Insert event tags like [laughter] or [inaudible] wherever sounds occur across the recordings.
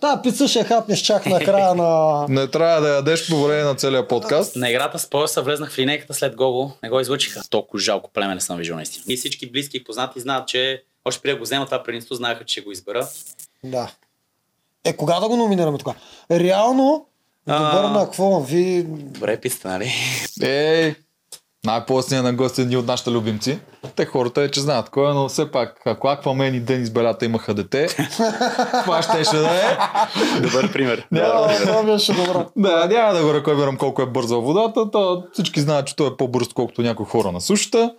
Та пица ще я хапнеш чак на края [laughs] на... Не трябва да ядеш по време на целия подкаст. На играта с пояса влезнах в линейката след Гого, не го излучиха. Толкова жалко племе не съм виждал наистина. И всички близки и познати знаят, че още преди да го взема това предимство, знаеха, че ще го избера. Да. Е, кога да го номинираме тогава? Реално, добър А. на какво? Ви... Добре, писта, нали? Ей, най-постния на гости едни от нашите любимци. Те хората е, че знаят кой е, но все пак, ако Аквамен и Денис Белята имаха дете, [laughs] това ще ще да е. [laughs] Добър пример. Да, това беше добро. Да, няма да го рекламирам колко е бърза водата. То всички знаят, че той е по-бърз, колкото някои хора на сушата.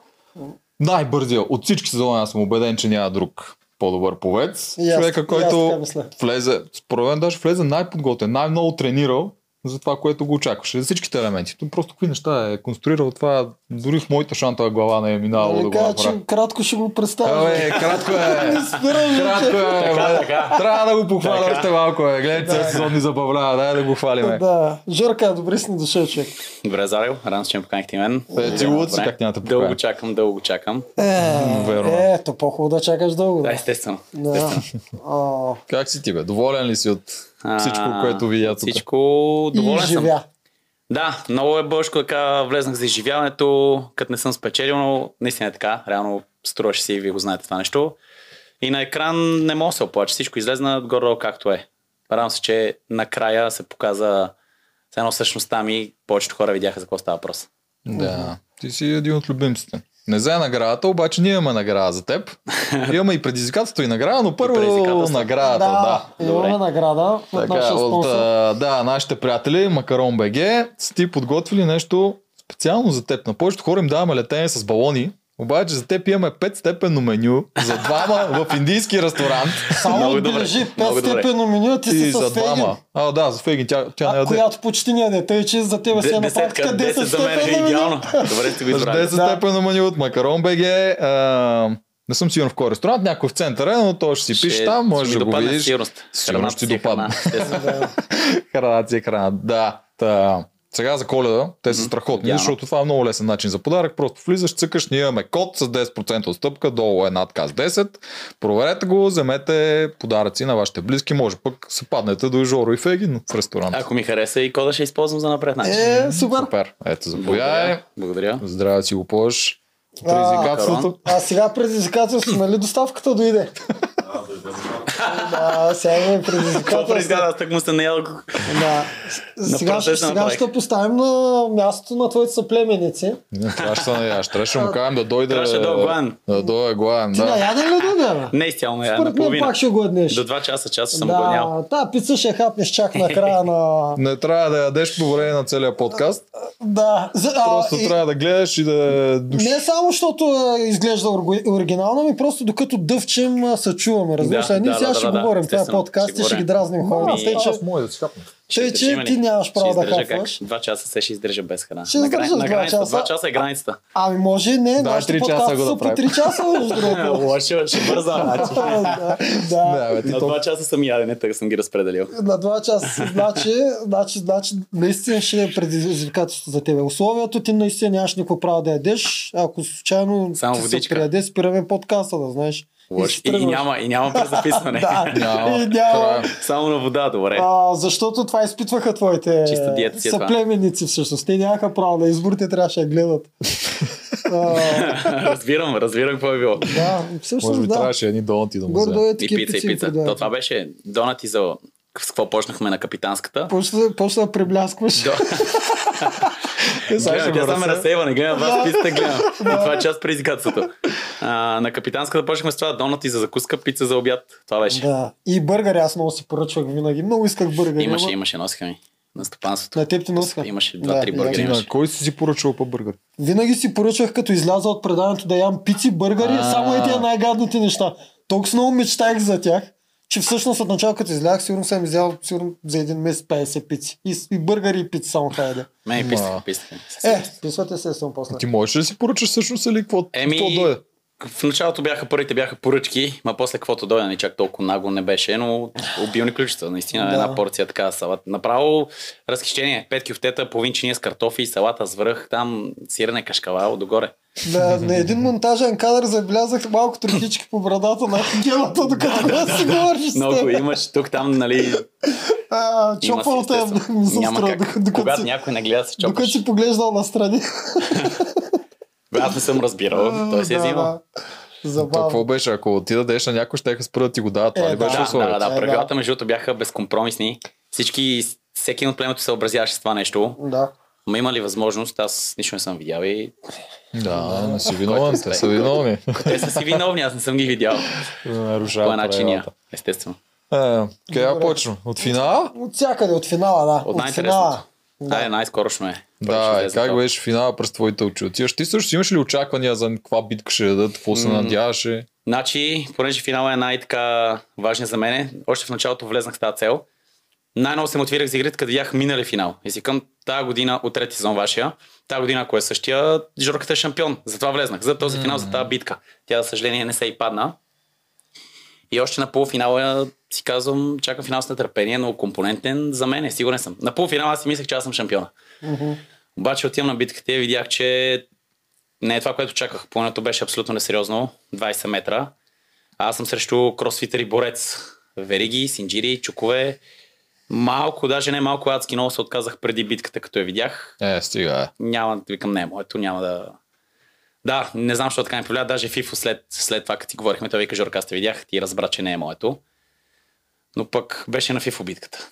Най-бързия от всички сезони, аз съм убеден, че няма друг по-добър повец. И аз- и Човека, аз така който мисля. влезе, според мен даже влезе най-подготвен, най-много тренирал за това, което го очакваше, за всичките елементи. Той просто какви неща е конструирал това, дори в моята шантова глава не е минало да Нали го кажа, направя. че кратко ще го представя. [laughs] Абе, кратко е. кратко е. бе. така. Трябва да го похваля още малко. Е. Гледай, цял сезон ни забавлява. Дай да го хвалиме. Да, Жорка, добре си ни дошъл, човек. Добре, Зарел, рано че ме поканихте и мен. Е, ти луд си, Добре. как няма да те поканя? Дълго чакам, дълго чакам. верно. Е, е, то по-хубаво да чакаш дълго. Да, Да. естествено. Да. А, Как си ти, бе? Доволен ли си от А, всичко, което видя тук? Всичко и доволен съм. живя. Да, много е бълшко така влезнах за изживяването, като не съм спечелил, но наистина е така. Реално струваше си и вие го знаете това нещо. И на екран не мога да се оплача. Всичко излезна горе както е. Радвам се, че накрая се показа с едно същността ми, повечето хора видяха за какво става въпрос. Да. Ти си един от любимците. Не взе наградата, обаче ние имаме награда за теб. Имаме и предизвикателство и награда, но първо предизвикателство. наградата. Да. да. имаме добре. награда от Така, нашия от, спонсор. а, да, нашите приятели, Макарон БГ, са ти подготвили нещо специално за теб. На повечето хора им даваме летене с балони, обаче за теб имаме 5-степенно меню за двама в индийски ресторант. Само Много добре, отбележи много 5 добре. степено меню, а ти И си за с Фегин. двама. А, да, за Фегин. Тя, тя не А, яде. която почти ни яде. Тъй, че за тебе си е на Десетка, практика нали? 10 10 за мен е степено меню. идеално. Добре сте го избрали. 10 степено меню от Макарон БГ. А, не съм сигурен в кой ресторант, някой в центъра, е, но той ще си пише там, ще може ми да го допадне със видиш. Сигурност. Сигурно Храната ще ти си е храна, допадне. естествено. [laughs] Храна ти е храна. Да. Та, сега за коледа, те са страхотни, Идеално. защото това е много лесен начин за подарък. Просто влизаш, цъкаш, ние имаме код с 10% отстъпка, долу е надказ 10. Проверете го, вземете подаръци на вашите близки, може пък се паднете до Жоро и Фегин в ресторанта. Ако ми хареса и кода ще използвам за напред. значи. Е, супер. Супер. Ето, заповядай. Благодаря. Е. Благодаря. Здраве си го поеш. А, Предизвикателството. А сега предизвикателство, нали доставката [laughs] дойде? Да, сега е Какво предизвикателство. произгада? Аз тък му се наел. Да. Сега, ще, процеса сега направих. ще поставим на мястото на твоите съплеменици. Не, това ще се наяш. Трябваше да му кажем да дойде. Трябваше да е гладен. Да дойде гладен, Ти да да. яде ли да не, бе? Не изцяло ме, Според мен наполовина. пак ще го еднеш. До 2 часа, часа съм го гонял. Да, та пица ще я хапнеш чак на края [laughs] на... Не трябва да ядеш по време на целия подкаст. Да. За, а, Просто и- трябва да гледаш и да е душиш. Не само, защото а, изглежда орго- оригинално, ми просто докато дъвчем, а, се чуваме. Разбираш, ли? Да, а ние да, сега да, ще да, да, говорим. Това е естествено, подкаст ще и ще ги говорим. Ами, дразним Ами, хората. Тъй, че, мога да си хапна. тъй, Издържи че ме ли? ти нямаш право Ще да издържа хапваш. Как? Два часа се ще издържа без храна. Ще На издържаш грани- на два границата. часа. Два часа [laughs] е границата. Ами може, не, Да, нашите три часа подкасти го са по направим. 3 часа, между [laughs] другото. Лошо, ще бърза. [laughs] значи. Да, да. Да, бе, ти [laughs] На то... два часа съм ядене, тъй съм ги разпределил. На два часа, значи, значи, значи, наистина ще е предизвикателство за тебе. Условието ти наистина нямаш никакво право да ядеш. Ако случайно Само ти се водичка. прияде, спираме подкаста, да знаеш. Лошо. се И, и тръгваш. няма, и няма презаписване. [laughs] Да, Няма. и няма. Това е. Само на вода, добре. А, защото това изпитваха твоите Чиста диета си е това. съплеменици всъщност. Те нямаха право на избор, те трябваше да гледат. а, [laughs] разбирам, разбирам какво е било. да, Може би всъщност да. трябваше едни донати да му Гордо вземе. е И такива пица, и пици им пица. предлагат. То това беше донати за... С какво почнахме на капитанската? Почна, почна да прибляскваш. До- Е, сега ще Гледам, го тя само е разсея. разсейва, не гледам [laughs] вас, пицата гледам. И това е част предизвикателството. А, На капитанската почнахме с това донати за закуска, пица за обяд. Това беше. Да. И бъргари аз много си поръчвах винаги. Много исках бъргари. Имаше, ама имаше, носиха ми на стопанството. На теб ти носиха. Имаше два-три Да, бъргери. Ти на имаше. кой си си поръчал по бъргър? Винаги си поръчвах като изляза от преданието да ям пици, бъргари, А. само и тия най-гадните неща. Толкова много мечтаях за тях, че всъщност от начало като излях, сигурно съм изял сигурно за един месец 50 пици. И, с- и бъргари и пици само хайде. Мен и Значи, Ма. писаха, писаха. Е, писвате се съм после. Ти можеш ли да е? си поръчаш всъщност или какво? Еми, какво дойде? в началото бяха първите бяха поръчки, ма после каквото дойде, не чак толкова наго не беше, но обилни ключица, наистина Да. една порция така салат. Направо разхищение, пет кюфтета, половин чиния с картофи, салата с връх, там сирене кашкавал догоре. На, на един монтажен кадър забелязах малко трохички по брадата на гелата, докато да, си говориш с Много теб. имаш тук там, нали, А, е има си, Чопал те [laughs] естествено. ми се Няма струва, как. докато- докато Когато си- някой не гледа, се докато чопаш. си поглеждал настрани. Аз не съм разбирал, той се е Да, взимал. да. То какво Забавно. беше? Ако ти дадеш на някой, ще спра да ти го дадат. Това Е, ли беше да, Да, да, условието? Е, да, да. правилата между другото бяха безкомпромисни. Всички, всеки един от племето се съобразяваше с това нещо. Да. Ма има ли възможност? Аз нищо не съм видял и Да, не си виновен, те са виновни. те са си виновни, аз не съм ги видял. По Нарушава този начин я, правилата. естествено. Е, Къде Добре. почвам? От финала? От всякъде, от финала, да. От финала. най-интересното. Да. Айде, най-скорошно е. Първо ще Да, и излезе как това. беше финала през твоите очи? Отиваш ти също си имаш ли очаквания за каква битка ще дадат, какво се М. надяваше? Значи, понеже финала е най-така важен за мене, още в началото влезнах с тази цел. Най-много се мотивирах за игрите, като видях минали финал. И си към тази година, от трети сезон вашия, тази година, ако е същия, Жорката е шампион. Затова влезнах. За този финал, за тази битка. Тя, за съжаление, не се и падна. И още на полуфинала си казвам, чакам финал с нетърпение, но компонентен за мен, е, сигурен съм. На полуфинала аз си мислех, че аз съм шампиона. Обаче отивам на битката и видях, че не е това, което чаках. Плуването беше абсолютно несериозно. 20 метра. Аз съм срещу кросфитър и борец. Вериги, синджири, чукове. Малко, даже не малко адски много се отказах преди битката, като я видях. Е, стига е. Няма да викам, не, е моето няма да... Да, не знам, защо така ми повлия. Даже Фифо след, след това, като ти говорихме, той вика, Жорка, аз те видях, ти разбра, че не е моето. Но пък беше на Фифо битката.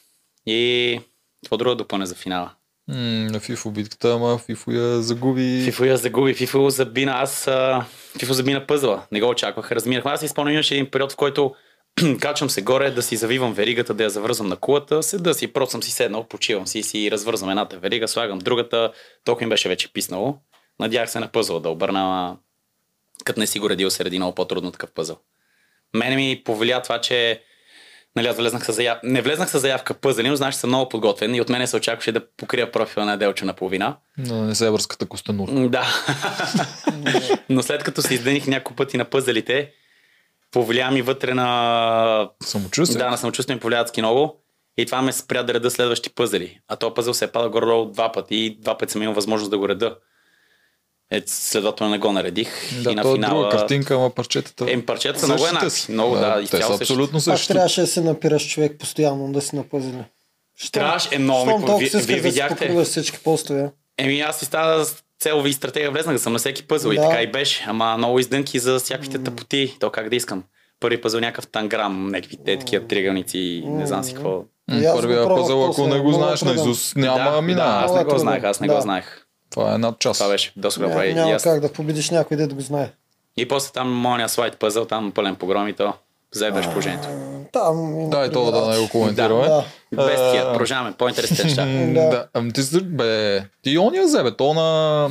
И какво друго да допълня за финала? М, На Фифо битката, ама Фифо я загуби. Фифо я загуби, Фифо забина, аз а, Фифо забина пъзела, не го очаквах, разминахме. Аз си спомням, имаше един период, в [clears throat] който качвам се горе, да си завивам веригата, да я завързвам на кулата, седа си, просто съм си седнал, почивам си и си развързвам едната верига, слагам другата, толкова им беше вече писнало. Надях се на пъзъл да обърна, ама като не си го редил среди много по-трудно такъв пъзъл. Мене ми повлия това, че Нали, аз влезнах с заяв... Не влезнах с заявка пъзели, но значи съм много подготвен и от мене се очакваше да покрия профила на Делчо наполовина. На Несебърската Костенур. М, Да. [laughs] Но след като се издъних няколко пъти на пъзелите, повлия ми вътре на... Самочувствие. Да, на самочувствие ми повлия адски много. И това ме спря да реда следващи пъзели. А то пъзел се е пада горе-долу два пъти и два пъти съм имал възможност да го реда. Е, следователно не го наредих. и Да, на то е финала... друга картинка, ама парчетата. Ем, парчетата много същите еднакви. са. Е, Много, да, Те изцяло са същите. абсолютно Пак същите. трябваше да се напираш човек постоянно, да си напъзли. Щом- Трябваше- е, много ми щом по- толкова ви- си искаш вие да си видяхте. покриваш всички постове. Еми аз си стана с цел и стратегия влезнах да съм на всеки пъзъл и Да. така и беше. Ама много издънки за всякаквите тъпоти. То как да искам. Първи пъзъл някакъв танграм, някакви те такива триъгълници, не знам си какво. М, И аз го Първия пробвах пъзъл, ако после, не го много знаеш на труден. Изус, няма да, мина. Да, аз не Много го е знаех, трудно. аз не Да. го знаех. Това е над час. Това беше доста добре. Е, и Няма аз- как да победиш някой, дето го знае. И после там мония слайд пъзъл, там пълен погром и то заебеш положението. Там има Да, и то да другата. не го коментираме. Да. Без Е, тия, продължаваме, по-интересните неща. М, Да. Да. Ами ти си, бе, ти ония зебе, то на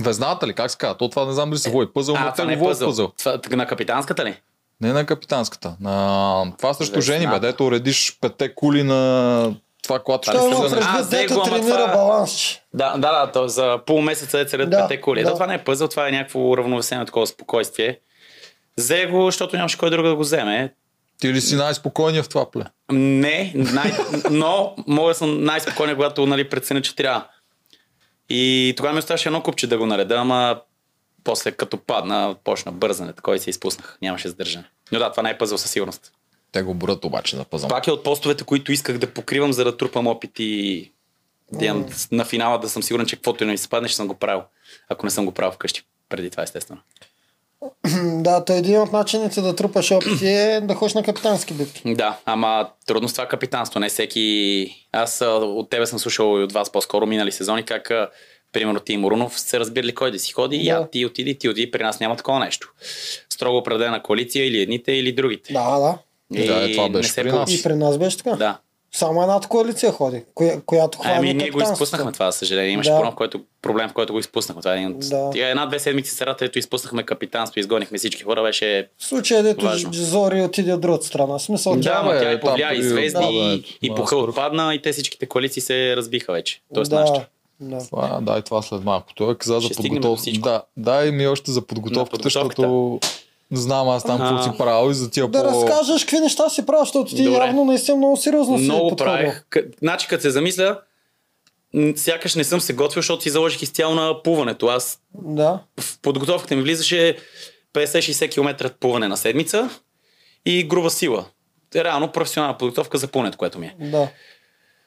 Везната ли, как се казва? То това не знам дали се води пъзъл, А, но това те не е го водят пъзъл. пъзъл. Това, на капитанската ли? Не на капитанската. На това срещу Везната. жени, бе, дето уредиш пете кули на това, когато Той има ще се А, предвид, Зего, дето ама тренира това- е- баланс. Да, да, да, то за полмесеца е целят Да, пете коли. Да. да. това не е пъзъл, това е някакво равновесено такова спокойствие. Взе го, защото нямаше кой друг да го вземе. Ти ли си най-спокойният в това пле? Не, най- но мога да съм най-спокойен, когато нали, преценя, че трябва. И тогава ми оставаше едно купче да го нареда, ама после като падна, почна бързане, кой се изпуснах, нямаше задържане. Но да, това не е пъзъл със сигурност. Те го брат обаче на пъзъл. Пак е от постовете, които исках да покривам, за да трупам опит и да имам на финала да съм сигурен, че каквото и не ми се падне, ще съм го правил. Ако не съм го правил вкъщи преди това, естествено. Да, той е един от начините да трупаш опити е да ходиш на капитански битки. Да, ама трудно с това капитанство. Не всеки... Аз а, от тебе съм слушал и от вас по-скоро минали сезони, как а, примерно ти и Морунов се разбирали кой да си ходи, и Да. а, ти отиди, ти отиди, при нас няма такова нещо. Строго определена коалиция или едните, или другите. Да, да. И Да, е, това не беше се при нас. получи. И при нас беше така. Да. Само едната коалиция ходи, коя, която хвани Ами, ние го капитанството. изпуснахме това, за съжаление. Имаше Да. да. който, проблем, в който го изпуснахме. Това е един от... Да. да. една-две седмици се рата, ето изпуснахме капитанство, изгонихме всички хора, беше... В случая, дето Важно. Зори отиде от другата страна. В Смисъл, Да, че- да, бе, ма, тя там и повлия, при е и звезди, отпадането и, и на пуха Аспарухов. отпадна, и те всичките коалиции се разбиха вече. Тоест да. нашата. Да. Това, да, и това след малко. Той каза за Ще стигнем до подготовка. всичко. Да, дай ми още за подготовката, подготовката. защото знам аз там какво Аха. си правил и за тия Да разкажеш какви неща си правиш, защото ти Добре. явно наистина много сериозно си Много подходил. правих. К- Значи, като се замисля, м, сякаш не съм се готвил, защото си заложих изцяло на плуването. Аз Да. в подготовката ми влизаше 50-60 км плуване на седмица и груба сила. Е, Реално професионална подготовка за пълнето, което ми е. Да.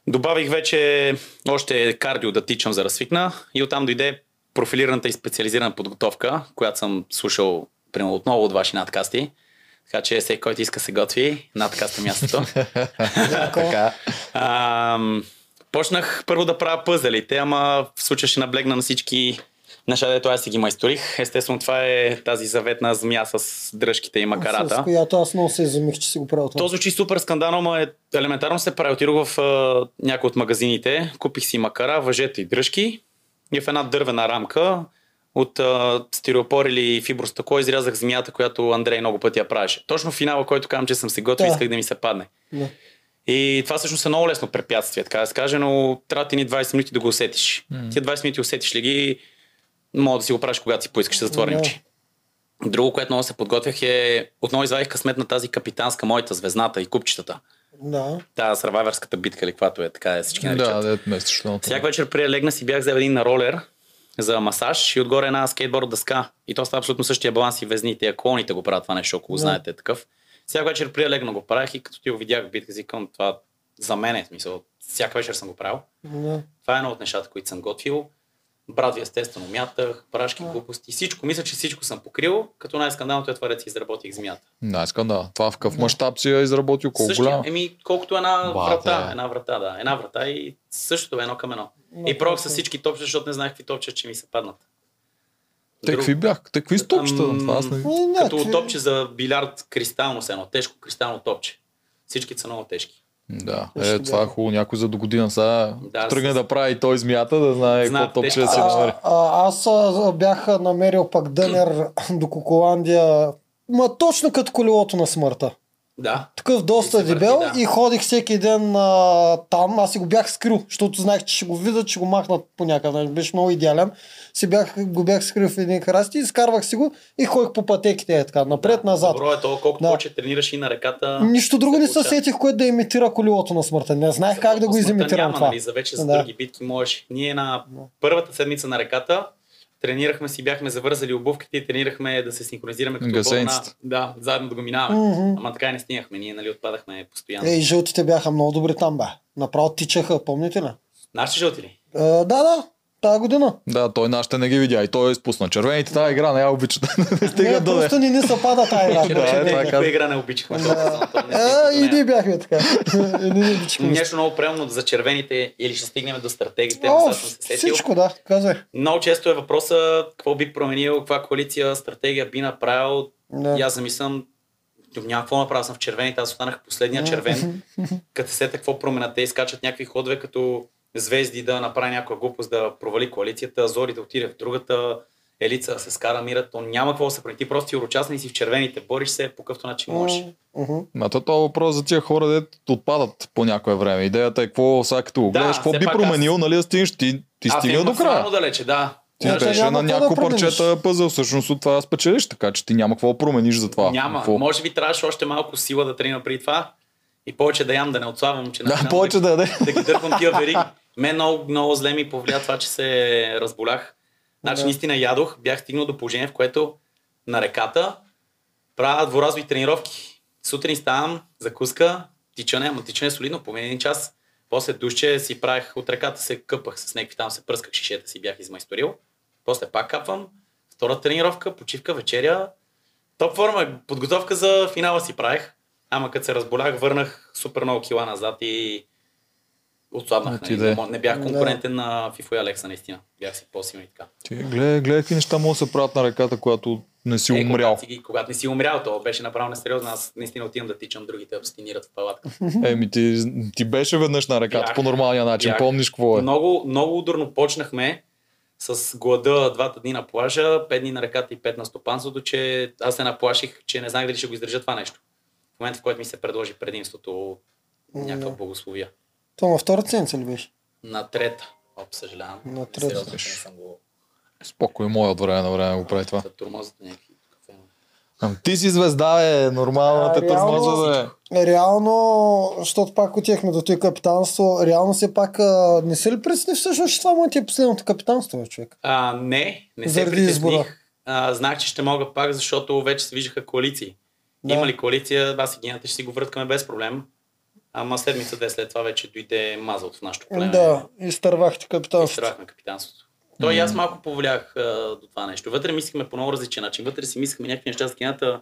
Добавих вече още кардио да тичам за да свикна и оттам дойде профилираната и специализирана подготовка, която съм слушал примерно отново от ваши надкасти. Така че всеки, който иска се готви, надкаст е мястото. Така. Ам, почнах първо да правя пъзелите, ама в случая ще наблегна на всички неща, дето аз си ги майсторих. Естествено, това е тази заветна змия с дръжките и С макарата. която аз много се изумих, че си го правил това. То звучи супер скандално, но е елементарно се прави. Отидох в а, някой от магазините, купих си макара, въжета и дръжки и в една дървена рамка от а, стиропор или фибростъкло изрязах змията, която Андрей много пъти я правеше. Точно финала, който казвам, че съм се готвил, Да. исках да ми се падне. Да. И това всъщност е много лесно препятствие, така да се каже, но трябва ти ни 20 минути да го усетиш. Mm. Тия 20 минути усетиш ли ги, мога да си го правиш, когато си поискаш, с затворени Да. очи. Друго, което много се подготвях е, отново извадих късмет на тази капитанска, моята звездната и купчетата. Да. Та сървайверската битка или каквато е, така е всички Да, наричат. да, месечно. Всяка вечер преди легна си бях взел един на ролер за масаж и отгоре една скейтборд дъска. И то става абсолютно същия баланс и везни, тия клоните го правят това нещо, ако го Да. знаете е такъв. Всяка вечер преди легна го правих и като ти го видях в битка, си викам, това за мен е смисъл. Всяка вечер съм го правил. Да. Това е едно от нещата, които съм готвил. Братви, естествено, мятах, прашки, глупости, всичко. Мисля, че всичко съм покрил, като най-скандалното е това, да си изработих змията. Да, искам да. Това в какъв мащаб си я изработил, колко Същия, голям. Еми, колкото една Бате. врата. Една врата, да. Една врата и същото е едно към едно. Много и пробвах с красиво. всички топчета, защото не знаех какви топчета, че ми се паднат. Те какви бях? Те какви стопчета? Ам, Това аз не... Е, Като някакви- топче за билярд кристално се едно, тежко кристално топче. Всички са много тежки. Да, Ще е, да. това е хубаво. Някой за до година сега Да, тръгне с- да прави той змията, да знае Знам, какво топче те- се намери. А, а, аз а, бях намерил пак дънер до Коколандия, ма точно като колелото на смъртта. Да. Такъв И доста се върти, дебел да. и ходих всеки ден а, там. Аз си го бях скрил, защото знаех, че ще го видят, че го махнат по някакъв начин. Беше много идеален. Си бях, го бях скрил в един храст и изкарвах си го и ходих по пътеките е така, напред-назад. Добро е то, колкото Да. повече тренираш и на ръката. Нищо друго не се получава. сетих, което да имитира колелото на смъртта. Не знаех как да го Смъртта изимитирам няма, това. Нали, за вече за Да. други битки можеш. Ние на Да. първата седмица на ръката тренирахме си, бяхме завързали обувките и тренирахме да се синхронизираме като вълна. Гасеницата. Да, заедно да го минаваме. Мгм. Ама така и не стигнахме. Ние нали, отпадахме постоянно. Е, и жълтите бяха много добри там, бе. Направо тичаха, помните ли? Наши жълти ли? Е, да, да, тази година. Да, той нашите не ги видя и той е спусна. Червените тази игра не я обичат. [laughs] не Не, стига до нея. просто ни не съпада тази игра. [laughs] Да, е, Ние това никаква казвам. игра не обичахме. Е, и ние бяхме така. [laughs] И ние обичахме. Нещо много правилно за червените или ще стигнем до стратегите. О, О, съм се сетил. всичко, да, казах. Много често е въпроса какво би променил, каква коалиция, стратегия би направил. Да. И аз замислям, тук няма какво направя, съм в червените, аз останах последния червен. като се сета какво променят, те изкачат някакви ходове като звезди да направи някаква глупост да провали коалицията, Зори да отиде в другата, Елица да се скара мира, то няма какво да се промени. Ти просто си урочастен и си в червените, бориш се по какъвто начин можеш. Мгм. Ма то това е въпрос за тия хора, дето отпадат по някое време. Идеята е какво, сега като го Да, гледаш, какво все би пак променил, нали, да стигнеш ти, ти Аз стигна имам до края. максимално далече, да. Ти Значи беше няма на какво да няколко промениш. парчета пъзъл, всъщност от това спечелиш, така че ти няма какво да промениш за това. Няма. Какво? Може би трябваше още малко сила да тренирам преди това и повече да ям, да не отслабвам, че Да, начинам повече да яде. да ги дърпам тия вериги. Мен много, много зле ми повлия това, че се разболях. Значи, Да. наистина ядох, бях стигнал до положение, в което на реката правя дворазови тренировки. Сутрин ставам, закуска, тичане, ама тичане е солидно, по един час. После душче си правих от реката, се къпах с някакви там, се пръсках шишета си, бях измайсторил. После пак капвам, втора тренировка, почивка, вечеря. Топ форма, е подготовка за финала си правих. Ама като се разболях, върнах супер много кила назад и отслабнах. Отиде. Нали? Не мож- Не бях конкурентен на FIFA и Алекса, наистина. Бях си по-силен и така. Ти гледай, гледай какви неща могат да се правят на реката, която не си Е, умрял. Когато, си, ги- когато не си умрял, то беше направо несериозно. Аз наистина отивам да тичам другите абстинират в палатка. Еми, ти, ти беше веднъж на реката Бях. по нормалния начин. Бях. Помниш какво е. Много, много ударно почнахме с глада двата дни на плажа, пет дни на ръката и пет на стопанството, че аз се наплаших, че не знаех дали ще го издържа това нещо. В момента, в който ми се предложи предимството, някаква Да. благословия. То на втора ценца ли беше? На трета. Оп, съжалявам. На трето. Сериозно, не съм го... Спокой мой от време на време го прави това. Да тормозят някакви кафе. Ам, ти си звезда, е, нормално А, те реално- тормоза, да е. Реално, защото пак отихме до този капитанство, реално все пак а, не се ли пресни всъщност, че това му ти е последното капитанство, бе, човек? А, не, не се Заради избора. притесних. А, знах, че ще мога пак, защото вече се виждаха коалиции. Да. Да. Има ли коалиция, аз и гената ще си го върткаме без проблем. Ама седмица две след това вече дойде мазалото в нашото племе. Да, изтървахте капитанството. Страх на капитанството. Той и аз малко повлях а, до това нещо. Вътре мислихме по много различен начин. Вътре си мислихме някакви неща с гената.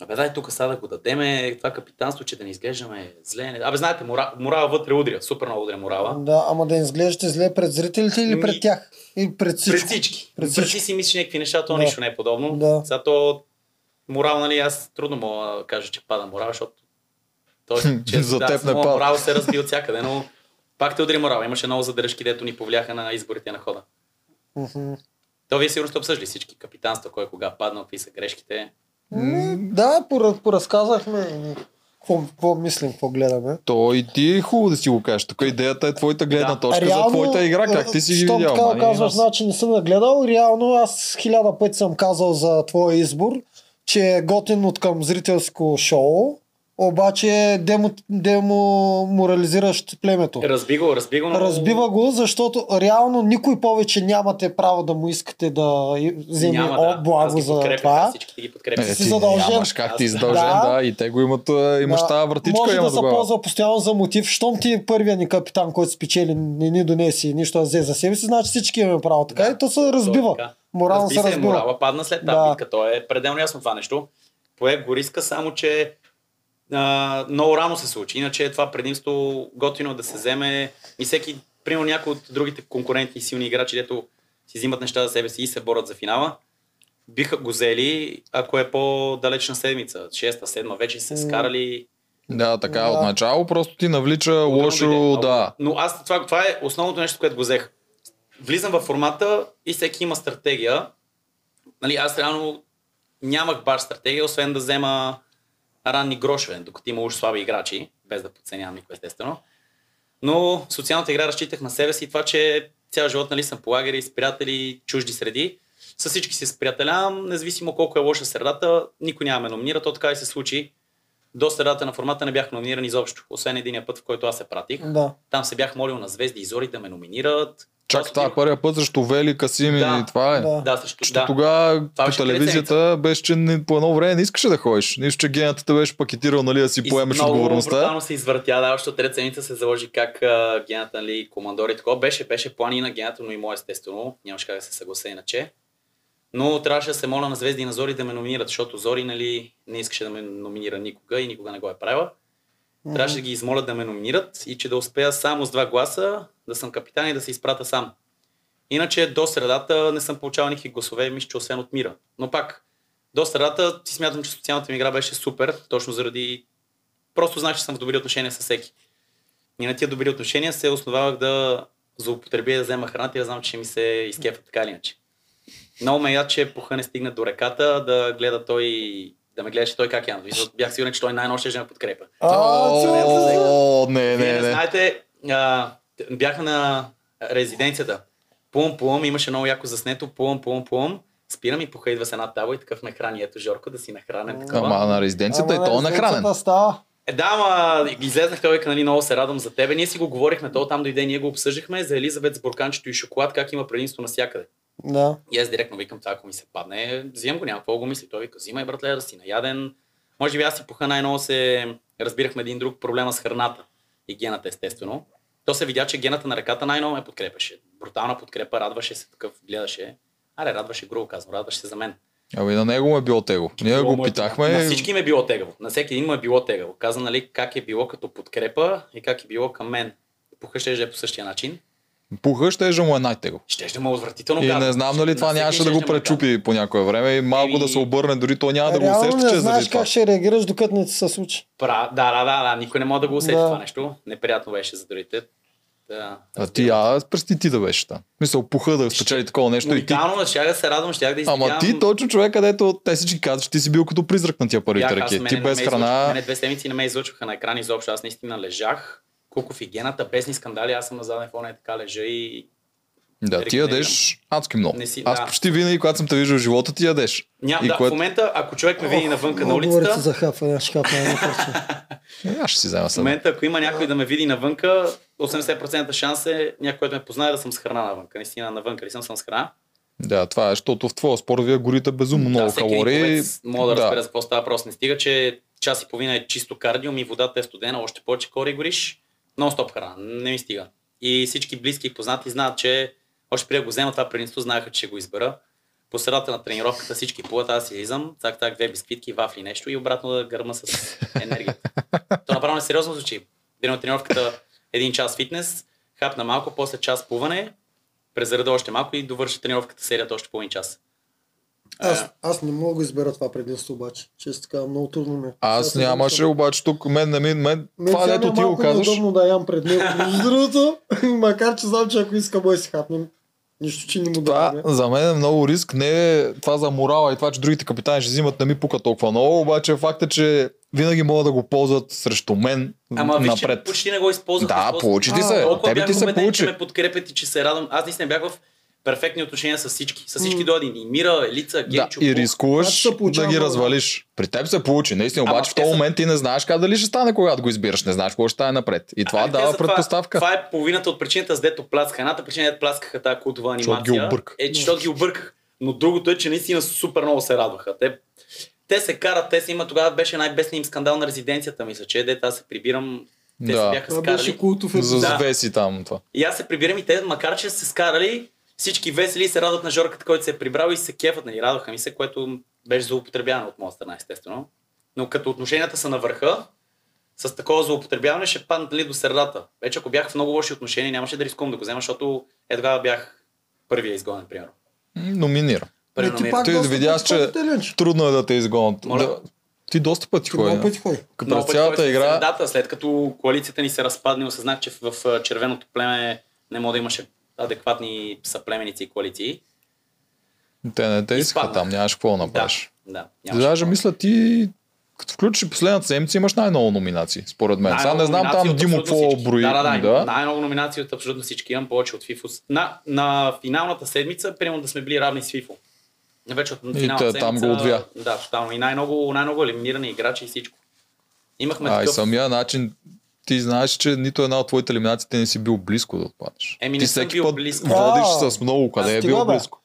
Абе, дай тук сега да го дадеме, това капитанство, че да не изглеждаме зле. Не- Абе, знаете, мора, морала вътре удря, супер много удря морала. Да, ама да не изглеждате зле пред зрителите или Ми- пред тях? Или пред всичко? Пред всички. Пред Пред всички. всички си мислиш някакви неща, то Да. нищо не е подобно. Да. Сега то морал, нали, аз трудно мога да кажа, че пада морал, защото [laughs] той, че, За да, теб не само пада. Морал се разби от всякъде, но пак те удря морал. Имаше много задръжки, дето ни повлияха на изборите на хода. Мгм. То вие сигурно сте обсъждали всички капитанства, кой кога падна, какви са грешките. М, Да, пора- поразказахме какво, какво мислим, какво гледаме. То и ти е хубаво да си го кажеш. Така идеята е твоята гледна Да. точка за твоята игра, как ти си ги щом видял. така ма, не, казваш, аз- значи не съм нагледал. Реално аз хиляда пъти съм казал за твоя избор, че е готин от към зрителско шоу, обаче е демо, демо морализиращ племето. Разби го, разби го. но- Разбива го, защото реално никой повече нямате право да му искате да и- вземе Няма, да. о, благо Аз ги за подкрепях, това. аз Всички ги подкрепят. Е, Е, си ти задължен. нямаш как ти е Аз- задължен, Да. да. и те го имат, а, имаш Да, тази вратичка, Може има да се тогава. ползва постоянно за мотив. Щом ти е първия ни капитан, който спечели, не ни донесе и нищо да взе за себе си, значи всички имаме право. Така Да. и то се разбива. Той е така. Морално Разби се разбива. Морала падна след тази Да. да. битка. То е пределно ясно това нещо. Пое го риска, само че а, много рано се случи. Иначе това предимство готино е да се вземе и всеки, примерно някой от другите конкуренти и силни играчи, дето си взимат неща за себе си и се борят за финала, биха го взели, ако е по-далечна седмица. Шеста, седма, вече се М. скарали. Да, така, Да. отначало просто ти навлича лошо, Трудно да. Но аз това, това е основното нещо, което го взех. Влизам във формата и всеки има стратегия. Нали, аз реално нямах баш стратегия, освен да взема ранни грошове, докато има уж слаби играчи, без да подценявам никой естествено. Но социалната игра разчитах на себе си и това, че цял живот нали, съм по лагери, с приятели, чужди среди. С всички се сприятелявам, независимо колко е лоша средата, никой няма да ме номинира, то така и се случи. До средата на формата не бях номиниран изобщо, освен единия път, в който аз се пратих. Да. Там се бях молил на звезди и зори да ме номинират. Чак Просто това отидох- първия път срещу Вели, Касим и Да, това е. да. Да, също. Да. Да. Тогава Това по беше телевизията беше, че не- по едно време не искаше да ходиш. Нищо, че гената те беше пакетирал, нали, да си И поемеш много отговорността. брутално се извъртя, да, още трета седмица се заложи как а, гената, нали, командори, такова. Беше, беше план и на гената, но и мой, естествено. Нямаше как да се съглася иначе. Но трябваше да се моля на Звезди и на Зори да ме номинират, защото Зори, нали, не искаше да ме номинира никога и никога не го е правила. Трябваше да ги измоля да ме номинират и че да успея само с два гласа да съм капитан и да се изпрата сам. Иначе до средата не съм получавал никакви гласове, мисля, че освен от мира. Но пак, до средата си смятам, че социалната ми игра беше супер, точно заради... Просто знах, че съм в добри отношения с всеки. И на тия добри отношения се основавах да злоупотребя и да взема храната и да знам, че ще ми се изкефа така или иначе. Много ме яд, че пуха не стигна до реката да гледа той да ме гледаше той как я Защото Бях сигурен, че той най-нощ ще ме подкрепа. А, О, цялата- Е, не, Вие не, не не. знаете, а, бяха на резиденцията. Плум, плум, имаше много яко заснето. Плум, плум, плум. Спирам и похайдва с една табла и такъв ме храни. Ето, Жорко, да си нахранен. Такова. Ама на резиденцията и Ама то е нахранен. резиденцията Става. Е, да, ама излезнах той вика, нали, много се радвам за тебе. Ние си го говорихме, то там дойде, ние го обсъждахме за Елизабет с бурканчето и шоколад, как има предимство навсякъде. Да. И аз директно викам, това ако ми се падне, взимам го, няма какво го мисли. Той вика, взимай, братле, да си наяден. Може би аз си пуха най-ново се разбирахме един друг проблема с храната и гената, естествено. То се видя, че гената на ръката най-ново ме подкрепеше. Брутална подкрепа, радваше се такъв, гледаше. Аре, радваше грубо, казвам, радваше се за мен. Ами на него му е било тегло. Ние Било го му е- На питахме. всички им е било тегаво. На всеки един му е било тегаво. Каза, нали, как е било като подкрепа и как е било към мен. Пуха ще е по същия начин. Пуха ще е му е най-тегло. Щеше да му е отвратително. И казвам. не знам дали На това всеки нямаше да щеше го му е Ами- гадно. пречупи по някое време и малко Еми- да се обърне, дори то няма да го Реално усеща, че не е заради знаеш това. как ще реагираш, докато не ти се случи. Пра, да, да, да, да, никой не може да го усети Да. това нещо. Неприятно беше за другите. Да. А ти, а, прести ти да беше там. Мисъл, пуха да спечели такова нещо и ти. Уникално, щях да се радвам, щях да Ама изиграм. ти точно човек, където те всички казват, че ти си бил като призрак на тия първите Бях аз, ръки. мене Ти не без ме излъчва- храна. Мене две седмици не ме излъчваха на екран изобщо, аз наистина лежах. колко в хигиената, без ни скандали, аз съм на заден фон и така лежа и Да, ти Рекомендирам. ядеш адски много. Не си- Аз да. почти винаги, когато съм те виждал в живота, ти ядеш. Ням, И да, кое- в момента, ако човек ме види навънка на Много говорите улицата, за хапване, аз ще хапна едно парче. Е, Аз ще си взема в сега. момента, ако има някой да ме види навънка, 80% шанс е някой, който ме познае да съм с храна навънка. Наистина навънка ли съм, съм с храна. Да, това е, защото в твоя спор вие горите безумно да, много всеки един калории. пловец Мога да, разбера за какво става въпрос. Не стига, че час и половина е чисто кардио, и водата е студена, още повече кори гориш. Нон-стоп храна. Не ми стига. И всички близки и познати знаят, че още преди да го взема това предимство, знаеха, че ще го избера. По средата на тренировката всички плуват, аз излизам, так, так, две бисквитки, вафли, нещо и обратно да гърма с енергия. То направо не сериозно звучи. Дирам на тренировката един час фитнес, хапна малко, после час плуване, презареда още малко и довърши тренировката серията още половин час. Аз, аз не мога да избера това предимство обаче. Често така, много трудно ми. е. Аз Сега се нямаше, връщам. обаче тук мен, не ми, мен, Мен това сега ми дето е ти го малко казваш. неудобно да ям пред него. Между другото, [laughs] макар че знам, че ако иска, може да си хапнем. Нищо, че не му Това даваме. за мен е много риск. Не е това за морала и това, че другите капитани ще взимат, не ми пука толкова много, обаче факт е, че винаги могат да го ползват срещу мен Ама виж, че напред. почти не го използвах. Да, използвах. получи ти се. Толкова Тебе бях ти се убеден, получи. че ме подкрепят и че се радвам. Аз наистина бях в перфектни отношения с всички. С всички до един. И Мира, Елица, Да, Генчо. и Пух. рискуваш Значи се получава да ги много. развалиш. При теб се получи, наистина, Ама обаче в те този са- момент ти не знаеш как дали ще стане, когато го избираш, не знаеш какво ще стане напред. И това Ами, те дава за това- предпоставка. Това е половината от причината, с дето пласка. Едната причина, дето пласкаха тази култова Защото анимация. ги обърка. Е, че защото ги обърках. Но другото е, че наистина супер много се радваха. Те, те се карат, те се имат. Тогава беше най-бесният им скандал на резиденцията, мисля, че дете аз се прибирам. Те Да. се бяха Това скарали. беше култов За епизод. Да. завеси там това. И аз се прибирам и те, макар че са се скарали, всички весели и се радват на Жорката, който се е прибрал и се кефат, нали, радваха ми се, което беше злоупотребявано от моя страна, естествено. Но като отношенията са на върха, с такова злоупотребяване ще паднат нали, до средата. Вече ако бях в много лоши отношения, нямаше да рискувам да го взема, защото е тогава бях първия изгонен, примерно. М, Номинира. Ами, Примерно, Ти ми- пак Ти доста видяш, че- компетентен, че... Трудно е да те изгонят. Моля? Да. Ти доста пъти Ти много ходи. пъти ходи. Като Много през пъти цялата ходих в игра средата, след като коалицията ни се разпадне, осъзнах, че в в червеното племе не мога да имаше адекватни съплеменици и коалиции. те не те искаха Изпаднах. там, нямаш какво да Да, направиш. да. нямаше Даже какво. мисля ти, като включиш последната седмица, имаш най-много номинации, според мен. Сега не Най-много знам номинации там от Димо абсолютно какво всички. брои. Да, да, да. да. Най-много номинации от абсолютно всички. Имам повече от FIFA. На, на финалната седмица, примерно да сме били равни с FIFA. Вече от финалната те, седмица. там го отвя. Да, тотално. И най-много, най-много елиминирани играчи и всичко. Имахме А, и такъв... самия начин ти знаеш, че нито една от твоите елиминациите не си бил близко да отпаднеш. Еми, ти не съм всеки бил път близко. водиш А, с много, къде е стига, бил бе. близко.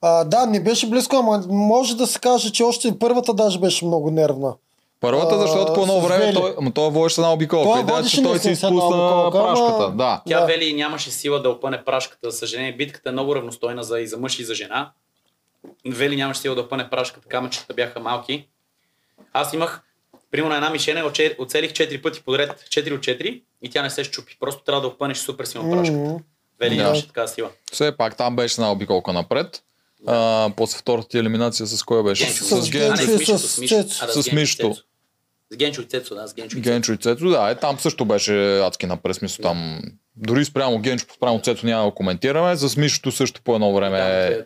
А, да, не беше близко, ама може да се каже, че още първата даже беше много нервна. Първата, А, защото по едно с време Вели. той, ама той водеше една обиколка. Той Идеята, е, водеше че той си наистина с една изпусна обиколка, ама- прашката. Да. Тя Да. Вели нямаше сила да опъне прашката. За съжаление, битката е много равностойна за, и за мъж и за жена. Вели нямаше сила да опъне прашката. Камъчета бяха малки. Аз имах, примерно на една мишена, оче- оцелих 4 пъти подред, 4 от 4 и тя не се щупи. Просто трябва да опънеш супер силно прашката. М. Вели Да. нямаше така сила. Все пак там беше една обиколка напред. А, после втората ти елиминация с кой беше? Генчо. С С А, не, Генчо. Генчо. с с Мишото, с Мишото. Цецо. А, да, С Генчо и Мишто. Цецо. С Генчо и Цецо, да, с Генчо и Цецо. Генчо и Цецо, да, е, там също беше адски напред, смисъл там. Дори спрямо Генчо, спрямо Цецо няма да го коментираме. За Мишото също по едно време е- Да,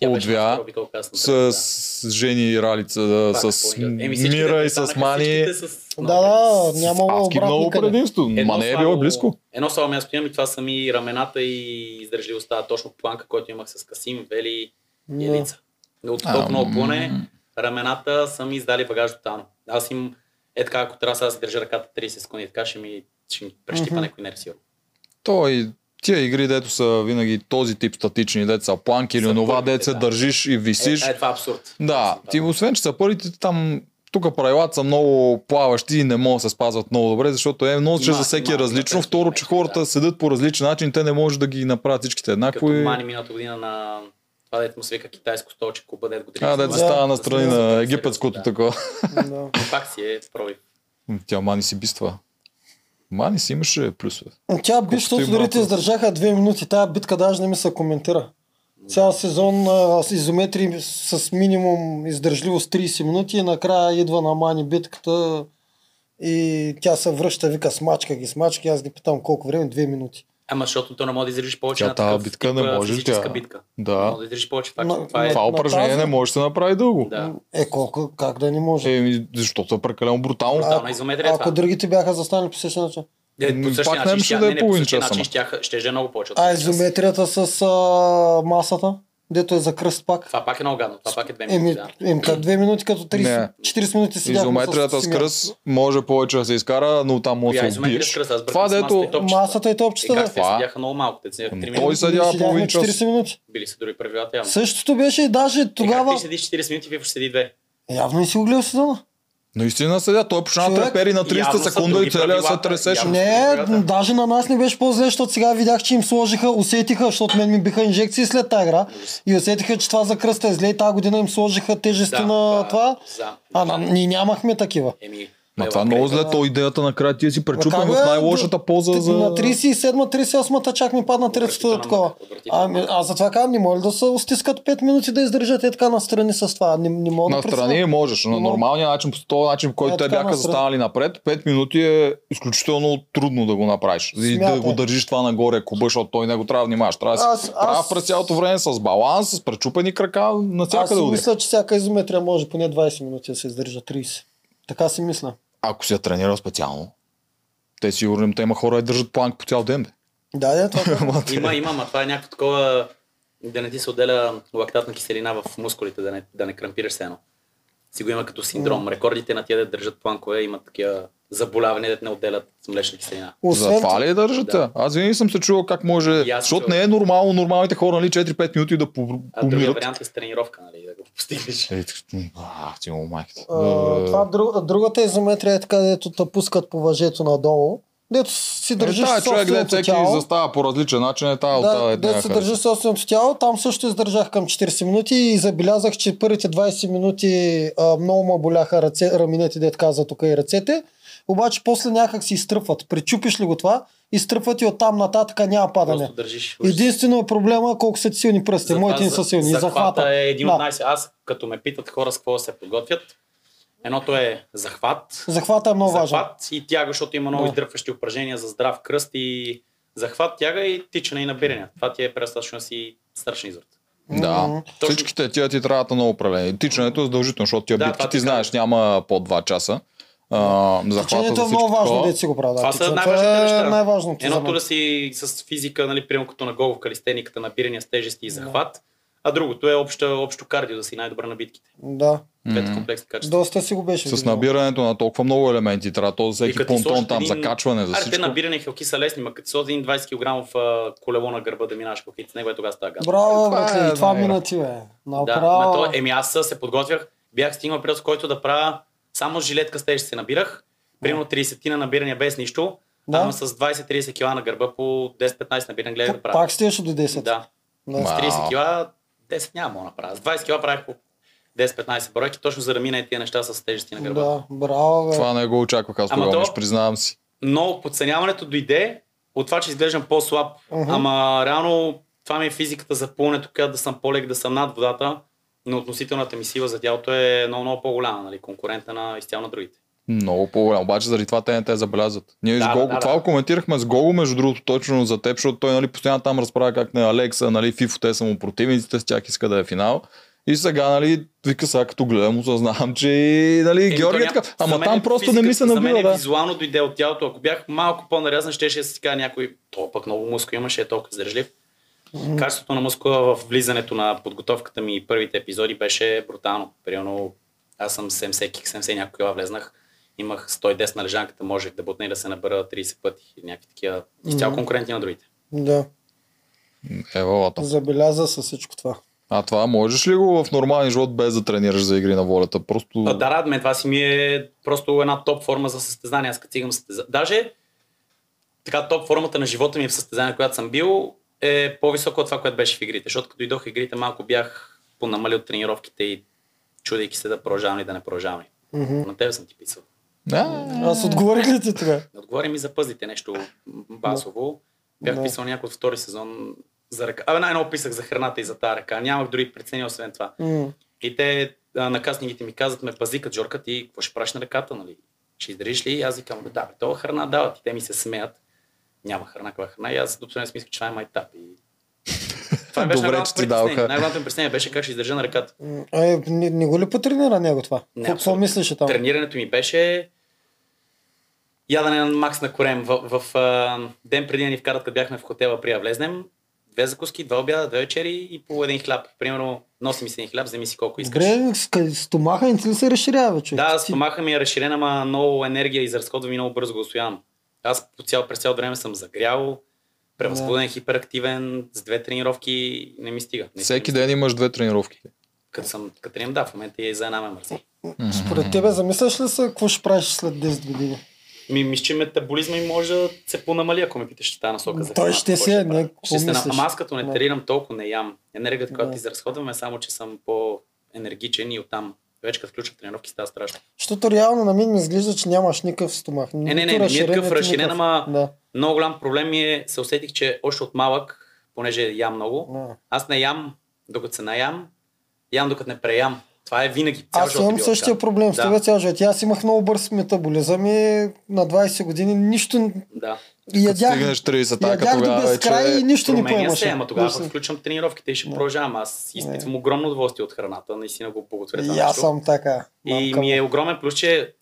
тя беше отвя на втора обиколка, аз на трета, с, с Жени и Ралица, да, да. Пак с по-идеално. Еми, всичките Мира и останаха, с Мани. всичките с- Да, да, С нямало адски обратно много никъде. предимство. Мане е слабо- било близко. Едно слабо място имам и това са ми рамената и издържливостта, точно планка, който имах с Касим, Вели и Да. Елица. Но От Ам. толкова много плане, рамената са ми издали багаж тотално. Аз им, е така, ако трябва сега да си държа ръката 30 секунди, така ще ми, ще ми прещипа Мгм. някой нерв сигурно. Той тия игри, дето са винаги този тип статични, дето са планки или Са онова, първите, дето се да. държиш и висиш. Е, е, това е абсурд. Да, ти освен, че са първите ти там тук правилата са много плаващи и не могат да се спазват много добре, защото е много, че Има- за всеки има- е различно. има- Второ, че да. хората седят по различен начин, те не може да ги направят всичките Като еднакво. И... Мани миналата година на това дете му се вика китайско столче, куба дет го А, дринксува. дето Да, става на да, страни да, на да, египетското да. такова. Да. Пак си е проби. Тя Мани си биства. Мани си имаше плюсове. Тя би, защото и дори малко. те издържаха две минути. Тая битка даже не ми се коментира. Цял сезон а, с изометри с минимум издържливост 30 минути и накрая идва на мани битката и тя се връща, вика смачка ги, смачка и аз ги питам колко време, две минути. Ама защото то не може да изрежеш повече Тя на тая такъв битка тип, не а, може, физическа тя- битка. Не Да. може да изрежеш повече. Това, Но- това е... Това на упражнение тази- не може да се направи дълго. Да. Е, колко, как да не може? Еми, защото е прекалено брутално. Брутално изометрия е Ако това. другите бяха застанали по същия начин. Е, по М, същия пак не начин, мисля ще, да е не, не, по половин същия час, начин ама. ще, ще, ще е много повече. от А един час. изометрията с а, масата, дето е за кръст пак. Това пак е много гадно. Това пак е две минути. Еми, Да. еми, та две минути като 30, 40 минути седяхме Изометрията с Симеон. кръст може повече да се изкара, но там може Коя да се изометрия с убиеш. кръст? Аз бъркам Това с дето масата и топчета. Масата и Е, топчета, да. как те Това- седяха много малко. Те седяха 3 минути. той Ние седява седяхме половин час. 40 минути. Били са дори правилата. Ама. Същото беше и даже Тогава... Е, тогава... как ти седиш 40 минути, Вив ще седи две. Явно не си го гледал сезона. Наистина седя, той почна да Човек, трепери на 30 явно са секунда и други целият се правила. тресеше. Явно. Не, Добре, да. даже на нас не беше по-зле, защото сега видях, че им сложиха, усетиха, защото мен ми биха инжекции след тази игра и усетиха, че това за кръста е зле и тази година им сложиха тежести на това. За. А, на, ние нямахме такива. Еми, Ма ева, това е много край. зле, то идеята накрая ти си пречупен Как в бе, най-лошата поза т- за... е, На 37-38-та чак ми падна третата Отвратително такова. мъка, отвратително Ами, аз затова казвам, не моля да се стискат 5 минути да издържат е така настрани с това. Не, не мога да Настрани е, представя. можеш, но Не мога. нормалния начин, по този начин, по който Е, те така, бяха настрани. застанали напред, 5 минути е изключително трудно да го направиш. И да Смятай. го държиш това нагоре, куба, защото той не го трябва да внимаваш. Трябва да си Аз- прав аз- през цялото време с баланс, с пречупени крака, Аз навсякъде си удари. мисля, че всяка изометрия може поне 20 минути да се издържа 30. Така си мисля. Ако си я тренирал специално, те сигурно те има хора и държат планк по цял ден. бе. Да, да, това. е [laughs] Ама те- Има, има, ма това е някакво такова да не ти се отделя лактатна киселина в мускулите, да не, да не крампираш се едно. Си го има като синдром. Рекордите на тия да държат планкове имат такива заболявания, да не отделят млечна киселина. За Освен това ли я държат? Да. Да. Аз винаги съм се чувал как може. И аз Защото чувам. не е нормално нормалните хора, нали, 4-5 минути да пом- А другия помират. вариант е с тренировка, нали, да го постигнеш. Е, тък- А, ти му майката. А, това друг, другата изометрия е така, дето те пускат по въжето надолу. Дето си държиш Та, Е, човек, де собственото всеки тяло. застава по различен начин, е тая от тая. Да, е да тая се харесва. държи собственото тяло. Там също издържах към 40 минути и забелязах, че първите 20 минути а, много ма боляха ръце, раменете, дет каза тук и ръцете. Обаче после някак си изтръпват. Причупиш ли го това, изтръпват и оттам нататък няма падане. Просто държиш. Единствено е проблема колко са ти силни пръсти. Затова Моите не за- са силни. И захвата. Захвата е един Да. от най Аз, като ме питат хора с какво да се подготвят, едното е захват, Захвата е много важен. захват и тяга, защото има много Да. издърпващи упражнения за здрав кръст и захват, тяга и тичане и набиране. Това ти е предостатъчно да си страшен изрод. Да. М. Точно. Всичките тия ти трябват на управление. Тичането е задължително, защото тия Да, битки това ти ти знаеш, няма по 2 часа. А, захвата Течението за е много всичко важно, такова. дето си го правя. Това да. са Течението най-важните е неща. най-важното. за Едното мен. да си с физика, нали, примерно като на голов калистениката, набиране с тежести и захват, а другото е общо, общо кардио, да си най-добър на битките. Да. Двете Мгм. комплексни качества. Доста си го беше. С видял. набирането на толкова много елементи трябва. То за И всеки като ти понтон сложат там, един- закачване, за Аре, те всичко. набиране хелки са лесни, ма като си един 20 кг а, колело на гърба да минаш хелките, с него е тогава става гадно. Браво, Това е братле, и това една игра. мина ти, бе. Да, ма Направо. то, е- ами еми аз се подготвях, бях стигнал период, с който да правя само с жилетка с тежест се набирах, примерно 30 на набирания без нищо, Да. ама с 20-30 кг на гърба по 10-15 набирания гледах да правя. Пак стигаш до 10. Да, с Да. Ма. 30 Вау. кг 10 няма мога да направя. С 20 кг правих по 10-15 бройки, точно за да мина и тия неща с тежести на гърба. да, браво, бе. Това не го очаквах аз Ама тогава, то- миш, признавам си. Но подценяването дойде от това, че изглеждам по-слаб. Мгм. Ама реално това ми е физиката за пълнето, къде да съм по-лег, да съм над водата, но относителната ми сила за тялото е много, много по-голяма, нали, конкурента на изцяло на другите. Много по-голям. Обаче заради това те не те забелязват. Ние Да, с да, Гого, да, това да. го коментирахме с Гого, между другото, точно за теб, защото той нали, постоянно там разправя как на Алекса, нали, Фифо, те са му противниците, с тях иска да е финал. И сега, нали, вика сега като гледам, осъзнавам, че и, нали, Еми, Георги то е ня- така. за Ама мен там е просто не физиката- ми се набива, За мен е да. визуално дойде от тялото. Ако бях малко по-нарязан, щеше да си кажа някой, то пък много мускул имаше, е толкова издържлив. Качеството на мускула в влизането на подготовката ми и първите епизоди беше брутално. Примерно аз съм 70 кг, 70 няколко кила влезнах. Имах 110 на лежанката, можех да бутна и да се набера 30 пъти. И някакви такива изцяло конкуренти на другите. Да, Евалата. забеляза със всичко това. А това можеш ли го в нормален живот без да тренираш за игри на волята? Просто... А, да, рад ме, това си ми е просто една топ форма за състезание. Аз като стигам състезание. Даже така топ формата на живота ми в състезание, която съм бил, е по-висока от това, което беше в игрите. Защото като дойдох в игрите, малко бях понамалил тренировките и чудейки се да продължавам и да не продължавам. ли. Мгм. На тебе съм ти писал. А, Аз отговорих ли ти тогава? Не отговаря ми за пъзлите, нещо м- басово. Бях Да. писал някой от втори сезон за ръка. Абе, най-много писах за храната и за тази ръка. Нямах дори прецени освен това. М. И те а, наказаните ми казват, ме пази като Жорка, ти какво ще правиш на ръката, нали? Ще издържиш ли? И аз викам, да, бе, това храна дават. И те ми се смеят. Няма храна, каква храна. И аз до последния си мисля, че това е майтап. И... Това ми беше Добре, най-голямото че ти притеснение. даваха. Най-голямото ми притеснение беше как ще издържа на ръката. М. Е, не, не го ли потренира него това? Не, Какво- Какво абсолютно. мислеше там? Тренирането ми беше ядене на Макс на корем. В, в, а, ден преди да ни вкарат, като бяхме в хотела, при да влезнем, две закуски, два обяда, две вечери и по един хляб. Примерно, носи ми се един хляб, вземи си колко искаш. Добре, с- къ- стомаха не ти ли се разширява, човек? Да, Ти- спомаха ми е разширена, ама много енергия изразходвам и много бързо го освоявам. Аз по цял, през цял време съм загрял, превъзбуден, хиперактивен, с две тренировки не ми стига. Не Всеки ми стига. ден имаш две тренировки. Като съм Катрин, да, в момента е за една ме мързи. Според тебе, замисляш ли се какво ще правиш след 10 години? Ми, мисля, че метаболизма ми може да се понамали, ако ме питаш в тази насока. за Той храната, ще какво се, правя. не, какво ще се, на- мислиш? ама аз като не Да. тренирам толкова, не ям. Енергията, която Да. изразходваме, е само, че съм по-енергичен и оттам. Вече като включвам тренировки, става страшно. Защото реално на мен ми изглежда, че нямаш никакъв стомах. не, не, Нито не е разширен, такъв нито разширен, никакъв. ама- Да, Много голям проблем ми е, се усетих, че още от малък, понеже ям много, да. Аз не ям, докато се наям, ям докато не преям. Това е винаги. Цял Аз живот е имам било същия така. проблем с Да. тебе цял живот. И Аз имах много бърз метаболизъм и на 20 години нищо Да. и Като ядях, стигнеш 30-та, ядях като до тогава безкрай и вече... нищо не Променя поемаше. се, ама тогава Просто- като включвам тренировките и ще Да. продължавам. Аз изпитвам огромно удоволствие от храната, наистина го благодаря това И аз нещо. съм така. И мамка ми е му. огромен плюс, че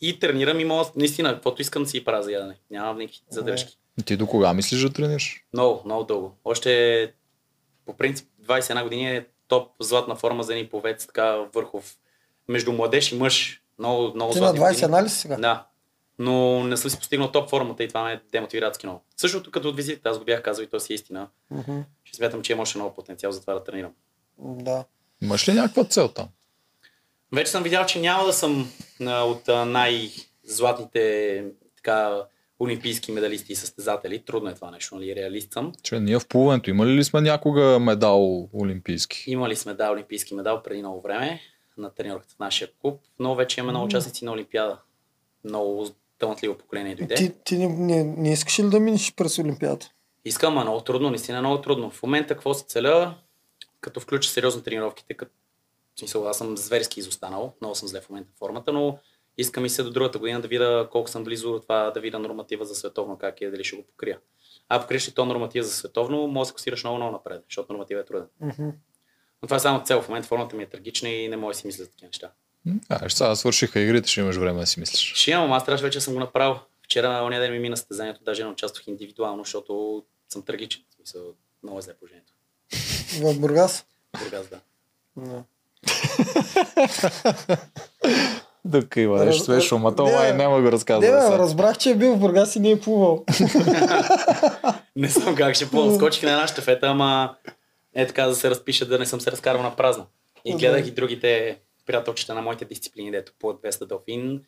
и тренирам и мога, наистина, каквото искам да си правя за ядене. Нямам никакви задръжки. Ти до кога мислиш да тренираш? Много, много дълго. Още по принцип 21 години е топ златна форма за един повец, така върхов. Между младеж и мъж. Много, много Ти на златни години. 21 ли си сега? Да. Но не съм си постигнал топ формата и това ме демотивира адски много. Същото като от визитите, аз го бях казал и то си е истина. Мгм. Ще смятам, че има още много потенциал за това да тренирам. Да. Имаш ли някаква цел там? Вече съм видял, че няма да съм а, от а, най-златните така, олимпийски медалисти и състезатели. Трудно е това нещо, нали? Реалист съм. Че ние в плуването имали ли сме някога медал олимпийски? Имали сме, да, олимпийски медал преди много време на тренировката в нашия клуб, но вече имаме много участници на Олимпиада. Много талантливо поколение дойде. Ти, ти не, не, не искаш ли да минеш през Олимпиадата? Искам, а много трудно, наистина е много трудно. В момента какво се целя, като включа сериозно тренировките, като в смисъл, аз съм зверски изостанал, много съм зле в момента в формата, но искам и се до другата година да видя колко съм близо до това, да видя норматива за световно, как е, дали ще го покрия. А покриеш ли то норматива за световно, може да се косираш много, много напред, защото норматива е труден. Мгм. Но това е само цел. В момента формата ми е трагична и не мога да си мисля за такива неща. М, А, ще сега свършиха игрите, ще имаш време да си мислиш. Ще имам, аз трябваше вече да съм го направил. Вчера оня ден ми мина състезанието, даже не участвах индивидуално, защото съм трагичен. В смисъл, много е зле положението. В Бургас? Бургас, да. Не. Докива, Раз- ще свеш шума. То, Не, май, бе. няма го Не, бе, разказвам. разбрах, че е бил в Бургас и не е плувал. Не знам как ще плувам. Скочих на една щафета, ама е така да се разпиша, да не съм се разкарвал на празно. И гледах и другите приятелчета на моите дисциплини, дето по 200 дълфин.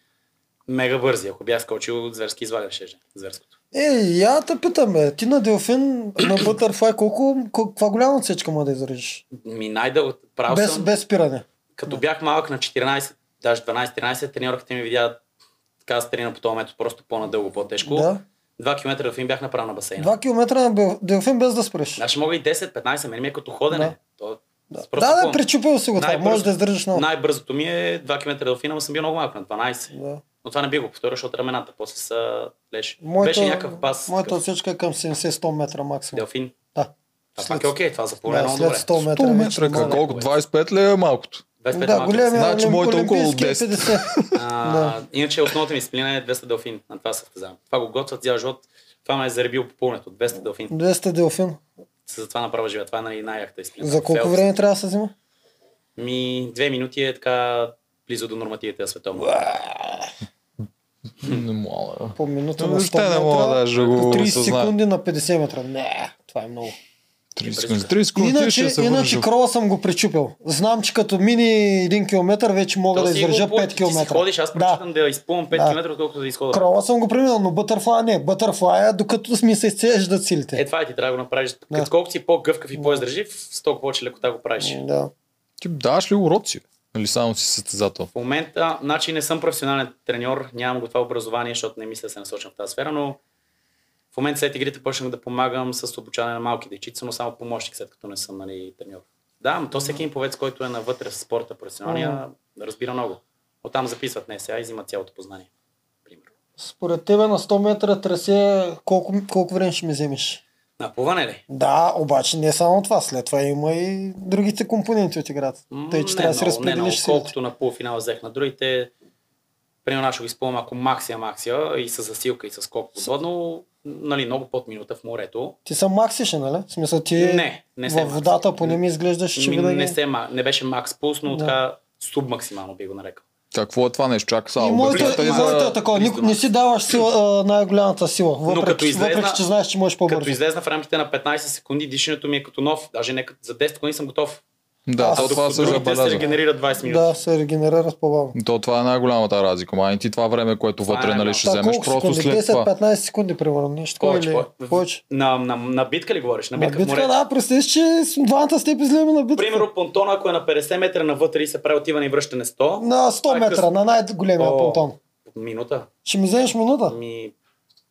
Мега бързи. Ако бях скочил, зверски изваляше зверското. Е, я те питаме. Ти на Делфин, [clears throat] на Бътърфлай, колко, колко, каква голяма отсечка може да изрежеш? Ми най-дълго правил Без, съм. без спиране. Като бях малък на 14, даже 12-13, треньорката ми видя така аз тренирам по този метод, просто по-надълго, по-тежко. Да. Два километра дълфин бях направил на басейна. Два километра на Бел- Делфин без да спреш. Аз ще мога и 10-15, мен ми е като ходене. Да. То... Да, просто да, да плувам. пречупил си го това. Най-бързо. Може да издържиш много. Най-бързото ми е 2 км дълфина, но съм бил много малък на 12. Да. Но това не би го повторил, защото рамената после са леш. Моята, Беше някакъв пас. моята такъв отсечка е към 70-100 метра максимум. Делфин. Да. Това След- пак е окей, това за поле е Да, много след добре. 100 метра. 100 вече метра, може. как- колко? 25 ли е малкото? 25 Да, малки големия са. Значи, олим- моята около олимпийски е 10. 50. [laughs] [laughs] А, Да. Иначе основната ми дисциплина е 200 делфин. На това състезавам. Това го готвят цял живот. Това ме е заребил по пълнето. 200 делфин. 200 Делфин. Затова направо живея. Това е нали, най-яхта дисциплина. За колко Фелс. време трябва да се взима? Ми, две минути е така близо до нормативите на световно. Не мога. да. По минута Но на 100 въобще не метра. мога даже да го по 30 осъзная. секунди на 50 метра. Не, това е много. 30 секунди. 30 секунди ти ще Иначе, се иначе вържа. крола съм го пречупил. Знам, че като мини 1 км, вече мога То да си го издържа плати, 5 км. Ти си ходиш, аз да. прочитам да, изплувам 5 Да. км, отколкото да изходя. Крола съм го преминал, но бътърфлая не. Бътърфлая, докато ми се изцеждат силите. Е, това е, ти трябва да го направиш. Да. Като колкото си по-гъвкав и по-издръжив, с толкова повече лекота го правиш. М, Да. Ти даваш ли уроци? бе? Или само си състезател? В момента, значи не съм професионален треньор, нямам го това образование, защото не мисля да се насочам в тази сфера, но в момента след игрите почнах да помагам с обучаване на малки дечица, но само помощник, след като не съм нали, треньор. Да, но то всеки един повец, който е навътре в спорта, професионалния, разбира много. Оттам записват не сега и взимат цялото познание. Примерно. Според тебе на 100 метра трасе колко, колко време ще ми вземеш? На плуване ли? Да, обаче не само това. След това има и другите компоненти от играта. М, Тъй, че не трябва да си много, не много. разпределиш силите. Колкото на полуфинала взех на другите, Примерно аз ще го изпълням, ако максия, максия и с засилка и с скок подводно, нали, много под минута в морето. Ти се максише, нали? В смисъл ти Не, не се е във водата поне ми изглеждаше, че Ми, винаги... не, се, ма- не беше макс пулс, но Да. така субмаксимално би го нарекал. Какво е това нещо? Чак са И моето, обясняте и за- моето е такова. Ник, не си даваш сила, а, най-голямата сила. като Въпреки, излезна- въпреки, че знаеш, че можеш по-бързо. Като излезна в рамките на 15 секунди, дишането ми е като нов. Даже не като- за 10 секунди съм готов. Да, Аз- то това Докато също другите се забелязва. регенерират 20 минути. Да, се регенерира с по-бавно. То това е най-голямата разлика. Ма и ти това време, което Това е вътре нали, най-голямата. ще Та, вземеш, колко просто секунди? след това. 10-15 секунди, примерно. Нещо Повече, или повече. е? повече. На, на, на битка ли говориш? На На битка, в битка, морето. да, представиш, че с двамата сте излеме на битка. Примерно понтона, ако е на 50 метра навътре и се прави отиване и връщане 100, На 100 Ай, къс- метра, на най-големия О. понтон. минута. Ще ми вземеш минута? Ми,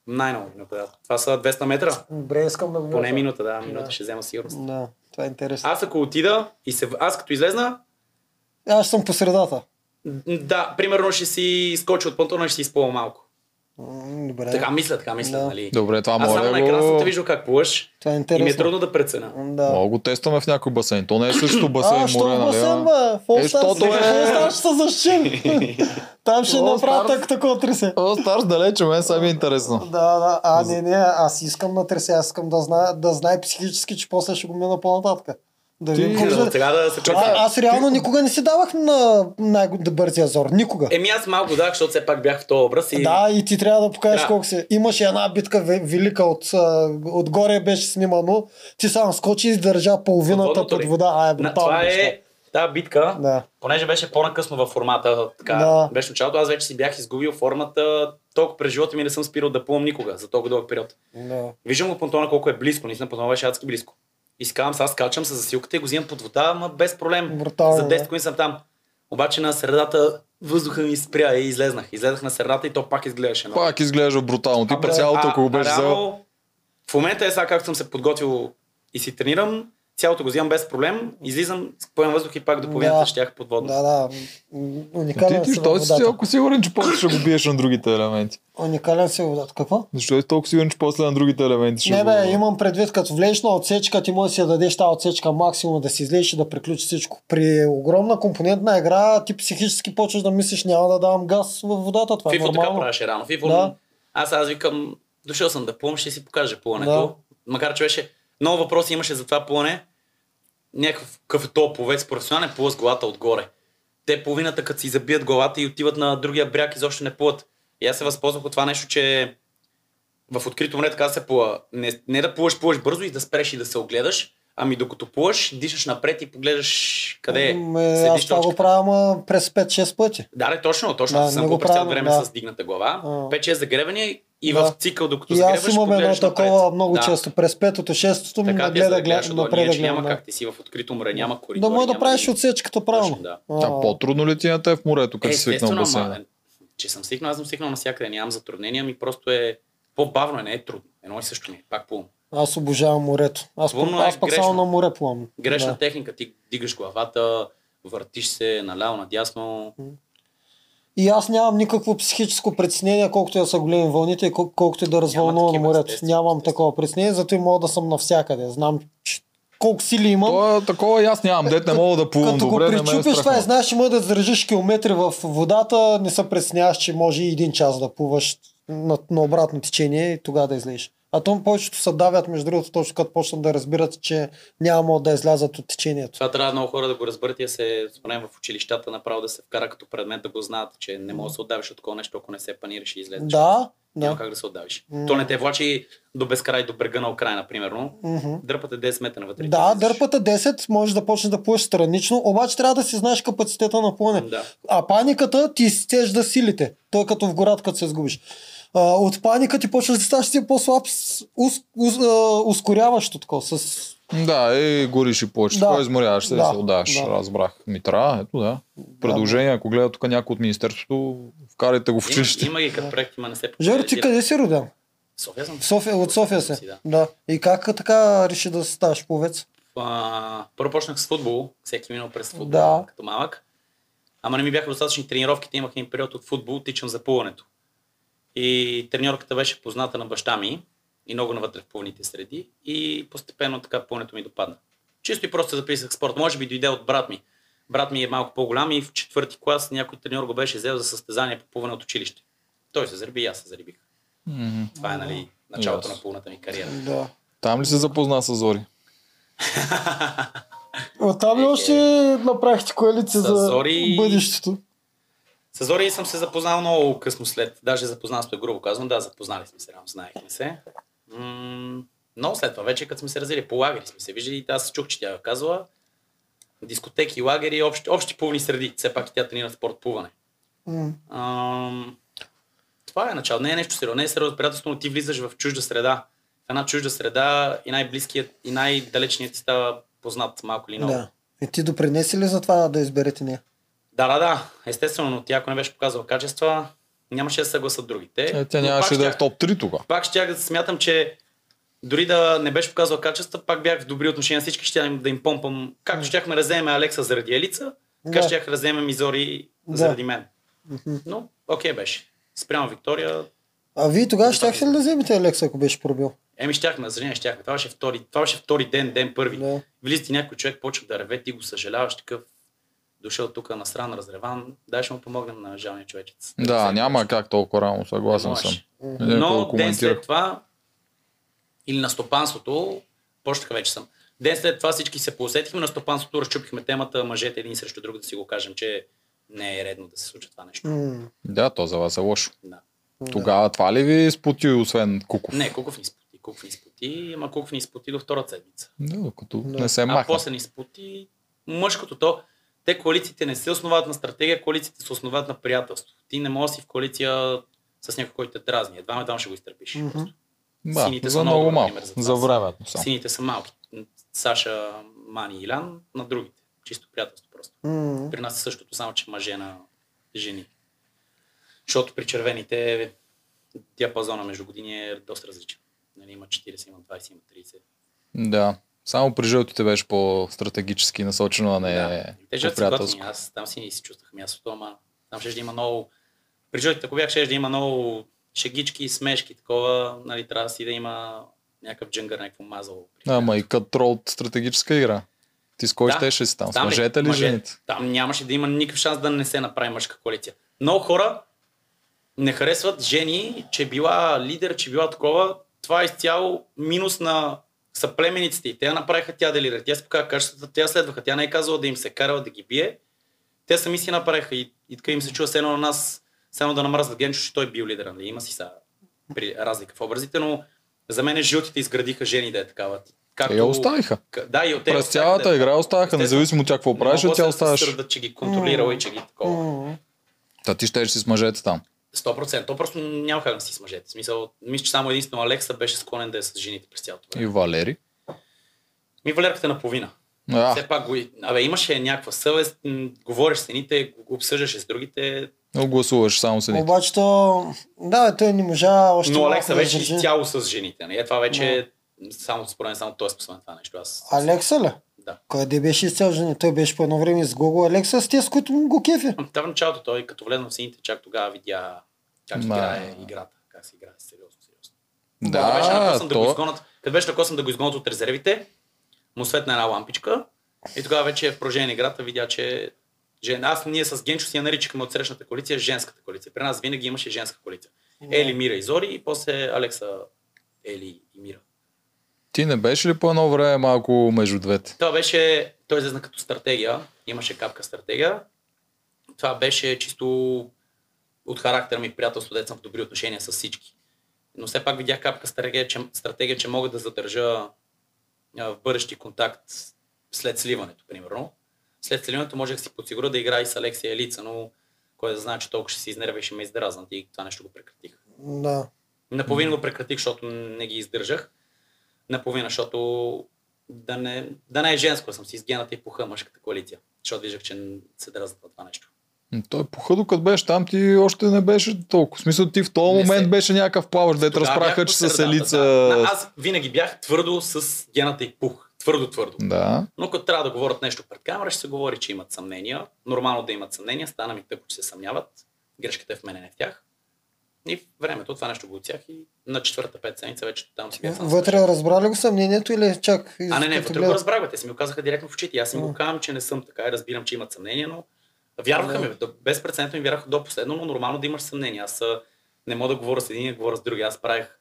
най-много минута. Да. Това са 200 метра. Добре, искам да го Поне видя. минута, да, минута Да. ще взема сигурност. Да, това е интересно. Аз ако отида и се... в- Аз като излезна, Аз съм по средата. м, да, примерно ще си скочи от понтона и ще си изпълня малко. М, Добре, Така мисля, така мисля, Да. нали? Добре, това Аз само моля на екран съм те го. виждал как плуваш това е и ми е интересно. трудно да преценя. Да. Мога го тестваме в някой басейн. То не е същото басейн, А, що море, в нали? басейн, а? бе? В All Е, щото Stars, е- в All Stars ще се защити. Там ще All направят Stars. так- такова тресе. О, Старс далече, мен сега ми е интересно. Да, да, а не, не, аз искам на тресе, аз искам да знае, да знае психически, че после ще го мина по-нататък. Да Ти- ви Може Да, кажа, Сега да се а, преценя. аз реално никога не си давах на най-бързия зор. Никога. Еми аз малко дах, защото все пак бях в този образ и Да, и ти трябва да покажеш Да. колко си. Имаше една битка ве- велика от, а, отгоре беше снимано. Ти сам скочи и държа половината Подводното под ли? вода. А, е, На, брутално това беше. е тази битка, Да. понеже беше по-накъсно във формата, така, Да. беше началото, аз вече си бях изгубил формата, толкова през живота ми не съм спирал да плувам никога за толкова дълъг период. Да. Виждам го понтона колко е близко, наистина понтона беше адски близко. И си казвам, сега скачам с засилката и го взимам под вода, ама без проблем. Брутално, за 10 да. секунди съм там. Обаче на средата въздуха ми спря и излезнах. Излезнах на средата и то пак изглеждаше много. Пак изглежда брутално. Ти Абе, през цялото, а- ако го а беше взел. реално, В момента е сега, както съм се подготвил и си тренирам, цялото го взимам без проблем, излизам, поемам въздух и пак до половината Да. ще бях подводно. Да, да. М, Уникален Ти, ти, си що във си си, водата. ако сигурен, че после ще го биеш на другите елементи? Уникален си във водата. Какво? Защо си толкова сигурен, че после на другите елементи ще Не го... бе, имам предвид, като влезеш на отсечка, ти можеш да си я дадеш тази отсечка максимум да си излезеш и да приключи всичко. При огромна компонентна игра ти психически почваш да мислиш, няма да давам газ във водата, това е Фифо така нормално. правеше рано. Фифо, Да. аз, аз викам, дошъл съм да плувам, ще си покажа плуването. Да. Макар, че беше много въпроси имаше за това плуване. Някакъв какъв е то пловец, професионален плува с главата отгоре. Те половината, като си забият главата и отиват на другия бряг, изобщо не плуват. И аз се възползвах от това нещо, че в открито море така се плува. Не, не да плуваш, плуваш бързо и да спреш и да се огледаш, ами докато плуваш, дишаш напред и погледаш къде е. М, Следиш е, Аз това го точката. правя ма, през 5-6 пъти. Да, не, точно, точно. Да, Да, съм не го го през цялото правим, време да. с дигната глава. А. 5-6 загребания и Да. в цикъл, докато И аз загребаш, имам едно погледаш такова напред. много да. често. През петото, шестото ми Така ти е нагледа да гледа, гледаш отгоре. Ние, напреда че няма гледам. Да, как ти си в открито море, няма коридор. да може да няма правиш нищо. отсечката правилно. Точно, да. А по-трудно ли ти е на те в морето, като си свикнал Естествено, басейна? ама, че съм свикнал, аз съм свикнал навсякъде, нямам затруднения, ми просто е по-бавно, е, не е трудно. Едно и също ми, е, пак плувам. Аз обожавам морето. Аз, Плувно пък- е аз пък грешно. само на море плувам. Грешна Да. техника, ти дигаш главата, въртиш се наляво, надясно. И аз нямам никакво психическо притеснение, колкото и да са големи вълните и кол- колкото и да развълнувам на такива, морето. естествено, Нямам естествено. такова притеснение, зато и мога да съм навсякъде. Знам че- колко сили имам. То е такова и аз нямам, дет не мога да плувам Като добре, го не ме е причупиш, това е, страх. знаеш, че може да държиш километри в водата, не се пресняш, че може и един час да плуваш на, на обратно течение и тогава да излезеш. А то повечето се давят, между другото, точно като почнат да разбират, че няма да излязат от течението. Това трябва много хора да го разберат и да се спомням в училищата, направо да се вкара като предмет да го знаят, че не може да се отдавиш от такова нещо, ако не се панираш и излезеш. Да, Няма да. как да се отдавиш. М. То не те влачи до безкрай, до брега на Украина, примерно. Мгм. Дърпате 10 метра навътре. и Да, ти излизаш. дърпата 10 може да почнеш да плуваш странично, обаче трябва да си знаеш капацитета на плуване. Да. А паниката ти изцежда силите. Той е като в гората, като се сгубиш. А, от паника ти почваш да ставаш все по-слаб, с- ус, ус, а, ускоряващо такова. С... Да, и гориш и повече. Да. Да. изморяваш Е, се, да, Да, се отдаваш. да. Разбрах. Ми трябва, ето да. Предложение, ако гледа тук някой от министерството, вкарайте го в Има, училище. има ги като проект, има не се Жор, ти къде си роден? Е, София съм. В София, от София Си, си. Да. Да. И как така реши да ставаш пловец? А, първо почнах с футбол, всеки минал през футбол, Да. като малък. Ама не ми бяха достатъчни тренировките, имах един период от футбол, тичам за плуването. И треньорката беше позната на баща ми и много навътре в плувните среди и постепенно така плуването ми допадна. Чисто и просто се записах в спорт. Може би дойде от брат ми. Брат ми е малко по-голям и в четвърти клас някой треньор го беше взел за състезание по плуване от училище. Той се зариби и аз се зарибих. Мгм. Това е нали, началото Ясно. на пълната [laughs] ми кариера. Да. Там ли се запозна с Зори? Оттам ли Е, още направихте коалиция Е, С за Зори- бъдещето? С Зори съм се запознал много късно след. Даже запознанство е грубо казвам. Да, запознали сме се, рано знаехме се. М- но след това вече, като сме се разели, по лагери сме се виждали. Аз чух, че тя е казвала. Дискотеки, лагери, общи, общи плувни среди. Все пак и тя тренира спорт плуване. М. Ам, това е начало. Не е нещо сериозно. Не е сериозно приятелство, но ти влизаш в чужда среда. В една чужда среда и най-близкият и най-далечният ти става познат малко или много. Да. И ти допринеси ли за това да изберете нея? Да, да, да. Естествено, но тя ако не беше показала качества, нямаше да се съгласат другите. Е, тя Но нямаше пак да е щях- в топ 3 тогава. Пак ще да смятам, че дори да не беше показал качества, пак бях в добри отношения с всички, ще им, да им помпам. Както щяхме да вземем Алекса заради Елица, така Да. ще да вземем и Зори Да. заради мен. Мгм. Но, окей беше. Спрямо Виктория, А вие тогава щяхте ли да вземете Алекса, ако беше пробил? еми щяхме, за съжаление щяхме. Това беше втори, това беше втори ден, ден първи. Да. Влиза ти някой човек, почва да реве, ти го съжаляваш такъв. Дошъл тук на страна разреван, дай ще му помогнем на жалния човечец. Да, няма как толкова рано, съгласен Можеш. съм. Някой Но го ден коментира. след това, или на стопанството, почнаха вече съм. Ден след това всички се поусетихме, на стопанството разчупихме темата мъжете един срещу друг да си го кажем, че не е редно да се случва това нещо. М, Да, то за вас е лошо. Да. да. Тогава това ли ви спути, освен Куков? Не, Куков ни спути, Куков ни спути, ама Куков ни спути до втора седмица. Да, докато Да. не се а Е, махна. после ни спути мъжкото то. Те коалициите не се основават на стратегия, коалициите се основават на приятелство. Ти не можеш да си в коалиция с някой, който те дразни. Едва ме там ще го изтърпиш. Мгм. Просто. Да, сините за са много много добър малко. пример за това. За времето само. Сините са малки. Саша, Мани и Илян на другите. Чисто приятелство просто. М, При нас е същото, само че мъже на жени. Защото при червените диапазона между години е доста различен. Нали, има 40, има 20, има 30. Да. Само при жълтите беше по-стратегически насочено, а не е да. Те по жертви са приятелско. готини. Аз там си не си чувствах мястото, ама там ще да има много... При жълтите, ако бях, ще да има много шегички, смешки, такова, нали, трябва да си да има някакъв джангър, някакво мазало. Ама и кът рол от стратегическа игра. Ти с кой Да. щеше си там? С Там ли? мъжете ли Мъже. жените? Там нямаше да има никакъв шанс да не се направи мъжка коалиция. Много хора не харесват жени, че била лидер, че била такова. Това е изцяло минус на съплемениците. И те я направиха тя да е лидер. Тя се показва качествата, тя следваха. Тя не е казала да им се карала да ги бие. Те сами си направиха и, и така им се чува все едно на нас, само да намразват Генчо, че той бил лидер. Нали? Има си са при разлика в образите, но за мен жълтите изградиха жени да е такава. Те я оставиха. К- Да, е и от През цялата игра оставаха, независимо от тя какво правиш, тя оставаш. Сърдат, че ги контролирала и че ги такова. м. Та ти щеш си с мъжете там. 100%. То просто няма как да си с мъжете. В Смисъл, мисля, че само единствено Алекса беше склонен да е с жените през цялото И време. Валери. Ми валерката е наполовина. А, Все пак го... и- Абе, имаше някаква съвест, м, говориш с едните, го обсъждаше с другите, но гласуваш само с един. Обаче то... Да, бе, той не можа още... но малко Алекса да беше издържи. изцяло с жените. Не? Е, това вече е само според мен, само той е способен на това нещо. Аз... Алекса ли? Да. Къде беше изцял жени? Той беше по едно време с Гого Алекса, с тези, с които му го кефи. Ам, Там в началото той, като влезна в сините, чак тогава видя как се Ма. играе играта. Как се играе сериозно, сериозно. Като беше на Да, косъм да го то... изгонят, като беше на косъм да го изгонят от резервите, му светна една лампичка и тогава вече е в продължение на играта видя, че жен... аз ние с Генчо си я наричахме от срещната коалиция женската коалиция. При нас винаги имаше женска коалиция. Ели, Мира и Зори и после Алекса, Ели и Мира. Ти не беше ли по едно време малко между двете? Това беше, той излезна като стратегия, имаше капка стратегия. Това беше чисто от характер ми приятелство, дет съм в добри отношения с всички. Но все пак видях капка стратегия, че, стратегия, че мога да задържа а, в бъдещи контакт след сливането, примерно. След сливането можех да си подсигуря да игра и с Алексия Елица, но кой да знае, че толкова ще се изнервяше и ме издразнат и това нещо го прекратих. Да. Наполовина го прекратих, защото не ги издържах. Наполовина, защото да не, да не е женско, съм си с гената и пуха мъжката коалиция. Защото виждах, че н- се дразнат на това нещо. М, Той пуха, докато беше там, ти още не беше толкова. В смисъл, ти в този Не се. момент беше някакъв плаваш, дето Тогава разпраха, бях че с по средата, елица. Да. На- Аз винаги бях твърдо с гената и пух. Твърдо, твърдо. Да. Но като трябва да говорят нещо пред камера, ще се говори, че имат съмнения. Нормално да имат съмнения, стана ми тъпо, че се съмняват. Грешката е в мене, не в тях. И в времето това нещо го отсях и на четвърта, пет седмица вече там си бях. сам с Вътре разбрали го съмнението или чак? Е, а, не, не, като вътре гледат? го разбрах, бе, те си ми го казаха директно в очите. И Аз им го казвам, че не съм така и разбирам, че имат съмнение, но вярваха ми, бе, до- безпрецедентно им вярваха до последно, но нормално да имаш съмнение. Аз а, не мога да говоря с един, да говоря с други. Аз правих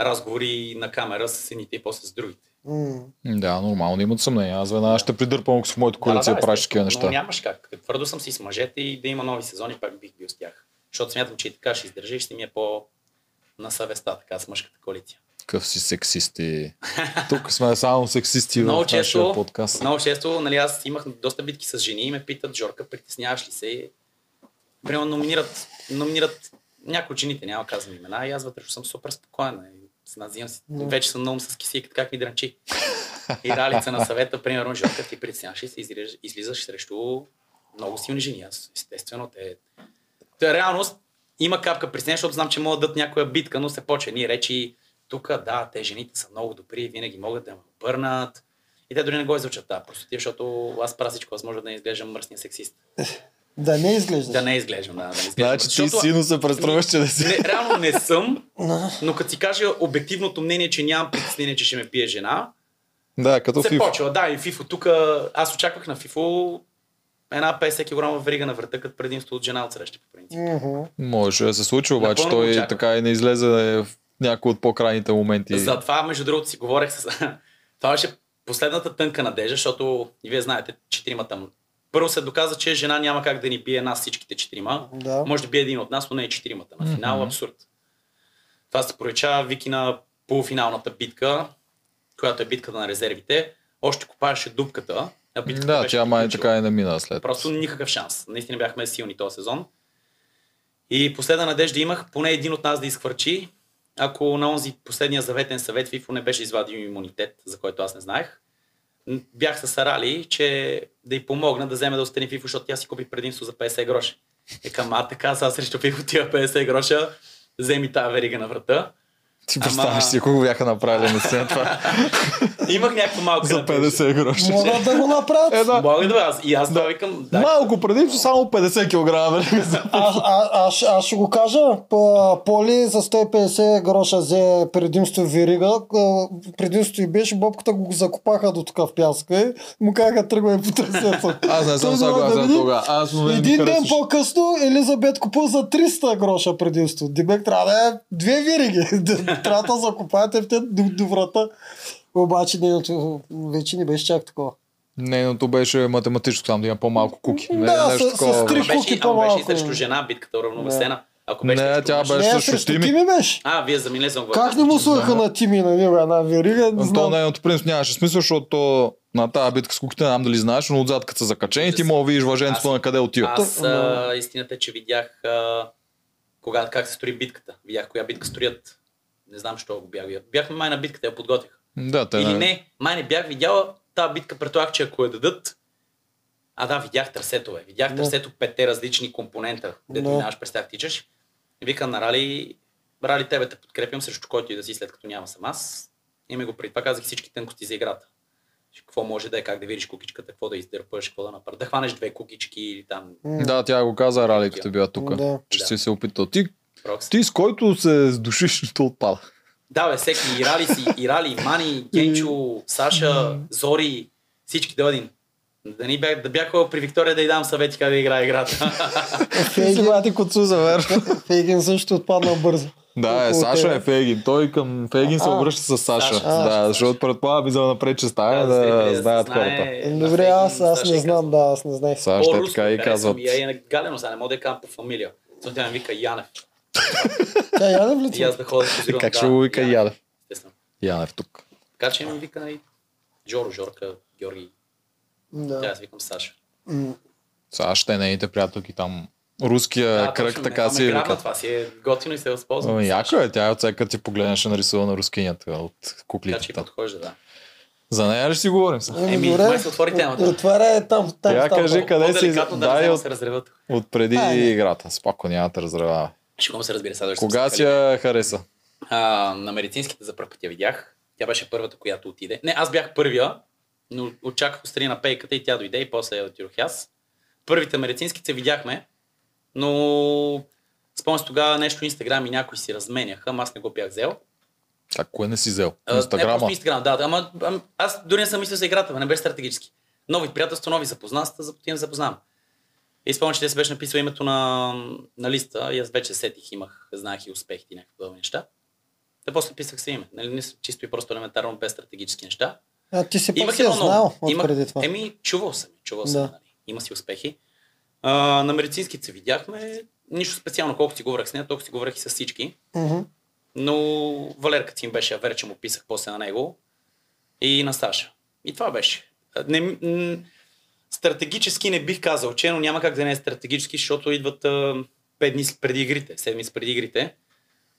разговори на камера с едните и после с другите. М. Да, нормално имат съмнение. Аз веднага ще придърпам, ако с моята коалиция да, правиш такива естествено, неща. Но нямаш как. Твърдо съм си с мъжете и да има нови сезони, пак бих бил с тях. Защото смятам, че и така ще издържа и ще ми е по на съвестта, така с мъжката коалиция. Какъв си [laughs] сексисти. Тук сме само сексисти в Много нашия често, подкаст. много често нали, аз имах доста битки с жени и ме питат, Жорка, притесняваш ли се? Прямо номинират, номинират някои от жените, няма да казвам имена, и аз вътре съм супер спокоен. И с нас взимам си. Да. Вече съм наум с кисиката, как ми дрънчи. И ралица на съвета, примерно, Жорка, ти притесняваш ли се, излизаш, излизаш срещу много силни жени. Аз, естествено, те... Та реалност има капка притеснение, защото знам, че могат да дадат някоя битка, но се почва ни речи, тук, да, те жените са много добри, винаги могат да ме обърнат. И те дори не го изучат тази простотия, защото аз правя всичко, аз може да не изглеждам мръсния сексист. Да не изглеждаш. Да не изглеждам, да, да не изглеждам. Значи ти Е, Защото- сино се преструваш, че да си. не, реално не съм, но като си кажа обективното мнение, че нямам притеснение, че ще ме пие жена, [laughs] Да, като се фиф. почва. Да, и Фифо тук, аз очаквах на Фифо една 50 кг верига на врата, като предимство от жена от среща, по принцип. Мгм. Може да се случи, обаче Напълно го той очаквах. така и не излезе в някои от по-крайните моменти. Затова, между другото, си говорех с... [laughs] Това беше последната тънка надежда, защото и вие знаете, четиримата... м- Първо се доказа, че жена няма как да ни бие нас всичките четирима. Да. Може да бие един от нас, но не и четиримата. На финал Мгм. абсурд. Това се пролича Вики на полуфиналната битка, която е битката на резервите. Още копаеше дупката. А битката Да, беше тя май приключила. така и не мина след. [laughs] Просто никакъв шанс. Наистина бяхме силни този сезон. И последна надежда имах поне един от нас да изхвърчи. Ако на онзи последния заветен съвет Фифо не беше извадил имунитет, за който аз не знаех, м, бях се сарали, че да й помогна да вземе да остане Фифо, защото тя си купи предимство за 50 гроша. Е към, а така, сега срещу Фифо тия 50 гроша, вземи тази верига на врата. Ти Ама- представяш си, ако го бяха направили на сцена [laughs] това Имах някаква малка... за надежда. 50 гроша. [laughs] Могат да го направят. Е, да. Мога да бе, аз, и аз да викам, да, Малко предимство, само 50 кг. Аз, а, аз, ще- аз ще го кажа. Па, Поли за 150 гроша взе предимство в Верига. А, Предимството и беше, бобката го закопаха до тук в пяска и му казаха тръгвай по трасето. [laughs] Аз не съм Той няма да съгласен види. тогава. Аз му не ми Един ден харесваш. по-късно Елизабет купува за 300 гроша предимство. Дебек трябва да е две вириги. [laughs] трябва да закопаете в те до, до врата. Обаче нейното вече не беше чак такова. Нейното беше математическо, там да има по-малко куки. Не, Да, нещо с- с такова, бе. три Ама куки беше, ама беше и по-малко. срещу жена битката уравновесена. Ако Не, беше срещу тя мъж- беше Не, срещу срещу Тими. Тими беше. А, вие за Миле съм го Как не му слуха на Тими на него една верига? Не То знам. нейното принцип нямаше смисъл, защото то на тази битка с куките, не знам дали знаеш, но отзад като са закачени, ти мога да видиш въженството Аз- на къде отива. Аз а, истината е, че видях а, кога, как се строи битката. Видях коя битка строят. Не знам, що го бях. видял. Бяхме май на битката, я подготвих. Да, те Или не, май не бях видяла тази битка, предполагах, че ако я дадат, а да, видях трасето, бе. Видях Да. трасето петте различни компонента, дето Да. минаваш през тях тичаш. И Викам на Рали, Рали тебе те подкрепям срещу който и да си, след като няма съм аз. И ми го преди това казах всички тънкости за играта. Какво може да е, как да видиш кукичката, какво да издърпаш, какво да направиш. Да хванеш две кукички или там М. Да, тя го каза, Рали, като била тук, Е, Да. че Да. си се опитал. Ти, прокс. ти с който се сдушиш, [laughs] ще отпада. Да, бе, всеки. И Рали, си, и Рали, Мани, Генчо, Саша, Зори, всички до един. Да, ни бях, да бях ходил при Виктория да й дам съвети как да [laughs] играе играта. Фейгин, бати коцу за верно. Фейгин също отпадна бързо. Да, е, Около Саша тебе. е Фейгин. Той към Фейгин се А, обръща с Саша. Саша, Да, Саша. защото предполага би за напред, че стане да знаят хората. Е, Добре, аз, аз не знам, да, аз не знаех. Саша те така и казват. Я е галено, сега не мога да я кажа по фамилия. Защото тя ми вика Янев. Тя я не влиза. И аз да ходя да позирам. Как да, ще го вика Янев, Янев? естествено. Янев тук. Така че ми вика и Жоро, Жорка, Георги. Тя Да. аз викам Саша. М, Саш, те нейните приятелки там. Руския Да, кръг точно, така не, си ме е грабна викат. Това си е готино и се възползвам. Ами, Саша. Яко е, тя от всяка ти погледнеше нарисувана рускинята от Така че куклите. и там. подхожда, да. За нея ли ще си говорим сега? Еми, май се отвори темата. Отваря е там, там, Я там. кажи там. къде- си- По-деликатно да, да, не и взема от- се разрева тук. От преди А, не. играта. Спако няма да те разрева. Шегувам се, разбира се. аз Кога съм си я хареса? А, на медицинските за първ път я видях. Тя беше първата, която отиде. Не, аз бях първия, но очаквах отстрани на пейката и тя дойде и после я отидох аз. Първите медицински се видяхме, но Спомням си тогава нещо Инстаграм и някой си разменяха, ама аз не го бях взел. А кое не си взел? А, Не, Инстаграма. Е, просто Инстаграм, да. да ама, ам, аз дори не съм мислил за играта, бе, не беше стратегически. Нови приятелства, нови запознанства, за да запознавам. И спомням, че те се беше написал името на, на листа и аз вече сетих, имах, знаех и успехи и някакви подобни неща. Те после писах си име. Нали, не с- чисто и просто елементарно, без стратегически неща. А ти си пак Имах си я едно знал ново. от Имах- преди това. Еми, чувал съм, чувал съм. Да. Нали. Има си успехи. А, на медицинските се видяхме. Нищо специално, колкото си говорих с нея, толкова си говорих и с всички. Мгм. Но Валерката си им беше авер, че му писах после на него и на Саша. И това беше. Не, м- м- стратегически не бих казал, че, но няма как да не е стратегически, защото идват а, пет дни с- преди игрите, седмица преди игрите.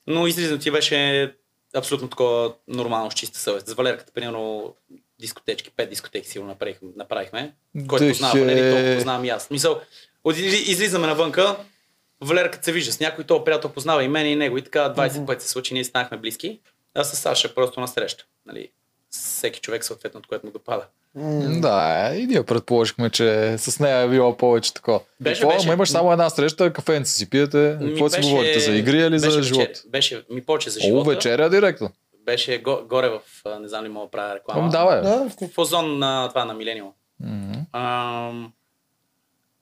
Но излизането ти беше абсолютно такова нормално, с чиста съвест. За Валерката, примерно, дискотечки, пет дискотеки сигурно направихме. направихме който Дъх познава Валери, е. толкова познавам и аз. Мисъл, от, изли- излизаме навънка, Валерката се вижда с някой, то приятел познава и мен и него и така 20 Мгм. пъти се случи, ние станахме близки. Аз с Саша просто на среща. Нали, всеки човек съответно от което му допада. М, Да, е, и ние предположихме, че с нея е било повече такова. Беше, Какво? беше. Ама имаш само една среща, кафенци си пиете. Ми Какво си беше- говорите? За игри или за беше живот? Вечер, беше, ми поче за О, живота. вечеря директно. Беше го, горе в, а, не знам ли мога да правя реклама. Ам, давай. бе. Да, В озон на това на Милениум. Мгм. Ам...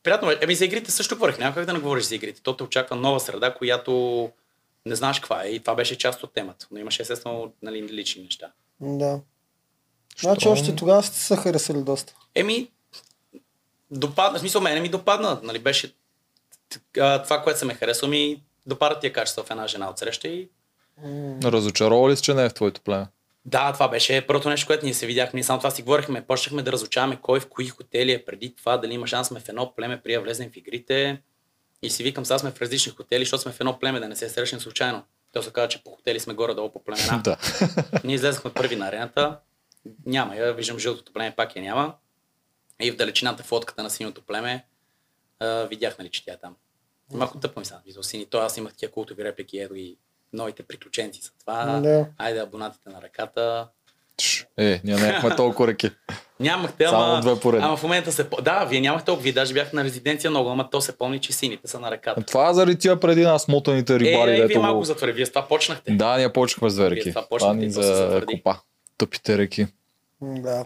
Приятно беше. Еми за игрите също говорих. Няма как да не говориш за игрите. То те очаква нова среда, която не знаеш каква е. И това беше част от темата. Но имаше естествено нали, лични неща. да. Значи Щом- още тогава сте се харесали доста. Еми, допадна, в смисъл мене ми допадна. Нали, беше т- а, това, което се ме харесва ми, допада тия качества в една жена от среща и М, Разочарова ли си, че не е в твоето племе? Да, това беше първото нещо, което ние се видяхме. Ние само това си говорихме. Почнахме да разучаваме кой в кои хотели е преди това, дали има шанс сме в едно племе, прия влезем в игрите. И си викам, сега сме в различни хотели, защото сме в едно племе, да не се срещнем случайно. То се казва, че по хотели сме горе-долу по [laughs] племена. Да. Ние излезахме първи на арената. Няма я, виждам жълтото племе, пак я няма. И в далечината фотката на синьото племе а, видях, нали, че тя е там. Малко тъпо ми стана. мисъл, Сини, той аз имах такива култови реплики, ето и новите приключенци са това. Да. Айде, абонатите на ръката. Тш, Е, ние [laughs] нямахме толкова реки. Нямахте, ама, Само две поредни. ама в момента се... по- Да, вие нямахте толкова, вие даже бяхте на резиденция много, ама то се помни, че сините са на ръката. Това заради тия преди нас мутаните Е, рибари, е, вие Ами дето... малко затвори, вие с това почнахте. Да, ние почнахме с две Вие реки. това Това почнахте ни и то се за затвърди. копа. Тъпите реки. м, Да.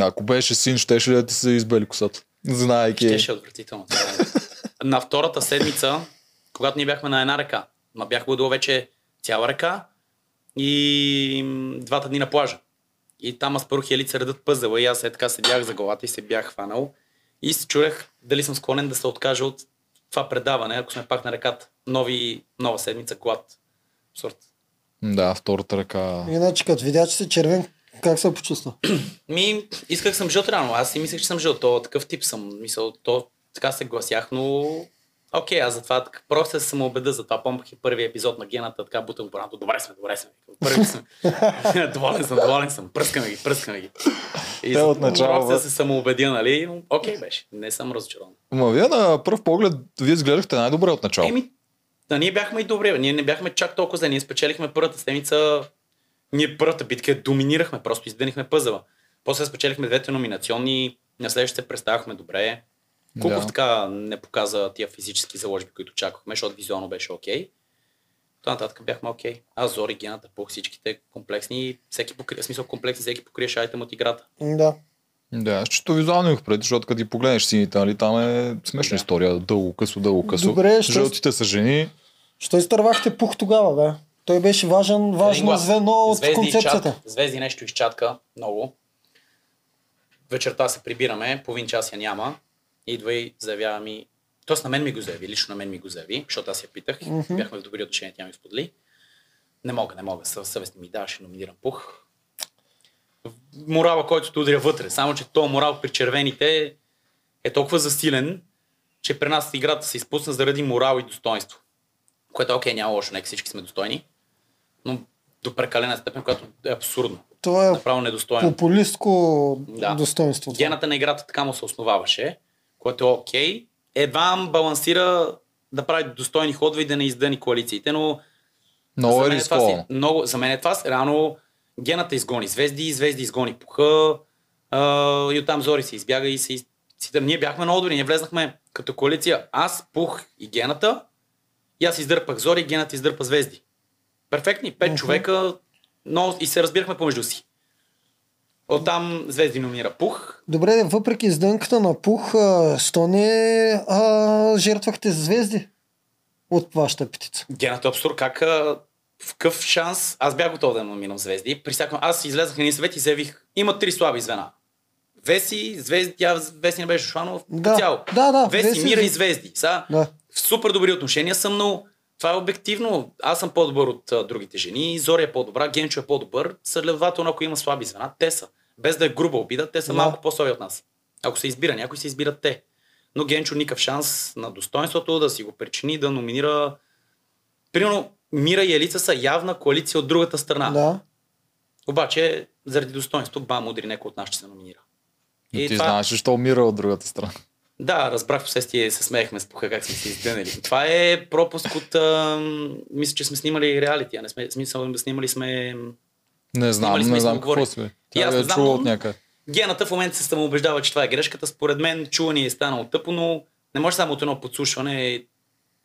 Ако беше син, щеше ли да ти се избели косата? Знаеки. Щеше отвратително. това [laughs] е. на втората седмица, когато ние бяхме на една ръка, ма бях водил вече цяла ръка и м, двата дни на плажа. И там аз първо хелица редът пъзела и аз е така седях за главата и се бях хванал. И се чурех дали съм склонен да се откажа от това предаване, ако сме пак на ръката. Нови, нова седмица, глад. Сорт. Да, втората ръка. Иначе като видя, че си червен, как се почувства? Ми, исках съм жълт рано. Аз си мислех, че съм жълт. То, такъв тип съм. Мисъл, то така се гласях, но... Окей, аз затова така- просто се самоубеда за това. Помнях и първи епизод на гената, така бутам по ранто. Добре сме, добре сме. Първи сме. доволен съм, доволен съм. Пръскаме ги, пръскаме ги. И Те за- отначало, бе. Просто се самоубедя, нали? но Окей беше. Не съм разочарован. Ма вие на пръв поглед, вие изглеждахте най-добре от начало. Еми, да, ние бяхме и добри. бе. Ние не бяхме чак толкова зле. Ние спечелихме първата седмица. Ние първата битка я доминирахме, просто издънихме пъзела. После спечелихме двете номинационни, на следващите се представяхме добре. Куков Да. така не показа тия физически заложби, които чакахме, защото визуално беше окей. Та нататък бяхме окей. Аз, Зори, Гената, Пух, всичките комплексни, всеки покри... в смисъл комплексни, всеки покриеше айтем от играта. М, Да. Да, защото визуално имах преди, защото като ги погледнеш сините, нали, там е смешна Да. история. Дълго късо, дълго късо. Добре, ще- Жълтите са жени. Що изтървахте пух тогава, бе? Той беше важен, важно глас. звено от Звезди концепцията. изчат- Звезди нещо изчатка много. Вечерта се прибираме, половин час я няма. Идва и заявява ми... Тоест на мен ми го заяви, лично на мен ми го заяви, защото аз я питах. Мгм. Бяхме в добри отношения, тя ми сподели. Не мога, не мога. Съв, съвест ми да, ще номинирам пух. Морала, който те удря вътре. Само, че то морал при червените е толкова засилен, че при нас играта се изпусна заради морал и достоинство. Което окей, няма лошо, нека всички сме достойни. Но до прекалена степен, която е абсурдно. Това е Направо недостойно. популистко Да. достоинство. това. Гената на играта така му се основаваше, което е окей. Едва балансира да прави достойни ходове и да не издъни коалициите, но Много е мен това си, рисковано. много, за мен е това си, рано гената изгони звезди, звезди изгони пуха а, и оттам Зори се избяга и се из- си, там. Ние бяхме много добри, ние влезнахме като коалиция аз, пух и гената И аз издърпах зори, генът издърпа звезди. Перфектни, пет Мгм. човека, но и се разбирахме помежду си. Оттам звезди номинира Пух. Добре, въпреки издънката на пух, а, що не а, жертвахте звезди от вашата петица? Генът е абсурд, как а, в къв шанс, аз бях готов да номинирам звезди. При всяко, аз излезах на един съвет и заявих, има три слаби звена. Веси, звезди, тя Веси не беше Шушванов, Да. цяло. Да, да, Веси, Веси, Мира Ве- и звезди. Сега, Да. в супер добри отношения съм, но това е обективно. Аз съм по-добър от а, другите жени, Зори е по-добра, Генчо е по-добър. Следователно, ако има слаби звена, те са. Без да е груба обида, те са Да. малко по-слаби от нас. Ако се избира някой, се избират те. Но Генчо никакъв шанс на достоинството да си го причини, да номинира. Примерно, Мира и Елица са явна коалиция от другата страна. да. Обаче, заради достоинство, бам, удари някой от нас, ще се номинира. И Е, ти знаеш, защо умира от другата страна. Да, разбрах в сестие, се смеехме с пуха как сме се издънали. Това е пропуск от... ам, мисля, че сме снимали реалити, а не сме, смисъл, снимали сме... м, Не знам, Снимали сме не и знам сме какво говорили. сме. И Тя аз не е знам, чула но- от някъде. Гената в момента се самоубеждава, че това е грешката. Според мен чуване е станало тъпо, но не може само от едно подслушване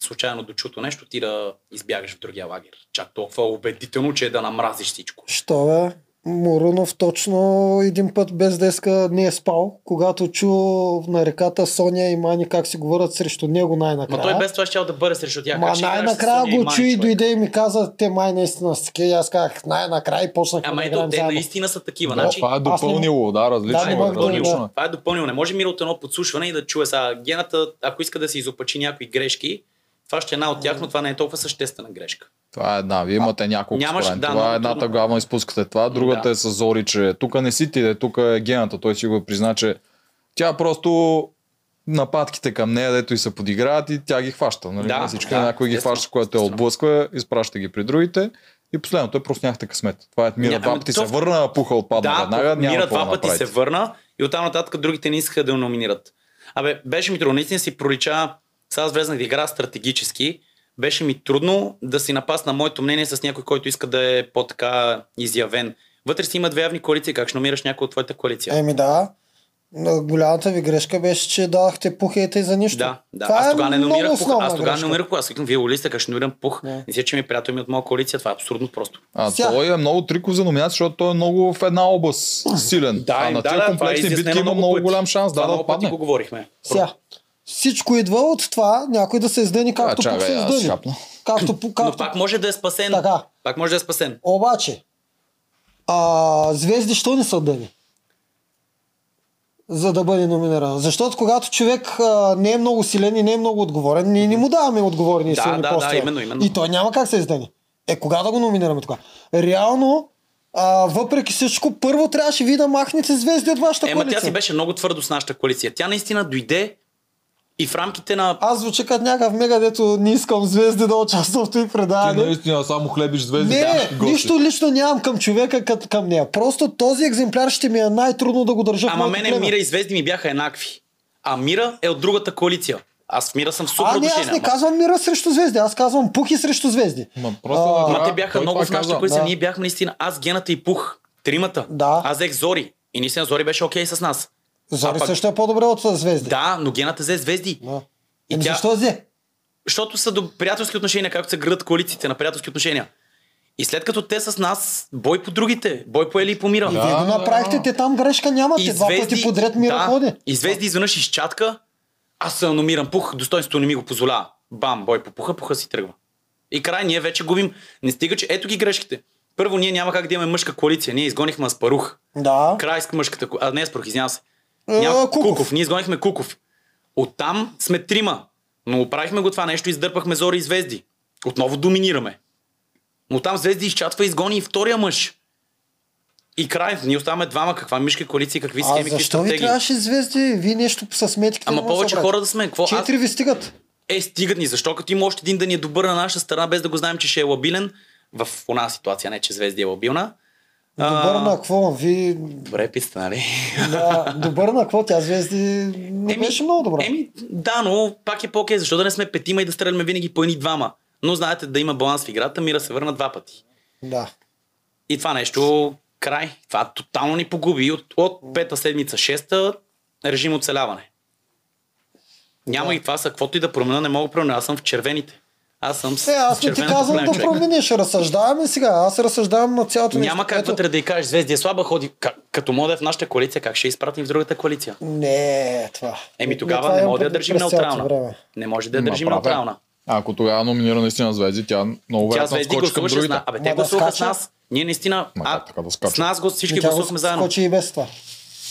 случайно дочуто нещо ти да избягаш в другия лагер. Чак толкова убедително, че е да намразиш всичко. Що бе? Морунов точно един път без деска не е спал, когато чу на реката Соня и Мани как си говорят срещу него най-накрая. Ма той без това ще да бъде срещу тях. Ма Как ще играеш с Соня най-накрая и го Мани, чу и човек? дойде и ми каза, те май наистина са такива. И аз казах, най-накрая и почнахме Ама да ето, играем те заедно. наистина са такива. Да, Значи, това е аз не- допълнило, да, Да, различно не е. мога да Различно го- е. Това е допълнило. Не може мира от едно подслушване и да чуе сега гената, ако иска да се изопачи някои грешки, това ще е една от тях, но това не е толкова съществена грешка. Това е една. Вие имате няколко нямаш- нямаш, според. да, Да, това много е едната трудно. главно изпускате това, другата Ами Да. е с Зори, че тук не си ти, де, тук е гената. Той си го призна, че тя просто нападките към нея, дето и се подиграват и тя ги хваща. Нали? Да, Да, всички да, да, някой ги естествено, хваща, което я естествено. отблъсква, изпраща ги при другите. И последното е просто нямахте късмет. Това е Ня- мира. Два ами пъти то- се върна, пуха отпадна да, веднага, няма мира какво два да пъти направите. се върна и оттам нататък другите не искаха да я номинират. Абе, беше ми трудно, наистина си пролича, сега аз влезнах да игра стратегически, беше ми трудно да си напасна моето мнение с някой, който иска да е по-така изявен. Вътре си има две явни коалиции, как ще номираш някой от твоята коалиция? Еми да. Но Голямата ви грешка беше, че давахте пухете и за нищо. Да, да. Това аз е тогава не много номирах пух. основна Аз тогава не грешка. номирах пух. Аз викам, вие листа, как ще номирам пух. Да. Не си, че ми е приятел ми от моя коалиция. Това е абсурдно просто. А Сега- той е много триков за номинация, защото той е много в една област силен. Да, а им- на да, тези да, това е комплексни изяснено битки има много много пъти. голям шанс това да, да много пъти отпадне. го говорихме. Сега. Всичко идва от това някой да се издъни както чакай, пух се аз издъни. шапна. Както, пу- Но както пак може да е спасен. Така. Пак може да е спасен. Обаче, а, звезди, що не са дъни? За да бъде номиниран. Защото когато човек а, не е много силен и не е много отговорен, ние не му даваме отговорни и Да, силни да, да, постове. именно, именно. И той няма как се издъни. Е, кога да го номинираме така? Реално, а, въпреки всичко, първо трябваше ви да махнете звезди от вашата Ема коалиция. тя си беше много твърдо с нашата коалиция. Тя наистина дойде и в рамките на... Аз звуча като някакъв мега, дето не искам звезди да участвам в този Ти предаване. наистина само хлебиш звезди. нали? Не, да, нищо лично нямам към човека, като към нея. Просто този екземпляр ще ми е най-трудно да го държа в Ама моето мене племе. Мира и Звезди ми бяха еднакви. А Мира е от другата коалиция. Аз в Мира съм в супер А, не, аз отношение, не ама- казвам мира срещу звезди, аз казвам пухи срещу звезди. Ма, просто А, накрая Ма те той бяха много това в нашата каза. коалиция. Да. Ние бяхме наистина аз, гената и пух. Тримата. Да. Аз взех Зори. И наистина Зори беше окей с нас. Зори А пък- също е по-добре от звезди. Да, но гената взе звезди. Да. И Еми, тя- Защо взе? Защото са до приятелски отношения, както се градат коалициите на приятелски отношения. И след като те с нас, бой по другите, бой по Ели и по Мира. И вие го направихте, те там грешка нямате. Два пъти подред мира да, ходи. И звезди изведнъж изчатка. Аз се номирам пух, достоинството не ми го позволява. Бам, бой по пуха, пуха си тръгва. И край, ние вече губим. Не стига, че ето ги грешките. Първо, ние няма как да имаме мъжка коалиция. Ние изгонихме Аспарух. Да. Край с мъжката. ко- А, не Аспарух, извинявам се. Е, Няма, Куков. Куков. Ние изгонихме Куков. Оттам сме трима. Но оправихме го това нещо, издърпахме Зори и Звезди. Отново доминираме. Но там Звезди изчатва и изгони и втория мъж. И край, ние оставаме двама. Каква мишка коалиция, какви схеми, А какви защо ви стратегии. трябваше звезди? Вие нещо с сметките. не Ама може да повече събрате. хора да сме. Какво? Аз... Четири ви стигат. Е, стигат ни. Защо като има още един да ни е добър на нашата страна, без да го знаем, че ще е лабилен? В една ситуация, не че Звезди е лабилна. А, Добър на какво? Ви... Добре, писате, нали? Да, добър на какво? Тя звезди не беше много добра. Еми, да, но пак е по-окей, защо да не сме петима и да стреляме винаги по едни-двама. Но знаете, да има баланс в играта, мира се върна два пъти. Да. И това нещо, край. Това тотално ни погуби. От, от пета седмица, шеста, режим оцеляване. Няма и това са, каквото и да променя, не мога да променя. Аз съм в червените. Аз съм с Е, аз не ти червеното казвам да племче. промениш. Разсъждаваме сега. Аз разсъждавам на цялото Няма как което- вътре да й кажеш, Звезди е слаба, ходи. Ка- като мода е в нашата коалиция, как ще я изпратим в другата коалиция? Не, това. Е, Еми Това тогава не имам мога да я предвид държим през цялото неутрална. време. Не може да я Ма, държим прав е. неутрална. Ако тогава номинира наистина Звезди, тя много Тя вероятно Звезди скочи към гласуваше с другите. нас. Абе, Ма те да гласуваха с скача. нас. Ние наистина. Ма а, как така да скача? с нас го всички И тя гласувахме заедно. Скочи и без това.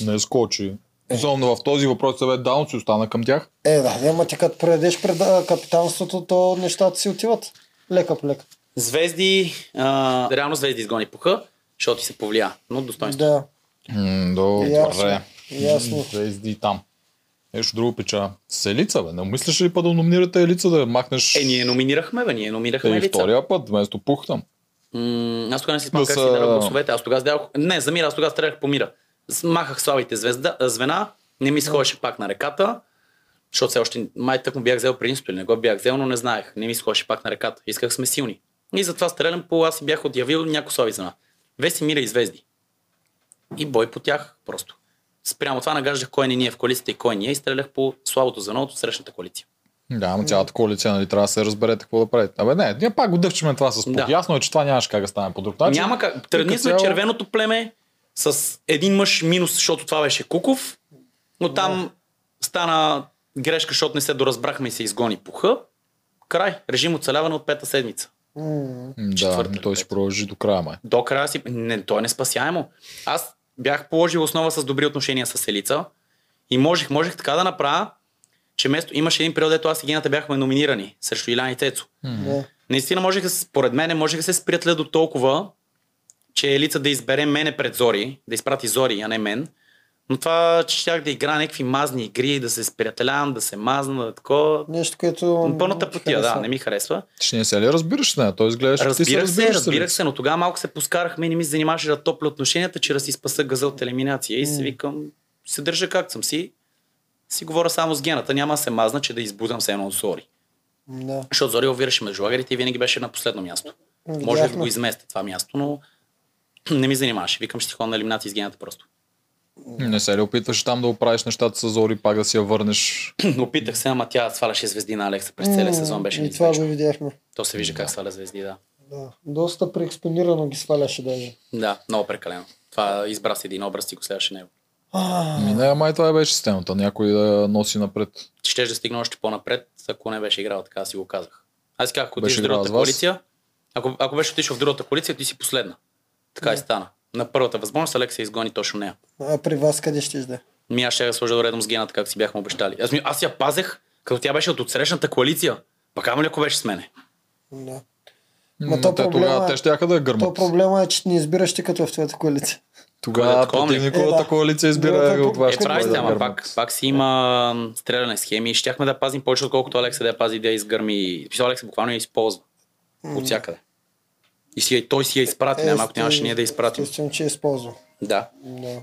Не скочи. Особено в този въпрос съвет Даун си остана към тях. Е, да, няма ти като предадеш пред а, капитанството, то нещата си отиват. Лека по лека. Звезди, а, реално Звезди изгони пуха, защото ти се повлия. Но достоинство. Да, М, ясно. Добре. Ясно. Звезди там. Нещо друго печа. Селица, бе. Не мислиш ли па да номинирате Елица да я махнеш? Е, ние номинирахме, бе, ние номинирахме Е, и лица. втория път, вместо пух там. М, аз тогава не си спомням Да как са- си дарах гласовете. Аз тогава сделах... Не, за мира, аз тогава стрелях по мира. С- Махах слабите звезда, звена, не ми сходеше пак на реката, защото все още май тък му бях взел предимството или не го бях взел, но не знаех. Не ми сходеше пак на реката. Исках да сме силни. И затова стрелям по аз и бях отявил някои слаби звена. Веси мира и звезди. И бой по тях просто. Спрямо това нагаждах кой не ни е в коалицията и кой ни е и стрелях по слабото звено от срещната коалиция. Да, ама цялата коалиция, нали, трябва да се разберете какво да правите. Абе, не, ние пак го дъвчиме това с пух. Да. Ясно е, че това нямаше как да стане по друг начин. Няма как. Тръгни като сме цяло- червеното племе с един мъж минус, защото това беше Куков, но там стана грешка, защото не се доразбрахме и се изгони пуха. Край. Режим оцеляване от пета седмица. М, М, Да, четвърта той или ще пета. продължи до края, май. До края си... Не, то е неспасяемо. Аз бях положил основа с добри отношения с Елица и можех, можех така да направя, че место имаше един период, дето аз и Гената бяхме номинирани срещу Илян и Тецо. да. наистина можеха, според мен, можеха да се сприятля до толкова, че Елица да избере мене пред Зори, да изпрати Зори, а не мен. Но това, че щях да игра някакви мазни игри, да се сприятелявам, да се мазна, да такова. Нещо, което... Пълната ти потия, да, харесва. не ми харесва. Ти не се ли разбираш с нея? Той изглеждаш, че ти се Разбирах се, разбираш нали? с разбирах Елица. се, но тогава малко се поскарахме и не ми се занимаваше да топля отношенията, че да си спаса газа от елиминация. И се викам, се държа както съм си, си говоря само с гената, няма да се мазна, че да избудам се едно от Зори. Да. Защото Зори овираше между лагерите и винаги беше на последно място. Може да Видяхме. го изместя това място, но не ми занимаваше. Викам, ще си ходя на елиминация с гената просто. [clears throat] Не се ли опитваш там да оправиш нещата с Зори, пак да си я върнеш? Опитах се, ама тя сваляше звезди на Алекса през целия М, сезон. Беше И това го неизбежно. видяхме. То се вижда как сваля звезди, да. Да. Доста преекспонирано ги сваляше даже. Да, много прекалено. Това избра си един образ и го следваше него. А, Ми Ами не, май това беше системата. Някой да я носи напред. Щеше да стигна още по-напред, ако не беше играл, така си го казах. Аз си казах, ако отидеш Беше в играл другата с вас? коалиция, ако, ако беше отишъл в другата коалиция, ти си последна. Така и стана. На първата възможност Алекса изгони точно нея. а при вас къде ще да? Ми аз ще я сложа редом с гената, както си бяхме обещали. Аз, ми, аз я пазех, като тя беше от отсрещната коалиция. Пак ама ли ако беше с мене? Да. Ма Ма те то тогава проблема е- те ще да я То гърмат. проблема е, че не избираш ти като в твоята коалиция. Тогава Такова ли? противниковата Е, да. коалиция избира Другата да, от проблема- Е, вашата Ще прави бъде сте, да ама гърмат. пак, пак си има м, стреляне схеми и щяхме да пазим повече, отколкото Алекса да я пази и да я изгърми. Писал Алекса буквално я използва. От всякъде. И си, я- той си я изпрати, няма ако Есте- нямаше ние да я изпратим. Естествено, че е използвам. Да. Да.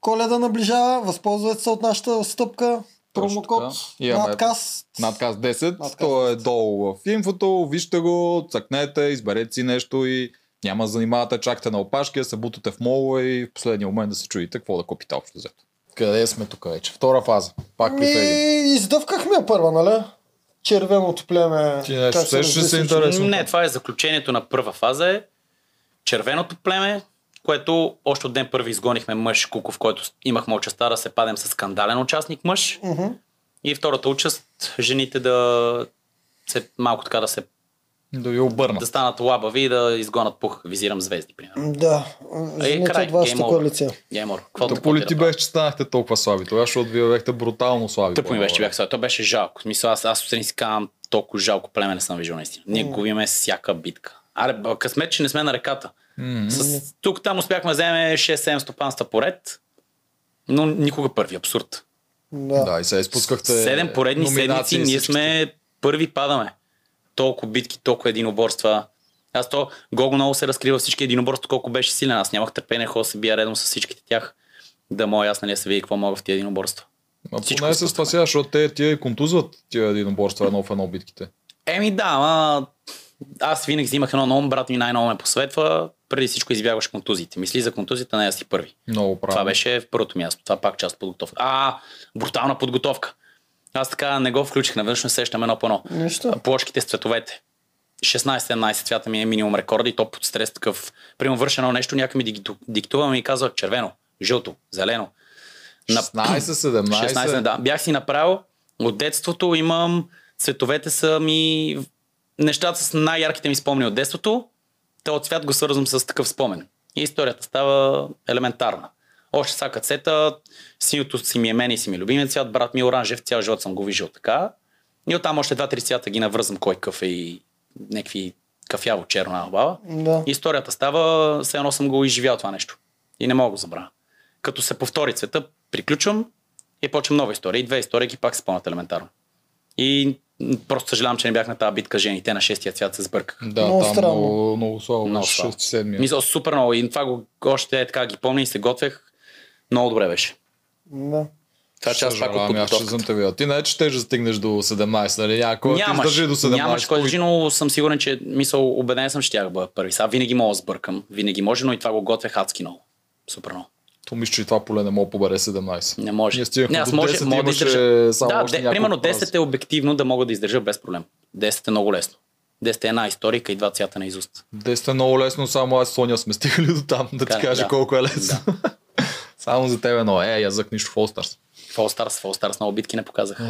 Коледа наближава, възползвайте се от нашата стъпка. Точно Промокод, така. Имаме- надказ. Надказ 10, Надказ то е долу в инфото, вижте го, цъкнете, изберете си нещо и няма да занимавате, чакате на опашки, да се бутате в мола и в последния момент да се чуете какво да купите общо взето. Къде сме тук вече? Втора фаза. Пак Ми, издъвкахме я първа, нали? Червеното племе. Ти нещо как се сещаш ли разви се, всичко? интерес? Интересно. Не, това е заключението на първа фаза е червеното племе, което още от ден първи изгонихме мъж Куков, който имахме участта да се падем с скандален участник мъж. Мгм. И втората участ, жените да се, малко така да се Да ви обърна. да станат лабави и да изгонат пух. Визирам звезди, примерно. Да, жените край, от вашата game over. коалиция. Геймор. Какво е Да поли ти беше, че станахте толкова слаби. Тогава, защото вие бяхте брутално слаби. Тъпо ми беше, че по-добре. бях сега. То беше жалко. В Смисъл, аз, аз сутрин си казвам, толкова жалко племе не съм виждал наистина. Ние губиме всяка битка. Аре, б- късмет, че не сме на реката. Мгм. С, тук там успяхме да вземе 6-7 стопанства поред, но никога първи. Абсурд. Да. Да, и се изпускахте. Седем поредни номинации седмици, ние всичките. сме първи падаме. Толкова битки, толкова единоборства. Аз то, Гого много се разкрива всички единоборства, колко беше силен. Аз нямах търпение, хора се бия редом с всичките тях. Да мога аз нали да се види какво мога в тия единоборства. Ма Всичко поне се изпускаме. спасяваш, защото те тия и контузват тия единоборства едно в едно битките. Еми да, ама аз винаги взимах едно ново, брат ми най-ново ме посветва, преди всичко избягваш контузиите. Мисли за контузията, не да си първи. Много правилно. Това беше в първото място. Това пак част от подготовка. А, брутална подготовка. Аз така не го включих, навъншно сещам едно по едно. Нищо. Плочките с цветовете. 16-17 цвята ми е минимум рекорд и то под стрес такъв. Примерно върша едно нещо, някой ми дикту- диктува ми и казва червено, жълто, зелено. На 16-17. 16, да. Бях си направил от детството, имам цветовете са ми нещата с най-ярките ми спомени от детството. Те от цвят го свързвам с такъв спомен. И историята става елементарна. Още са кацета, синьото си ми е мен и си ми е любимец цвят, брат ми е оранжев, цял живот съм го виждал така. И оттам още два-три цвята ги навързвам кой къв е и някакви кафяво черна албава. Да. И Историята става, все едно съм го изживял това нещо. И не мога да го забравя. Като се повтори цвета, приключвам и почвам нова история. И две истории ги пак спомнят елементарно. И м, просто съжалявам, че не бях на тази битка жени. Те на шестия цвят се сбърках. Да, Много много там странно. много, много слабо. Много Много слабо. 6-7. Мисля, супер много. И това го още е така ги помня и се готвех. Много добре беше. Да. Това че аз пак от Ами аз ще подготовката. съм те видя. Ти не че те ще стигнеш до 17, нали? Няма кой да ти Нямаш, издържи до 17. нямаш кой да държи, но съм сигурен, че мисъл, убеден съм, че тях бъда първи. Сега винаги мога да сбъркам. Винаги може, но и това го готвех адски много. Супер много. То мисля, че това поле не мога да побере 17. Не може. Ние стигнахме не, аз до може, 10, мога да имаше издържа. само да, още де, няколко примерно празни. 10 е обективно да мога да издържа без проблем. 10 е много лесно. 10 е една историка и два цвята на изуст. 10 е много лесно, само аз и Соня сме стигали до там, да ти Така, кажа да. колко е лесно. [laughs] само за тебе, но е, язък нищо в All-Stars. Fall Stars, Fall Stars много битки не показах.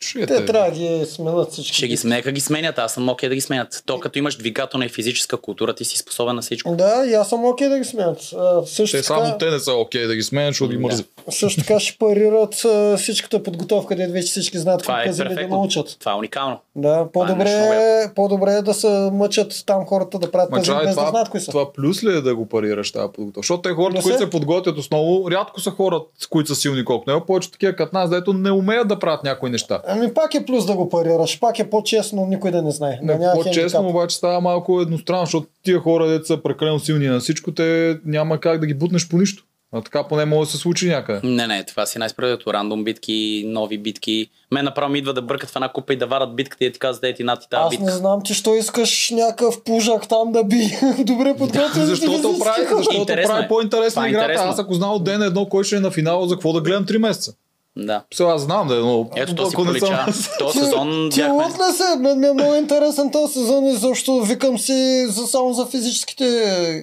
Чуете, Те трябва да ги сменят всички. Ще ги, см- нека ги сменят, аз съм окей да ги сменят. То като имаш двигателна и физическа култура, ти си способен на всичко. Да, и аз съм окей да ги сменят. А, Също Те така, само те не са окей да ги сменят, защото ги мързи. също така ще парират а, всичката подготовка, де вече всички знаят Това колко е казали да перфектно. научат. Това е уникално. Да, по-добре, нещо е, по-добре е да се мъчат там хората да правят Ма пазили чай, без да това, знаят кои са. това плюс ли е да го парираш тази подготовка? Защото те хората, Не които се. се подготвят основно, рядко са хора, които са силни колко. Не повече такива като нас, дето не умеят да правят някои неща. Ами пак е плюс да го парираш, пак е по-честно, никой да не знае. Да, няма По-честно хендикап. обаче става малко едностранно, защото тия хора, дето са прекалено силни на всичко, те няма как да ги бутнеш по нищо. А така поне може да се случи някъде. Не, не, това си най-справедливото. Рандом битки, нови битки. Мен направо ми идва да бъркат в една купа и да варат битката и да ти казват, ей ти на ти тази Аз не битка. знам ти, що искаш някакъв пужак там да би [laughs] добре подготвен. Защото физически прави, хора. защото Интересно прави е. по-интересна Това е играта. интересно. Аз ако знам от ден едно кой ще е на финала, за какво да гледам 3 месеца. Да. Сега аз знам да е, но... Ето, то си ако не съм пролича. аз. То Ти- сезон Ти бяхме. лутна се, мен ми е много интересен този сезон и защо викам си за, само за физическите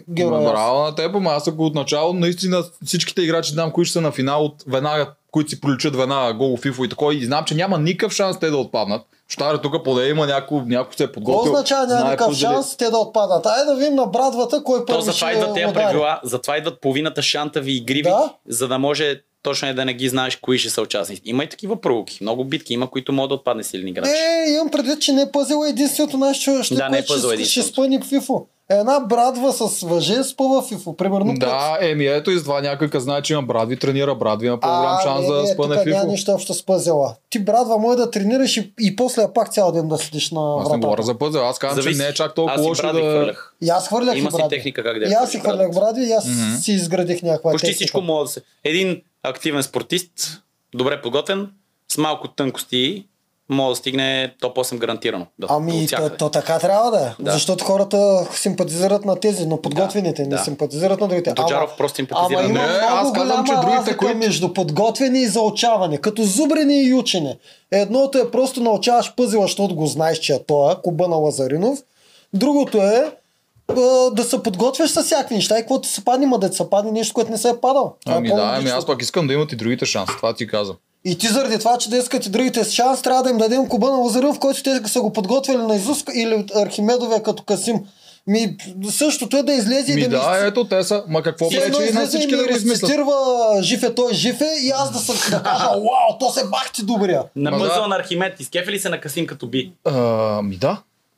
герои. аз. Браво на теб, ама аз ако отначало наистина всичките играчи знам, кои ще са на финал от веднага, които си проличат веднага гол, фифо и такова и знам, че няма никакъв шанс те да отпаднат. Штаре тук поне има някой, някой се е Какво подготвил. означава няма знае никакъв какво дали- шанс те да отпаднат? Айде да видим на брадвата кой То първи ще затова идват тези удари. правила, затова идват половината шантави игриви, Да. за да може точно е да не ги знаеш кои ще са участници. Има и такива пролуки. Много битки има, които могат да отпадне силен играч. Е, имам предвид, че не е пъзела единственото нещо, ще, Да, не е което пъзела ще, ще единственото. спъни Фифо. Една брадва с въже спъва Фифо, примерно. пет. Да, еми ето и затова някой къде знае, че има Брадви, тренира Брадви, има по-голям А, шанс не, да не, спъне тук няма фифо. нищо общо с пъзела. Ти брадва може да тренираш и, и после я пак цял ден да следиш на Аз не говоря вратата. за пъзел, аз казвам, че Зависи. не е чак толкова Аз и лошо бради да... хвърлях. И аз хвърлях Има и си брадви. техника как да я И аз си хвърлиш хвърлях брадви и аз Мгм. си изградих някаква Почти техника. всичко може да се. Един активен спортист, добре подготвен, с малко тънкости, може да стигне топ 8 гарантирано. Да, Ами, то, отвсякъде. то, така трябва да е. Да. Защото хората симпатизират на тези, но подготвените Да, не да. симпатизират на другите. Доджаров просто симпатизира. Ама има Не, много аз казвам, че голяма другите, разлика които- между подготвени и заучаване. Като зубрене и учене. Едното е просто научаваш пъзела, защото го знаеш, че е тоя, куба на Лазаринов. Другото е а, да се подготвяш с всякакви неща и каквото се падне, ма да ти се падне нещо, което не се е падал. Това е Ами да, ами по-логично. аз пак искам да имат и другите шанс, това ти казвам. И ти заради това, че да искат и другите с шанс, трябва да им дадем куба на Лазарев, който те са го подготвили на Изуск или от Архимедове като Касим. Ми, същото е да излезе и Ми да, Ами да, ми... ето те са, ма какво Все едно пречи и на излезе и всички ми да го измислят. рецитирва жив е, той жив е и аз да съм да кажа, вау, то се бах ти добрия. На Ма да. мъзъл на Архимед, изкефи ли се на Касим като би? Ами да,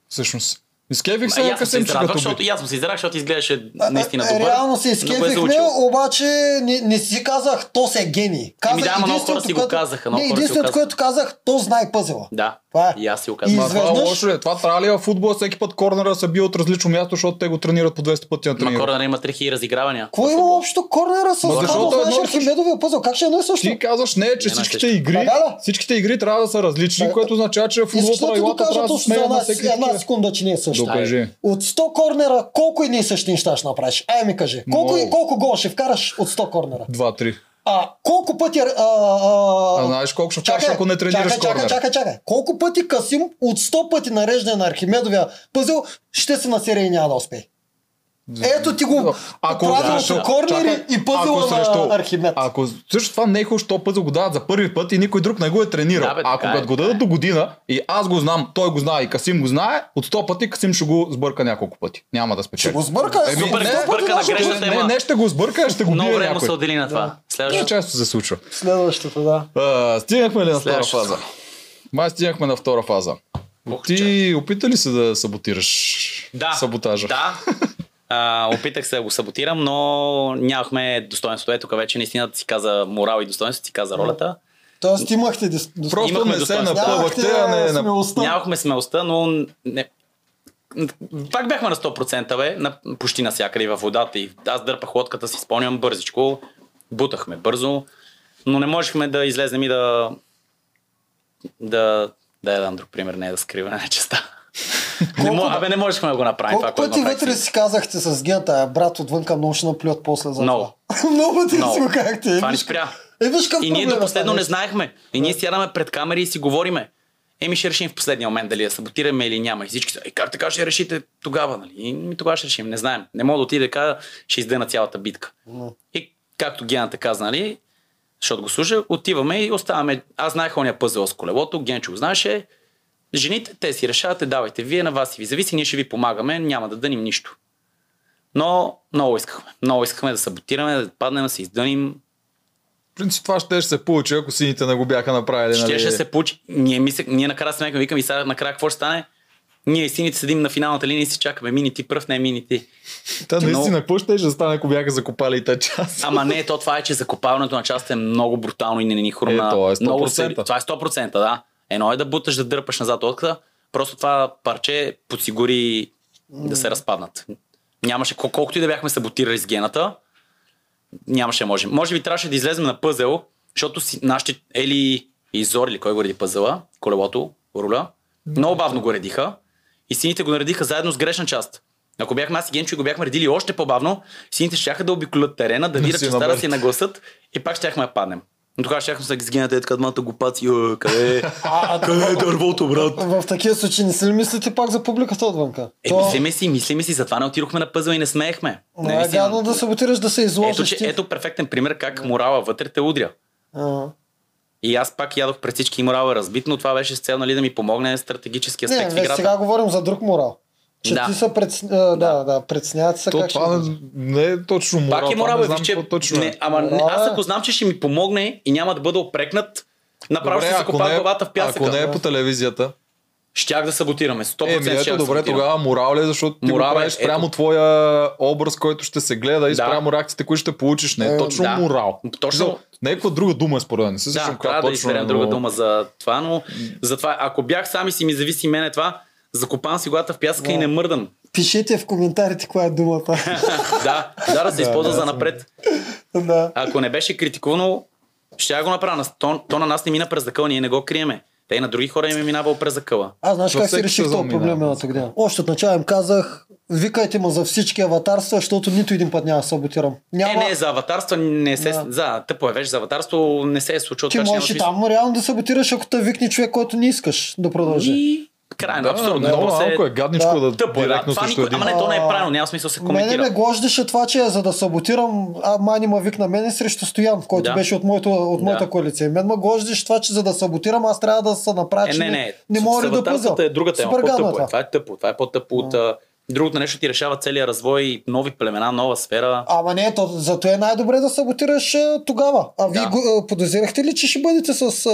всъщност. Изкефих Ма, и се, аз съм се Касим, че израдвах, като защото, бит. и аз съм се израдвах, защото изглеждаше наистина А, добър. Реално се но го е изкефихме, заучил. обаче не, не си казах, то се е гений. Казах, Еми да, ама много хора си го което- казаха, много Не, хора си го единственото, казаха. което казах, то знае пъзела. Да, Това е. и аз си го И казвам. Ма, това е изведнъж- лошо, е. това трябва ли е в футбола всеки път корнера са бил от различно място, защото те го тренират по 200 пъти на Ма тренировка. Корнер има 3000 разигравания. Какво има общо корнера с Ма, това, защото е да знаеш едно и също. Архимедовия пъзел? Как ще е едно и също? Ти казваш не, че Не, всичките не, игри, Така ли? всичките игри трябва да са различни, Да. което означава, че в футбол Е, Искаш ли да ти правилата докажа трябва да точно за сменят на една, всеки една такива. секунда, че не е също? Докажи. От 100 корнера, колко едни и същи неща ще направиш? Ай Е, ми кажи. Колко, Много. колко гол ще вкараш от 100 корнера? Два-три. А, колко пъти... А, а, А, знаеш колко ще чакаш, ако не тренираш чакай, чакай, корнер. чакай, чакай. Колко пъти Касим от 100 пъти нареждане на Архимедовия пъзел ще се насери и няма да успее. Ето ти го Ако- правилото да, корнери чакай, и пъзела ако на срещу- Архимед. Ако също това не е хубаво, що път го дават за първи път и никой друг не го е тренирал. Да, бе, ако така е, като го така дадат до година и аз го знам, той го знае и Касим го знае, от 100 пъти Касим ще го сбърка няколко пъти. Няма да спечели. Ще го сбърка. Еми, супер, не, сто пъти сбърка на нашето грешната е. не, не ще го сбърка, ще го Много бие време се някой. отдели на това. Това е Следващото. често се случва. Следващото, да. А, стигнахме ли на втора Следващото. фаза? Май стигнахме на втора фаза. Ти опита ли се да саботираш Да. саботажа? Да. А, опитах се да го саботирам, но нямахме достоинството. Е, тук вече наистина си каза морал и достоинство, ти каза ролята. Тоест имахте дис... дис- Просто Имахме не се достоинство. напъвахте, а е не на смелостта. Нямахме смелостта, но не... Пак бяхме на 100%, бе, на, почти навсякъде и във водата. И аз дърпах лодката, си спомням бързичко. Бутахме бързо, но не можехме да излезем и да... Да, да я дам друг пример, не е да скрива [laughs] нечеста. не, мо- абе, не можехме да го направим това, Колко което пъти направихме. вътре си казахте с гента, а брат отвънка много ще наплюят после за Много. това. [laughs] много пъти Много. си го казахте. Е, Това ни виж- спря. Е, виж към И ние до проблема последно стане. не знаехме. И ние сядаме пред камери и си говориме. Еми ще решим в последния момент дали я саботираме или няма. И всички са, е как така ще решите тогава, нали? И ми тогава ще решим, не знаем. Не мога да отида и да кажа, ще издъна цялата битка. И както Гената каза, нали, защото го слуша, отиваме и оставаме. Аз знаех ония пъзел с колелото, Генчо го знаеше. Жените, те си решавате, давайте вие, на вас си ви зависи, ние ще ви помагаме, няма да дъним нищо. Но много искахме. Много искахме да саботираме, да паднем, да се издъним, В принцип това ще се получи, ако сините не го бяха направили. нали? Щеше се получи. Ние, мисля, ние накрая смяхме, викам и сега накрая какво ще стане? Ние и сините седим на финалната линия и си чакаме. Мини ти пръв, не мини ти. Та много- наистина, какво ще ще стане, ако бяха закопали и те час? Ама не, то това е, че закопаването на част е много брутално и не ни хрумна. Е, то е 100%. Много се- това е 100%, да. Едно е да буташ, да дърпаш назад отката. Просто това парче подсигури да се разпаднат. Нямаше, кол- колкото и да бяхме саботирали с гената, нямаше да можем. Може би трябваше да излезем на пъзел, защото си, нашите Ели и Зор, или кой го реди пъзела, колелото, руля, много бавно го редиха. И сините го наредиха заедно с грешна част. Ако бяхме аз и Генчо и го бяхме редили още по-бавно, сините щяха да обиколят терена, да видят, си че стара намерят. си нагласат и пак щяхме да паднем. Но тогава щяхме да ги сгинат е така двамата глупаци. Е, [laughs] къде е? къде е дървото, брат? В такива случаи не си ли мислите пак за публиката отвънка? Е, мислиме си, мислиме си, затова не отидохме на пъзъл и не смеехме. не Не, е мислим- гадно да саботираш да се ето, изложиш. че, ти. ето перфектен пример как морала вътре те удря. А. И аз пак ядох пред всички и морала е разбит, но това беше с цел нали, да ми помогне стратегически Не, аспект в бе, играта. сега говорим за друг морал. Че Да. ти са пред... Да, да, да предсняват се [laughs] То, как това ще... не, не е точно морал. Пак е това морал, не бе, знам виж, че... какво точно Не, е. ама не, Морал аз е. ако знам, че ще ми помогне и няма да бъда опрекнат, направо ще Добре, се ако не, копая е, главата в пясъка. ако не е по телевизията, Щях да саботираме. 100% Еми, щях ето да добре, саботирам. тогава морал ли, е, защото ти Морал е, го правиш ето. прямо твоя образ, който ще се гледа и Да. спрямо реакциите, които ще получиш. Не, Е, е, точно да. морал. Точно. Мисъл, Някаква друга дума е според мен. Не се Да, сещам каква трябва да точно е, изберем но- друга дума за това, но затова, ако бях сам и си ми зависи мене това, закопам си главата в пясъка и не мърдам. [laughs] Пишете в коментарите коя е думата. [laughs] да, да, да се използва за напред. да. Ако не беше критикувано, ще я го направя. То, то на нас не мина през закъла, ние не го криеме. Те и на други хора им е минавал през закъла. Аз знаеш За как си всеки реших сезон този проблем минава. миналата година? Още от начало им казах, викайте му за всички аватарства, защото нито един път няма да саботирам. Няма... Е, не, за аватарство не се... Да. За, тъпо е, вече за аватарство не се е случило. ти така че няма можеш и смисъл. там реално да саботираш, ако те викне човек, който не искаш да продължи. И... Крайно, Да, абсурдно. Много Просто е малко е гадничко Да. да Тъпо е, да. директно Това срещу никой... един. Ама не, то не е правилно, няма смисъл да се Мене ме коментира. глождеше това, че за да саботирам, а Мани ма викна мене срещу Стоян, който Да. беше от, моето, от Да. моята коалиция. И Мен ме глождеше това, че за да саботирам, аз трябва да се направя, Е, че не, не. не мога да Саватарствата пъза. е друга тема. Супер гадно е По-тъпо е. това. Това е тъпо. Това е по-тъпо от... а, Другото нещо ти решава целият развой, нови племена, нова сфера. Ама не, то, зато е най-добре да саботираш а, тогава. А вие Да. го, а, подозирахте ли, че ще бъдете с а,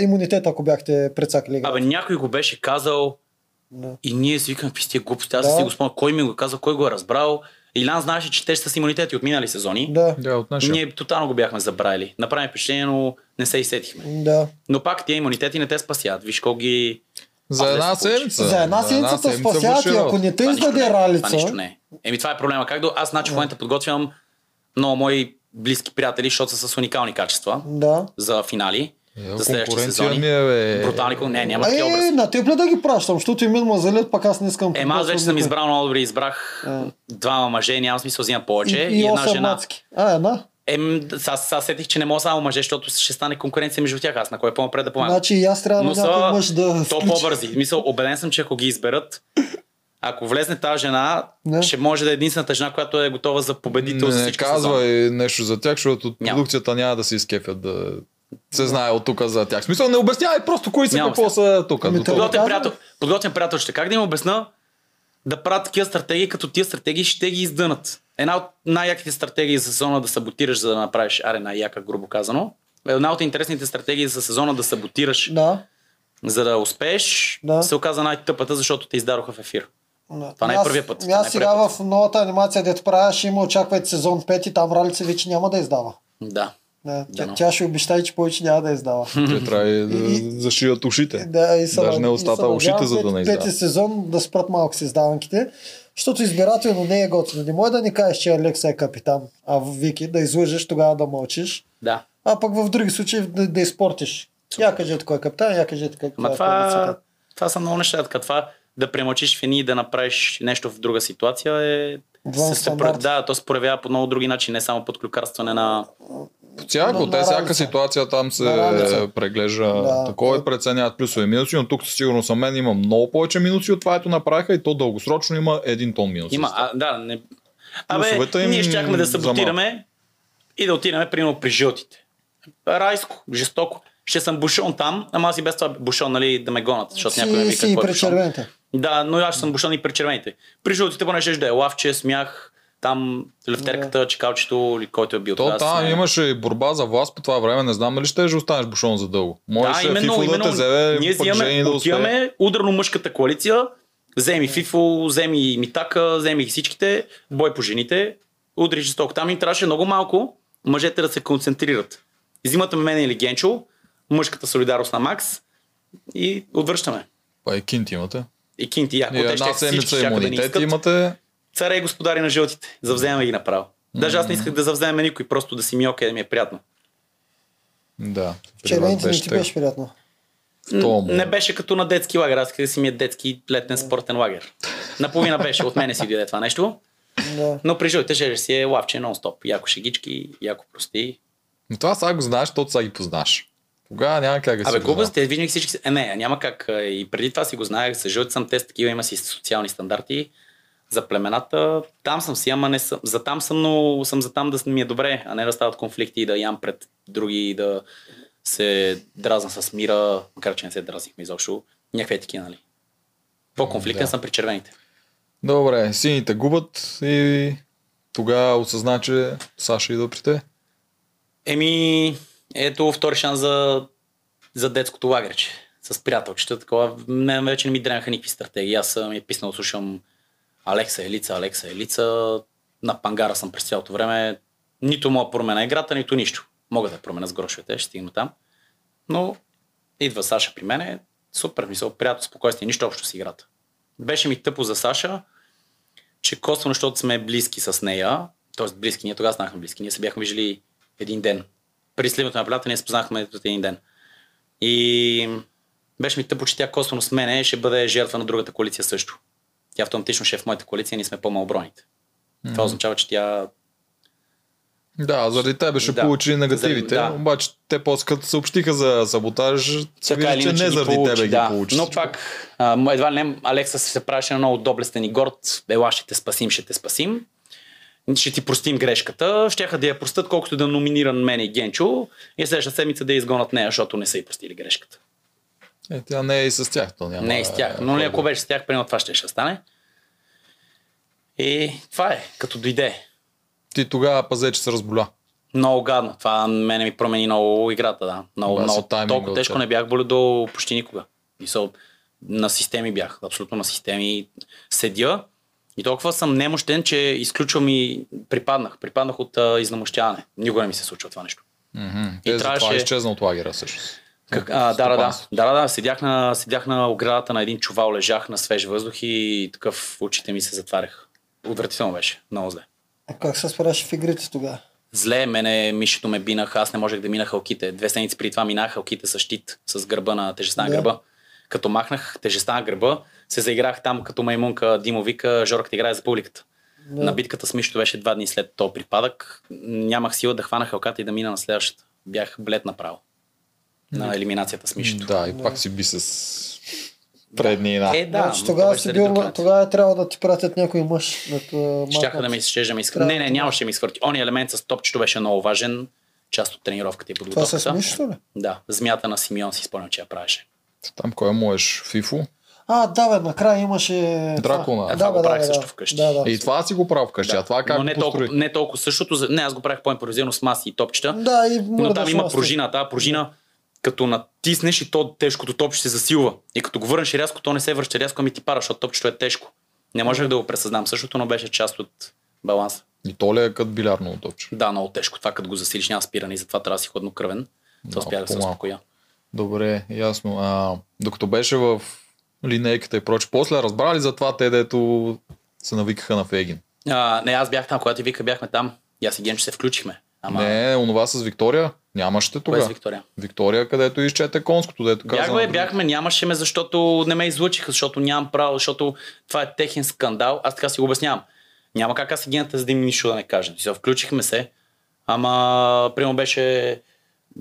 имунитет, ако бяхте прецакали игра? Абе, някой го беше казал Да. и ние си викаме, пи тия глупости, аз Да. си го спомням, кой ми го казал, кой го е разбрал. Илян знаеше, че те ще са с имунитети от минали сезони. Да, Да, от нашия. Ние тотално го бяхме забравили. Направим впечатление, но не се изсетихме. да. Но пак тия имунитети не те спасяват. Виж колко ги... За една се получи. седмица. За една седмица те спасяват върши и ако работа. не те Това нищо не е. издаде Това ралица, нищо не е. Еми това е проблема. Как да... Аз значи в момента подготвям много мои близки приятели, защото са с уникални качества да. за финали. Е, за следващите конкуренция сезони. ми е, бе. Брутални кон- Не, няма Е, такива образи. на теб ли да ги пращам, защото и мен ма залет, пък аз не искам. Ема аз Е, вече съм никой. избрал много добре, избрах А. двама мъже, няма смисъл да взимам повече И, и, една осем жена. мацки. А, една? Ем, сега сега сетих, че не мога само мъже, защото ще стане конкуренция между тях. Аз на кой е по-напред да помагам. Значи и аз трябва Но на някой са мъж да то включа. по-бързи. Мисъл, убеден съм, че ако ги изберат, ако влезне тази жена, Да. ще може да е единствената жена, която е готова за победител Не, за не всички казвай сезони. нещо за тях, защото от Няма. продукцията няма да се изкефят да се знае от тук за тях. В смисъл, не обяснявай просто кои са, Няма какво са тук. Ами до то- тук. Подготвен казвам. приятел, подготвен приятел ще как да им обясна да правят такива стратегии, като тия стратегии ще ги издънат. Една от най-яките стратегии за сезона да саботираш, за да направиш аре най-яка, грубо казано. Една от интересните стратегии за сезона да саботираш, Да. за да успееш, Да. се оказа най-тъпата, защото те издароха в ефир. Да. Това не е Аз- първия път. Това не Аз е сега първия в новата анимация, дето правя, ще има очаквайте сезон 5 и там ралица вече няма да издава. Да. Да, тя, Дано. тя ще обещае, че повече няма да [laughs] издава. Те трябва и И- Е, да зашият ушите. Да, и се Даже над- не и устата, се а ушите, надявам за да не е пет- издава. Пети сезон да спрат малко с издаванките, защото избирателно не е готино. Не може да ни кажеш, че Алекса е капитан, а в Вики да излъжеш, тогава да мълчиш. Да. А пък в други случаи да, да изпортиш. Я кажете кой е капитан, я кажете кой е Ма певицата. това, това са много неща. Така, това да премълчиш в едни и да направиш нещо в друга ситуация е... Двоен се- се стандарт. пре- Да, то се проявява по много други начини, не само под клюкарстване на... По на- всяко, на те всяка разлика. ситуация там се На разлика. преглежда Да. такова и преценяват плюсове и минуси, но тук със сигурност съм мен има много повече минуси от това, ето направиха и то дългосрочно има един тон минуси. Има, а, да, не... Плюсовете Абе, им ние щяхме да за малко. саботираме и да отидем, примерно, при жълтите. Райско, жестоко. Ще съм бушон там, ама аз и без това бушон, нали, да ме гонат, защото някой ме Си, вика си и какво е при бушон. червените. Да, но аз съм бушон и при червените. При жълтите поне ще да е лавче, смях, там лефтерката, чекалчето или който е бил. То Аз там не- имаше и борба за власт по това време, не знам дали ще же останеш бушон за дълго. Можеш да, Фифо да те вземе, Ние пък Жени взимаме, да успее. отиваме ударно мъжката коалиция, вземи Фифо, вземи Митака, вземи ги всичките, бой по жените, удри жестоко. Там им трябваше много малко мъжете да се концентрират. Взимат мен или Генчо, мъжката солидарност на Макс и отвръщаме. Па и кинт имате. И Кинти, ако И те ще една всички седмица чака да ни имунитет искат. имате. Царе и господари на жълтите, завземаме ги направо. Даже аз не исках да завземем никой, просто да си ми окей, да ми е приятно. Да. при вас Червените не беше ти тъй. беше приятно. В този М, момент. Не беше като на детски лагер, аз исках да си ми е детски летен спортен лагер. Наполовина беше, от мене си дойде това нещо. Да. Но при жълтите жежа си е лавче нон-стоп. Яко шегички, яко прости. Но това сега го знаеш, защото сега ги познаш. Тогава няма как да се Абе, глупост, те винаги всички... си- Е, не, няма как. Е, И преди това си го знаех, за жълт съм, те са такива, има си социални стандарти. За племената, там съм си, ама не съм. За там съм, но съм за там да ми е добре, а не да стават конфликти и да ям пред други и да се дразна с мира, макар че не се дразнихме изобщо. Някакви такива, нали? По-конфликтен Да. съм при червените. Добре, сините губят и тогава осъзна, че Саша идва при те. Еми, ето втори шанс за, за детското лагерче. С приятелчета, такова. Мен вече не ми дренаха никакви стратегии. Аз съм е писнал, слушам Алекса Елица, Алекса Елица. На пангара съм през цялото време. Нито мога да променя играта, нито нищо. Мога да променя с грошовете, ще стигна там. Но идва Саша при мене. Супер, мисъл, приятел, спокойствие, нищо общо с играта. Беше ми тъпо за Саша, че косвено, защото сме близки с нея, т.е. близки, ние тогава станахме близки, ние се бяхме виждали един ден. При сливането на плята ние се познахме от един ден. И беше ми тъпо, че тя косвено с мене ще бъде жертва на другата коалиция също. Тя автоматично ще е в моята коалиция, ние сме по-малобройните. Mm-hmm. Това означава, че тя Да, заради тебе ще Да. получи негативите, Заради- да. обаче те после като съобщиха за саботаж, се така види, или че иначе не ги заради получи, тебе да. ги получи. Но всичко. пак, а, м- едва ли не, Алекса се правеше на много доблестен и горд. Ела, ще те спасим, ще те спасим. Ще ти простим грешката. Щяха да я простят, колкото да номиниран мен и Генчо. И следващата седмица да я изгонат нея, защото не са и простили грешката. Е, тя не е и с тях, то няма. Не е с тях. Но ако беше с тях, примерно това ще ще стане. И това е, като дойде. Ти тогава пазе, че се разболя. Много гадно. Това на мене ми промени много играта, да. Много, Това си много тайминга толкова от тежко теб. не бях боледол почти никога. И со, на системи бях, абсолютно на системи. Седя и толкова съм немощен, че изключвам и припаднах. Припаднах от а, изнамощяване. Никога не ми се случва това нещо. Те затова трябваше- е изчезна от лагера всъщност. Как, а, да, да, да, Стопанство. да, да, да. Седях на, седях на оградата на един чувал, лежах на свеж въздух и такъв очите ми се затваряха. Отвратително беше, много зле. А как се справяш в игрите тогава? Зле, мене мишето ме бинаха, аз не можех да мина халките. Две седмици при това минах халките с щит, с гърба на тежестта на Да. гърба. Като махнах тежестта на гърба, се заиграх там като маймунка, Димо вика, Жорката играе за публиката. Да. На битката с Мишото беше два дни след този припадък. Нямах сила да хвана хълката и да мина на следващата. Бях блед направо. На елиминацията с Мишото. Да, и пак си би с преднина. Е, да. Значи но то тогава, беше си заради бил, на- дократ. тогава трябва да ти пратят някой мъж. Да те Щяха махнат. да ме изчежа, ме изхвърли. Трябва Не, не, да- нямаше да ми изхвърти. Ония елемент с топчето беше много важен. Част от тренировката и Това подготовката. се мишто ли? Да, змията на Симеон си спомням, че я правеше. Там кой можеш? Фифо? А, да, бе, накрая имаше... Дракона. това. А, това Да, го бе, да, правих бе, също да. вкъщи. Да, да. И това си го правя вкъщи, а това как Но го не построи? толкова, не толкова същото. за- Не, аз го правих по-импровизирано с маси и топчета. Да, и но там мърдаш има масата. пружина. Тая пружина, като натиснеш и то тежкото топче се засилва. И като го върнеш рязко, то не се връща рязко, ами ти пара, защото топчето е тежко. Не можех да го пресъзнам същото, но беше част от баланса. И то ли е като билярно удобче? Да, много тежко. Това като го засилиш няма спиране и затова трябва да си хладно кръвен. Да, Това успях да се по-малко. успокоя. Добре, ясно. А, докато беше в линейката и проче, после разбрали за това те, дето се навикаха на Фегин. А, не, аз бях там, когато и вика, бяхме там. И аз и Генчо се включихме. Ама, Не, онова с Виктория нямаше кой е с тогава. Виктория? Виктория, където изчете конското, дето каза. Бяхме, на- бяхме, нямаше ме, защото не ме излучиха, защото нямам право, защото това е техен скандал. Аз така си го обяснявам. Няма как аз и гената за да им нищо да не кажа. Сега включихме се, ама примерно беше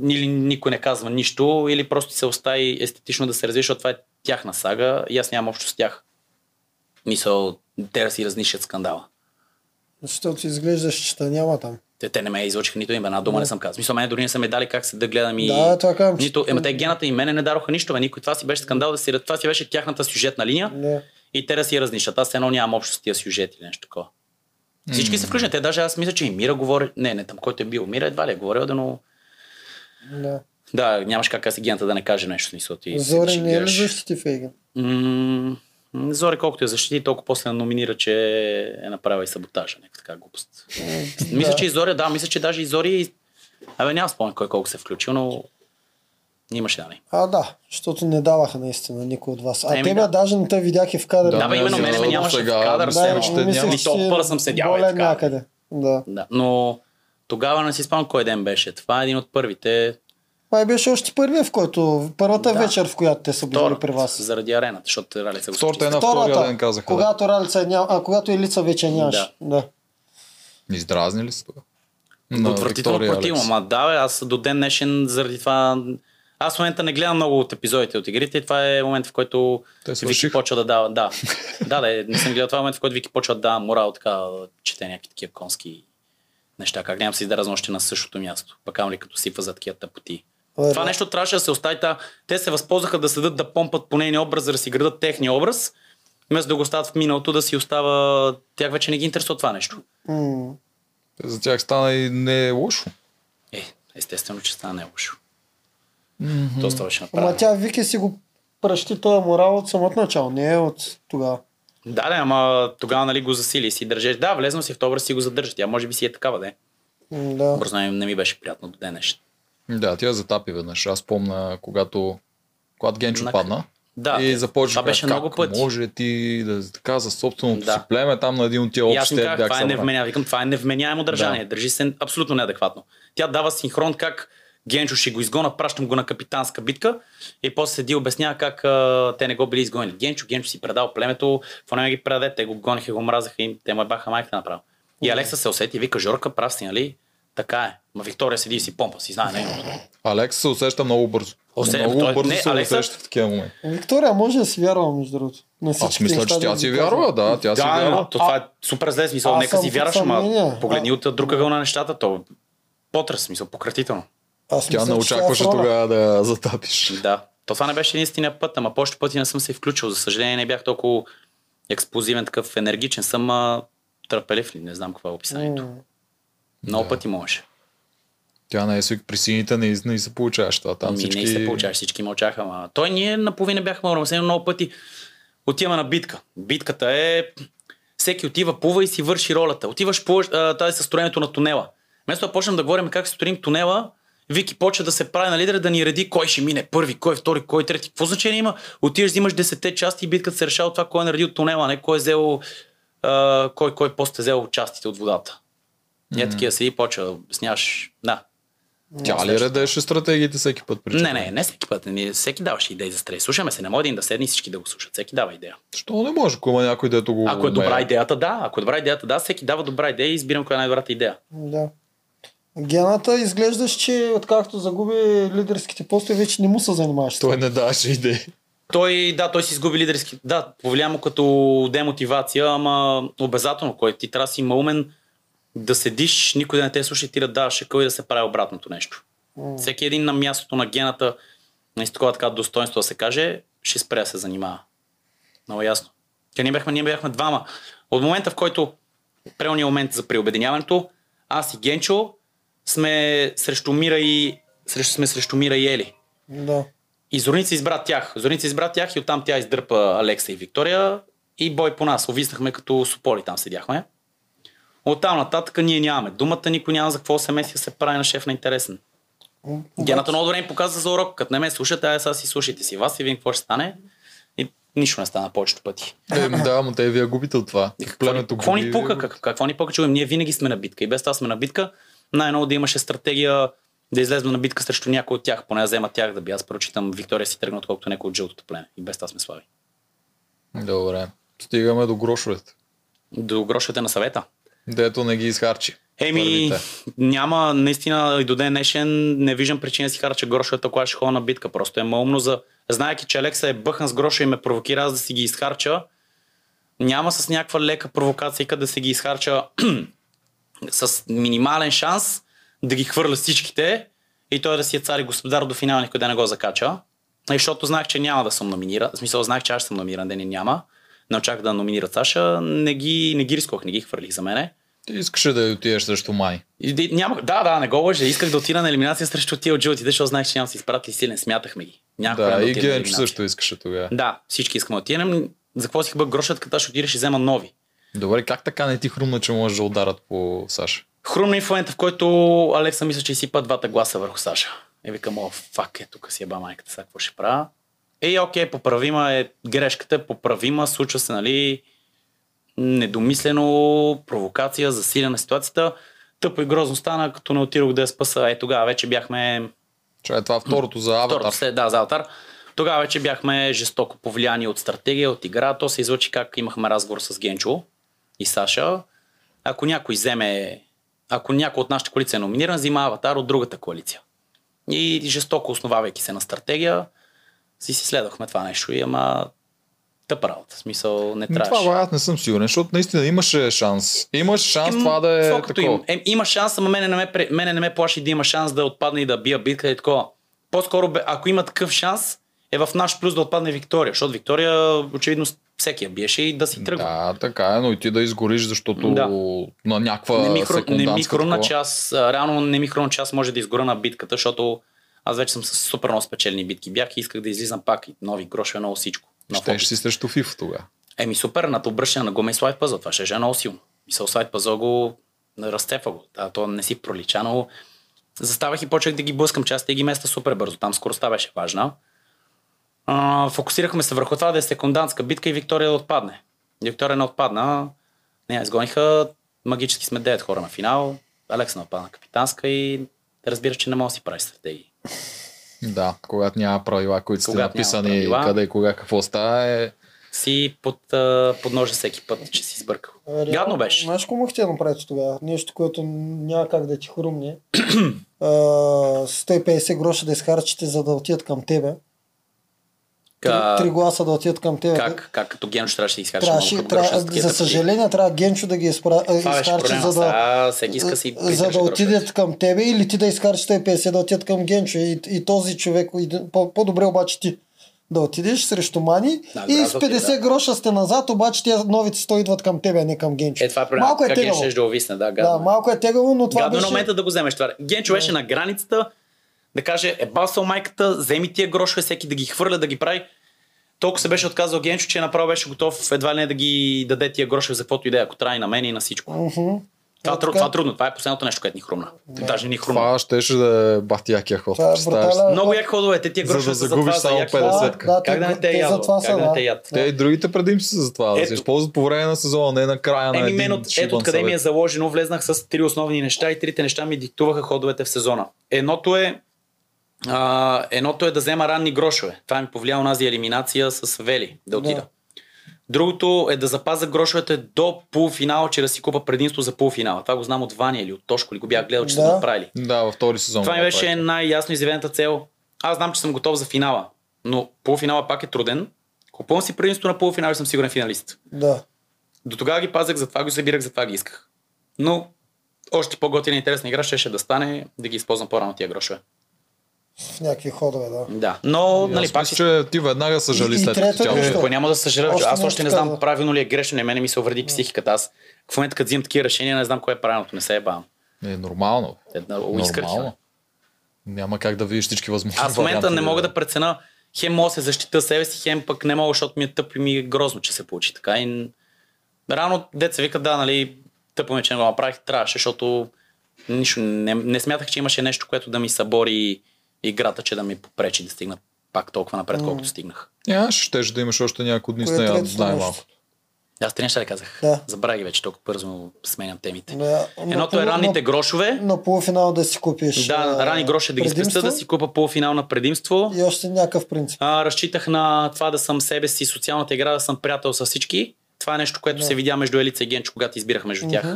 или никой не казва нищо, или просто се остави естетично да се развие, защото това е тяхна сага и аз нямам общо с тях. Мисъл, те да си разнищат скандала. Защото изглеждаш, че те няма там. Те, те не ме излучиха нито им една дума, не съм казал. Мисъл, мен дори не са ме дали как се да гледам и... Да, това казвам, че- Нито, ема те е гената и мене не дароха нищо, бе, никой. Това си беше скандал да си... Това си беше тяхната сюжетна линия Да. и те да си я разнищат. Аз едно нямам общо с тия сюжет или нещо такова. Всички се включват. Те даже аз мисля, че и Мира говори. Не, не, там който е бил Мира, едва ли е говорил, да, но... Да. Да, нямаш как аз и гената да не каже нещо, смисъл. Ти Зори седиш и не е ли гледаш. защити Фейгин? М, м, Зори колкото я защити, толкова после я номинира, че е направила и саботажа. Някаква така глупост. Мисля, че и Зори, да, мисля, че даже и Зори... Абе, няма спомен кой колко се е включил, но имаше нали? да не. А, да, защото не даваха наистина никой от вас. А Еми, те ме да. даже не те видях и в кадър. Да, Да, бе, не, именно за- мене ме до нямаше в сега, кадър. да, Да, мисля, че няма. мислех, Ами то пъра съм седял и болен така. някъде. Да. да. Но тогава не си спомням кой ден беше. Това е един от първите. Май беше още първия, в който, първата Да. вечер, в която те са били Втора, при вас. заради арената, защото Ралица го Втората е спусна. на втория ден казаха. да. когато Ралица е няма, а когато Елица вече нямаш. Да. Издразни ли се тогава? На Отвратително Виктория, противно. Алекс. Ма да, бе, аз до ден днешен заради това... Аз в момента не гледам много от епизодите от игрите и това е момент, в който Те Вики свършиха. почва да дава... Да, да, да, не съм гледал това е момент, в който Вики почва да дава морал, така, чете някакви такива конски неща. Как нямам се издразна още на същото място. Пък ам ли като сипва за такива тъпоти. Е, Това да. нещо трябваше да се остави. Та... Те се възползваха да седат да помпат по нейния образ, за да си градат техния образ, вместо да го остават в миналото, да си остава... Тях вече не ги интересува това нещо. М. За тях стана и не е лошо. Е, естествено, че стана не лошо. Mm-hmm. То ставаше Ама направено. тя Вики си го пращи този морал от самото начало, не е от тогава. Да, да, ама тогава нали го засили и си държеш. Да, влезнал си в този образ и си го задържа. Тя може би си е такава, да. е. М, Да. Просто не, не ми беше приятно до днес. Да, тя затапи веднъж. Аз помна, когато, когато Генчо Нак- падна. Да, и те- започнаха, това беше как много пъти. може ти да така за собственото Да. си племе там на един от тия И аз им общите казах, това е събран. невменяемо. Викам, това е невменяемо държание. Държи се абсолютно неадекватно. Тя дава синхрон как Генчо ще го изгона, пращам го на капитанска битка и после седи и обяснява как а, те не го били изгонили. Генчо, Генчо си предал племето, в не ги предаде, те го гониха, го мразаха и те му е баха майката направо. И Алекса се усети и вика, Жорка, прав си, нали? Така е. Ма Виктория седи и си помпа, си знае нали? нейното. Алекс се усеща много бързо. Усе- много той- бързо не, се Алекса- усеща в такива моменти. Виктория може да си вярва, между другото. На Аз всички мисля, неща, че тя да си ги казва. вярва, да, тя си Да, вярва. но то това е супер зле смисъл. Аз Нека съм си под вярваш, ама съмнение. погледни А- от друг ъгъл на нещата, то потрес смисъл, пократително. Аз Тя мисля, не че тя е очакваше в роля. тогава да затапиш. Да. То това не беше единствения път, ама повечето пъти не съм се включил. За съжаление не бях толкова експлозивен, такъв енергичен съм, а, търпелив ли, не знам какво е описанието. М. Много Да. пъти можеше. Тя не е свик при сините, не, не се получаваш това. Там Ами всички... не се получаваш, всички мълчаха. Ама... Той ние наполовина бяхме уравновесени, но много пъти отиваме на битка. Битката е... Всеки отива, плува и си върши ролята. Отиваш, плуваш, а, тази със строенето на тунела. Вместо да почнем да говорим как се строим тунела, Вики почва да се прави на лидера да ни реди кой ще мине първи, кой втори, кой трети. Какво значение има? Отиваш, взимаш 10 части и битката се решава от това кой е наредил тунела, а не кой е взел, а, кой, кой пост е взел частите от водата. Ние такива седи и почва да обясняваш. Да, Тя ли редеше стратегиите всеки път? при Не, четене? не, не всеки път. Ние, всеки даваше идеи за стрес. Слушаме се, не може един да седне и всички да го слушат. Всеки дава идея. Що не може, ако има някой, дето го Ако е добра умее? идеята, да. Ако е добра идеята, да. Всеки дава добра идея и избирам коя е най-добрата идея. Да. Гената изглеждаш, че откакто загуби лидерските постове, вече не му се занимаваш. с това. Той не даваше идеи. Той, да, той си изгуби лидерски. Да, повлия му като демотивация, ама обязателно, кой ти трябва да си мълмен да седиш, никой да не те слуша и ти да даваш екъл и да се прави обратното нещо. М. Всеки един на мястото на гената, не с такова така достоинство да се каже, ще спре да се занимава. Много ясно. Тя ние бяхме, ние бяхме двама. От момента, в който правилният момент за приобединяването, аз и Генчо сме срещу Мира и, срещу, сме срещу Мира и Ели. Да. И Зорница избра тях. Зорница избра тях и оттам тя издърпа Алекса и Виктория и бой по нас. Овиснахме като суполи, там седяхме. Оттам нататък ние нямаме думата, никой няма за какво семейство да се прави на шеф на интересен. М, Гената много добре ми показа за урок. Като не ме слушате, ай сега си слушайте си вас и вие какво ще стане. И нищо не стана повечето пъти. Е, да, но те вие губите от това. И какво, ни, какво губи, ни вие пука? губите. Как, какво ни пука, чувам? Ние винаги сме на битка и без това сме на битка. Най-ново да имаше стратегия да излезем на битка срещу някой от тях, поне да взема тях да би. Аз прочитам Виктория си тръгна, отколкото някой от жълтото племе. И без това сме слаби. Добре. Стигаме до грошовете. До грошовете на съвета. Дето не ги изхарчи. Еми, Първите. няма, наистина и до ден днешен не виждам причина да си харча грошовете, когато ще ходя на битка. Просто е мълмно за... Знаеки, че Алекса е бъхан с гроша и ме провокира аз да си ги изхарча, няма с някаква лека провокация къде да си ги изхарча [clears throat] с минимален шанс да ги хвърля всичките и той да си е цар и господар до финала, никой да не го закача. И защото знаех, че няма да съм номиниран. В смисъл, знаех, че аз съм номиниран, да не няма. Не очаквах да номинира Саша. Не ги, не ги рискувах, не ги хвърлих за мене. Ти искаше да отидеш срещу май. И, да- няма, да, да, не го лъжа. Исках да отида на елиминация срещу тия от Джилти, защото знаех, че няма да се изпратили силен. Смятахме ги. Някой да, да и отиде на Генчо елиминация. също искаше тогава. Да, всички искаме да отидем. За какво си хъба грошът, като аз ще отидеш и взема нови? Добре, как така не ти хрумна, че можеш да ударат по Саша? Хрумна и в момента, в който Алекса мисля, че изсипа двата гласа върху Саша. Е, викам, о, фак, е, тук си еба майката, сега какво ще правя? Е, окей, поправима е грешката, поправима, случва се, нали, недомислено, провокация, засилена на ситуацията. Тъпо и грозно стана, като не отидох да я спаса. Е, тогава вече бяхме Чай, това е второто за Аватар. Второто, след, да, за Аватар. Тогава вече бяхме жестоко повлияни от стратегия, от игра. То се излъчи как имахме разговор с Генчо и Саша. Ако някой вземе, ако някой от нашата коалиция е номиниран, взима Аватар от другата коалиция. И жестоко основавайки се на стратегия, си си следвахме това нещо и ама тъпа работа. В смисъл не М, Ами Това трябваше. бе, аз не съм сигурен, защото наистина имаше шанс. Имаше шанс Ем, това да е това като такова. Им, е, има шанс, ама мене не, ме, пре- мене не ме плаши да има шанс да отпадне и да бия битка и такова. По-скоро, бе, ако има такъв шанс, е в наш плюс да отпадне Виктория, защото Виктория очевидно с- всеки я биеше и да си тръгва. Да, така е, но и ти да изгориш, защото Да. на някаква не ми, хру, не ми секундантска хрумна, такова. че аз, а, реално не ми хрумна, че аз може да изгоря на битката, защото аз вече съм с супер много спечелени битки. Бях и исках да излизам пак и нови грошове, много всичко. Нов опит. Щеш си срещу FIFA тогава. Еми супер, над обръщане на гума и слайд пъзъл. Това ще е много силно. Мисъл слайд пъзъл го разцепва го. Да, то не си пролича, но заставах и почнах да ги блъскам част и ги места супер бързо. Там скоростта беше важна. А, фокусирахме се върху това да е секундантска битка и Виктория да отпадне. Виктория не отпадна. Не, я изгониха. Магически сме 9 хора на финал. Алекс не отпадна капитанска и разбира, че не може да си прави стратегии. Да, когато няма правила, които сте Когато няма написани правила. къде и кога какво става, е Си под, а, под ножа всеки път, че си сбъркал. Реално, Гадно беше. Знаеш какво мухте да направите тогава? Нещо, което няма как да ти [clears throat] хрумне. а, 150 гроша да изхарчите, за да отидат към тебе. Три, Ка- три гласа да отидат към тебе. Как, как като Генчо трябваше да изкаже Трябваше, много тря... трябваше, за съжаление, трябва Генчо да ги изпра... а, Това беше изхарчи, проблема. за да, Сега всеки иска си за да изкарчи отидат грошовете. към тебе или ти да изкарчиш 150 да отидат към Генчо. И, и този човек, и, по, по-добре обаче ти да отидеш срещу Мани Да, и да, с да 50 отида. гроша сте назад, обаче тези новите 100 идват към тебе, а не към Генчо. Е, това е проблема. Малко е как тегаво. Генчо ще да увисне, да, Да, гадно. е. малко е тегаво, но това Гадно е на беше... момента да го вземеш това. Генчо беше е на границата да каже, е басал майката, вземи тия грошове, всеки да ги хвърля, да ги прави. Толкова се беше отказал Генчо, е, че направо беше готов едва ли не да ги даде тия грошове за каквото и да е, ако трябва и на мен и на всичко. Мгм. Това, така. тру- това, трудно. Това е последното нещо, което ни хрумна. Даже ни хрумна. Това щеше да е бахтиякия ход. Това е представяш си. брутален. Много як ходове, те тия За да грошове са загубиш за това, само за як Да, 50. ходове. да, Как е да не те яд? затова са, Как да не те е да. яд? Те и другите предимства са за това. Да се Ето. използват по време на сезона, не на края на Еми, един мен от, ето шибан откъде ми е съвет. заложено, влезнах с три основни неща и трите неща ми диктуваха ходовете в сезона. Едното е, а, едното е да взема ранни грошове. Това ми повлия онази елиминация с Вели, да отида. Да. Другото е да запазя грошовете до полуфинала, че да си купа предимство за полуфинала. Това го знам от Ваня или от Тошко, ли го бях гледал, че са Да. го направили. Да, във втори сезон. Това ми го беше направиха. най-ясно изявената цел. Аз знам, че съм готов за финала, но полуфинала пак е труден. Купувам си предимство на полуфинала и съм сигурен финалист. Да. До тогава ги пазах, затова ги събирах, затова ги исках. Но още по-готина и интересна игра ще, ще да стане да ги използвам по-рано тия грошове. В някакви ходове, да. Да. Но, И нали, аз пак мисля, си... че Е. ти веднага съжали И- и след като трето тя нещо. беше. Кой няма да съжаля, Още аз не още не знам казах. правилно ли е грешно, на мене ми се увреди психиката. Аз в момента, като взимам такива решения, не знам кое е правилното, не се е бавам. Е, нормално. Нормално. Няма как да видиш всички възможни Аз в момента е варианти, не мога бе. да прецена хем мога да се защита себе си, хем пък не мога, защото ми е тъпо и ми е грозно, че се получи така. И... Рано деца вика, да, нали, тъпо ми, е, че не го направих, трябваше, защото нищо, не, не смятах, че имаше нещо, което да ми събори играта, че да ми попречи да стигна пак толкова напред, колкото стигнах. Нямаше, Е, щеше да имаш още няколко дни с Кое е нея, третото най-малко. нещо? Аз три неща ли казах. Да. Забравя ги вече, толкова бързо сменям темите. Да, но Едното е по- ранните но- грошове. На полуфинал да си купиш. Да, а, ранни гроши да ги спестя, да предимство си купа полуфинална предимство. И още някакъв принцип. А, разчитах на това да съм себе си, социалната игра, да съм приятел с всички. Това е нещо, което Да. се видя между Елица и Генчо, когато избирах между тях. Мгм.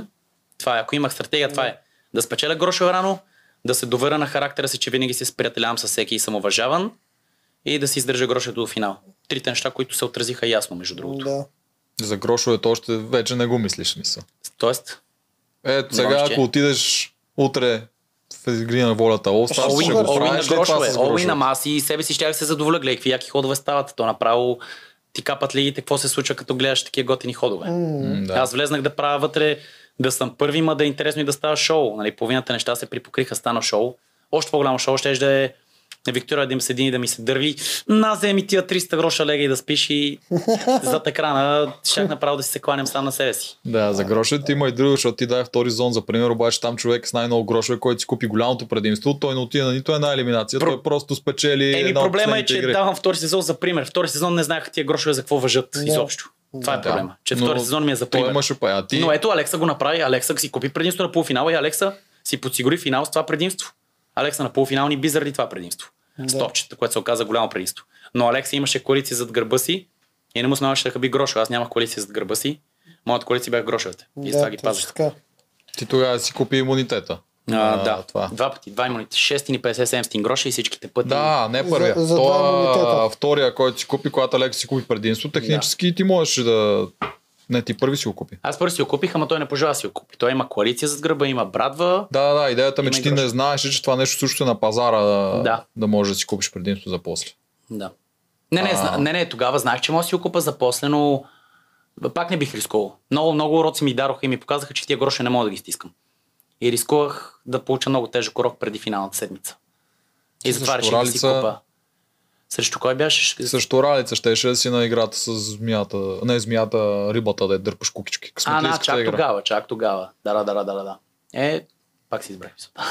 Това е, ако имах стратегия, това е да спечеля грошове рано, да се доверя на характера си, че винаги се сприятелявам с всеки и съм уважаван и да си издържа грошето до финал. Трите неща, които се отразиха ясно, между другото. Да. За грошовете още вече не го мислиш, мисъл. Тоест, Ето сега, Можеш, че. ако отидеш утре в игри на волята All Аз Олуи All-in, Stars, ще го all-in на правиш ли това грошове, с олуи грошове? на маси и себе си щях се задоволя, гледай какви яки ходове стават. То направо ти капат лигите, какво се случва, като гледаш такива готини ходове. М, Да. Да. Аз влезнах да правя вътре, да съм първи, ма да е интересно и да става шоу. Нали, половината неща се припокриха, стана шоу. Още по-голямо шоу ще да е Виктория да им седи и да ми се дърви. На, вземи тия 300 гроша лега и да спиш и зад екрана щях направо да си се кланям сам на себе си. Да, за грошовете има и друго, защото ти дай втори зон, за пример, обаче там човек с най-много грошове, който си купи голямото предимство, той не отиде на нито една елиминация, Про- той просто спечели Еми, една от проблема е, последните че игри. давам втори сезон за пример. Втори сезон не знаех тия грошове за какво въжат Да. изобщо. Това е Да. проблема. Че Но втори сезон ми е за пример. Той имаше па, а ти... Но ето Алекса го направи. Алекса си купи предимство на полуфинала и Алекса си подсигури финал с това предимство. Алекса на полуфинал ни би заради това предимство. Да. Стопчета, което се оказа голямо предимство. Но Алекса имаше коалиции зад гърба си и не му снаваше да хаби грошове. Аз нямах коалиция зад гърба си. Моята коалиция бях грошовете. И с това да, ги точно пазах. Така. Ти тогава си купи имунитета. А, на да, Това. два пъти, два имунити, 650, 700 гроша и всичките пъти. Да, не първия. За- за Той, два имунитета. а, втория, който си купи, когато Алекс си купи предимство, технически ти можеш да... Не, ти първи си го купи. Аз първо си го купих, ама той не пожела да си го купи. Той има коалиция зад гърба, има брадва. Да, да, идеята ми, е, Има че и ти грош. не знаеш, че това нещо също е на пазара да, Да. да можеш да си купиш предимство за после. Да. Не, не, А. зна, не, не, тогава знаех, че мога да си го купа за после, но пак не бих рискувал. Много, много уроци ми дароха и ми показаха, че тия гроши не мога да ги стискам. И рискувах да получа много тежък урок преди финалната седмица. И Срещу затова реших да си Ралица- купа. Срещу кой беше? Също Ралица щеше да си на играта с змията, не змията, рибата да я дърпаш кукички. А, на, Късметлийската чак игра. тогава, чак тогава. Да, да, да, да, да, да. Е, пак си избрах мисълта.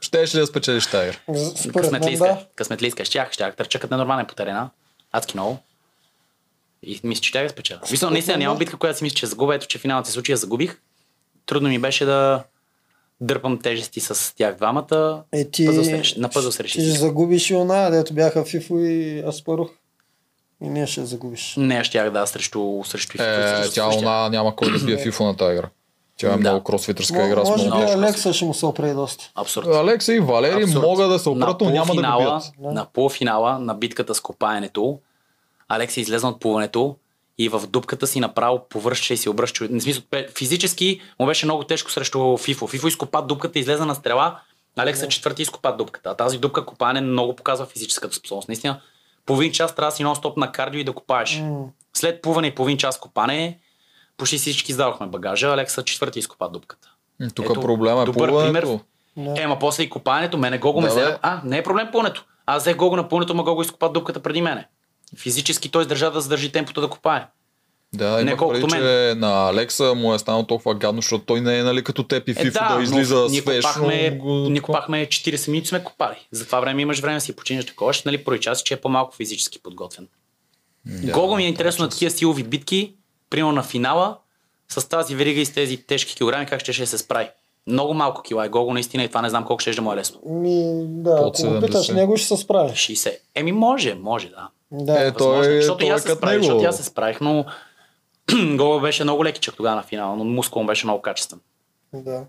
Щеше ли да спечелиш тази игра? З- Според мен, Късметлийска. да. Късметлийска. Щях, щях. Търчъкът ненормален по терена. Адски много. И мисля, че тя я спечеля. Мисля, наистина няма битка, която си мисля, че загубя. Ето, че финалът се случи, я загубих. Трудно ми беше да дърпам тежести с тях двамата. Е, ти, Пъзъл се реши- на пъзъл се реши. ще загубиш и она, дето бяха Фифо и Аспарух. И ние ще я загубиш. Не, щях да срещу, срещу Ифи, Е, срещу тя същия. она няма кой да бие фифо на тази игра. Тя е Да. много кросфитърска Мо- игра. с може много... би много Алекса ще му се опре доста. Абсурд. Алекса и Валери Абсурд. могат Е, да се опрат, но На няма да го полуфинала- бият. Да. На полуфинала на битката с копаенето, Алекс е излезе от плуването и в дупката си направо повръща и си обръща. В смисъл, пе- физически му беше много тежко срещу Фифо. Фифо изкопа дупката, излезе на стрела, Алекса четвърти изкопа дупката. А тази дупка копане много показва физическата способност. Наистина, половин час трябва да си нон-стоп на кардио и да копаеш. След плуване и половин час копане, почти всички издавахме багажа, Алекса четвърти изкопа дупката. Тук Ето, проблема е добър плуването. Да. Е, ма после и копането, мене Гого ме Да, бе. взе. А, не е проблем пълнето. Аз взех Гого на пълнето, ма Гого изкопа дупката преди мене. Физически той издържа да задържи темпото да копае. Да, Не, има колкото преди, че на Алекса му е станало толкова гадно, защото той не е нали, като теб и Е, фифо да, да излиза ние свеж. копахме, но ние копахме 40 минути сме копали. За това време имаш време да си починеш такова, ще нали, прори час, че е по-малко физически подготвен. Да, Голго ми е интересно на такива силови битки, примерно на финала, с тази верига и с тези тежки килограми, как ще, ще се справи. Много малко кила е Голго наистина и това не знам колко ще ще му е лесно. Ми, да, Под ако го 70. питаш него, ще се справиш. 60. Еми може, може да. Да. Е, Възможно. той, защото и той аз е се като справих, него. защото и аз се справих, но [clears throat] Голго беше много лекичък тогава на финала, но мускул му беше много качествен. да.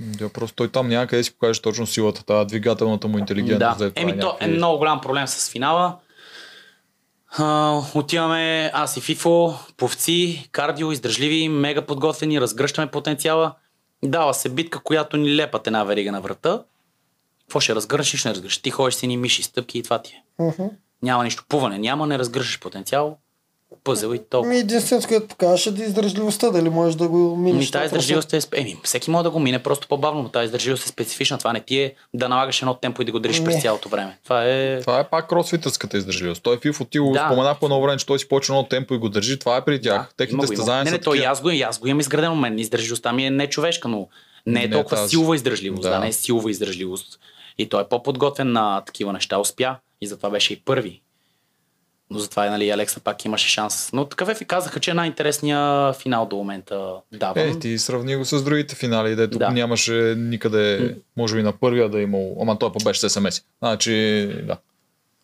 Да, просто той там някъде си покаже точно силата, тази двигателната му интелигентност. Да. дето Еми, то е някакви- много голям проблем с финала. А, отиваме аз и Фифо, повци, кардио, издръжливи, мега подготвени, разгръщаме потенциала. Дава се битка, която ни лепат една верига на врата. Какво ще разгърнеш и ще не разгърнеш. Ти ходиш си ни миши, стъпки и това ти е. Мгм. Няма нищо пуване, няма, не разгръщаш потенциал. Пъзел и толкова. Ми единственото, което покажеш е да издържливостта, дали можеш да го минеш. Ми, тази това издържливост е... сп- Еми, всеки може да го мине просто по-бавно, но тази издържливост е специфична. Това не ти е да налагаш едно темпо и да го държиш Не. през цялото време. Това е... Това е пак кросфитърската издържливост. Той Фифо ти го Да. спомена по едно време, че той си почва едно темпо и го държи. Това е при тях. Да, има Техните го, има. състезания Не, са не, то и такива. аз го, и аз го имам изградено. Мен издържливостта ми е не човешка, но не е Не толкова тази. силова издържливост. Да. Да. не е силова издържливост. И той е по-подготвен на такива неща, успя. И затова беше и първи. Но затова, нали, Алекса пак имаше шанс. Но такъв е, ви казаха, че е най-интересният финал до момента дава. Е, ти сравни го с другите финали, дето Да. да. нямаше никъде, може би на първия да е имал, ама той па беше с СМС. Значи, да.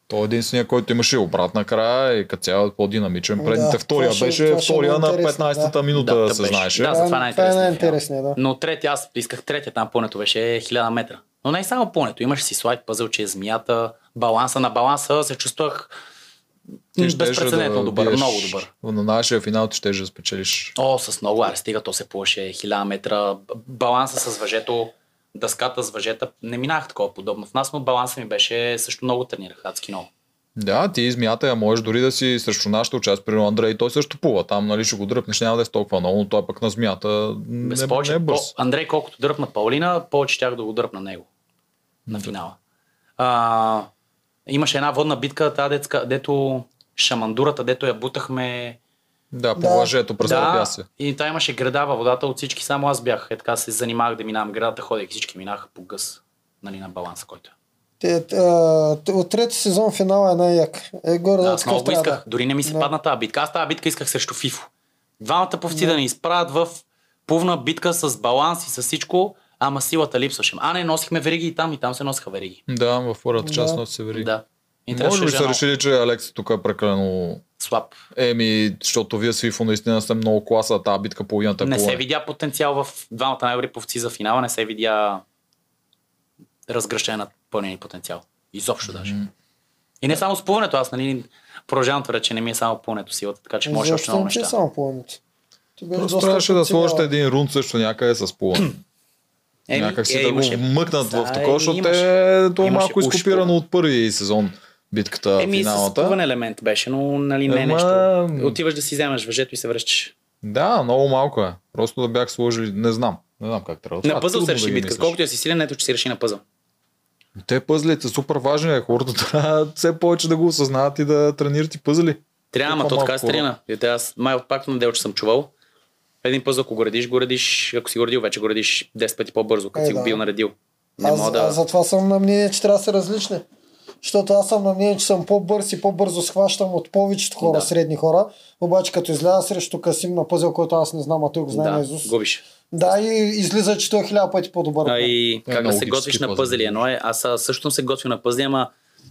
Той е единствения, който имаше обрат накрая и като цяло е по-динамичен. Да, Предните това втория ще- беше това ще втория ми е на интересно, 15-та минута, Да, да, да се беше. знаеше. Да, за това е е това е най-интересният финал. най-интересният, да. Но третия, аз исках третия, там пълнето беше 1000 метра. Но не само пълнето, имаше си слайд пъзъл, че е змията, баланса на баланса, се чувствах Ти м, щеше безпрецедентно да добър, биеш- много добър. На нашия финал ти ще е да спечелиш. О, с много аре, стига, то се плаше 1000 метра. Б- Баланса с въжето, дъската с въжета, не минах такова подобно в нас, но баланса ми беше също много тренирах, адски много. Да, ти измята, а можеш дори да си срещу нашата участ, при Андрей, той също плува. Там, нали, ще го дръпнеш, няма да е с толкова много, но той пък на змията не, Без не повече, е бърз. по- Андрей, колкото дръпна Паулина, повече щях да го дръпна него на финала. А, имаше една водна битка, тази детска, дето шамандурата, дето я бутахме. Да, по Да. лъжето през да, да. се. и та имаше града във водата от всички, само аз бях. Е така се занимавах да минавам градата, ходейки всички минаха по гъс, нали, на баланса, който е. Те, а, т- от трети сезон финала е най-як. Е, горе Да, да, аз много го исках. Дори не ми се Да. падна тази битка. Аз тази битка исках срещу Фифо. Двамата повци да ни изправят в пувна битка с баланс и с всичко, ама силата липсваше. А не, носихме вериги и там, и там се носиха вериги. Да, в първата част Да. да. се вери. Да. Може Интересно би беше са много решили, че Алекс тук е прекалено... слаб. Еми, защото вие с Фифо наистина сте много класа, а тази битка половината е не се плуване. видя потенциал в двамата най-добри повци за финала, не се видя разгръщане на пълния ни потенциал. Изобщо даже. И не само с плуването, аз нали, продължавам твърда, че не ми е само плуването силата, така че може още много не ти е неща. само плуването. Ти беше Просто доста трябваше да подсилена. сложите един рунд също някъде с плуване. Еми, [clears throat] Някак си е, да имаше- го мъкнат Да, в такова, е, защото имаше. е, то е Имаше малко уж изкопирано плуване. от първи сезон битката, Еми, с финалната. плувен елемент беше, но нали, не е Ема- нещо. Отиваш да си вземеш въжето и се връщаш. Да, много малко е. Просто да бях сложили, не знам. Не знам как трябва. На пъзъл трудно се да реши ги битката. мислиш. Колкото я си силен, ето, че си реши на пъзъл. Те пъзлите са супер важни, е. хората [laughs] трябва все повече да го осъзнаят и да тренират и пъзли. Трябва, ама Толкова то така малко се трена. Дете, аз май пак на дел, че съм чувал. Един пъзъл, ако го редиш, го редиш. Ако си го редил, вече го редиш 10 пъти по-бързо, като Е, си го да. бил наредил. Не Аз, мога да... аз да... затова съм на мнение, че трябва да се различни. Защото аз съм на мнение, че съм по-бърз и по-бързо схващам от повечето хора, Да. да. средни хора. Обаче като изляза срещу Касим на пъзел, който аз не знам, а той го знае Да, наизуст. губиш. Да, и излиза, че той е хиляда пъти по-добър. А и Е, как да много се гипски готвиш на пъзел. пъзели. Едно е, аз а, също съм се готвил на пъзели, ама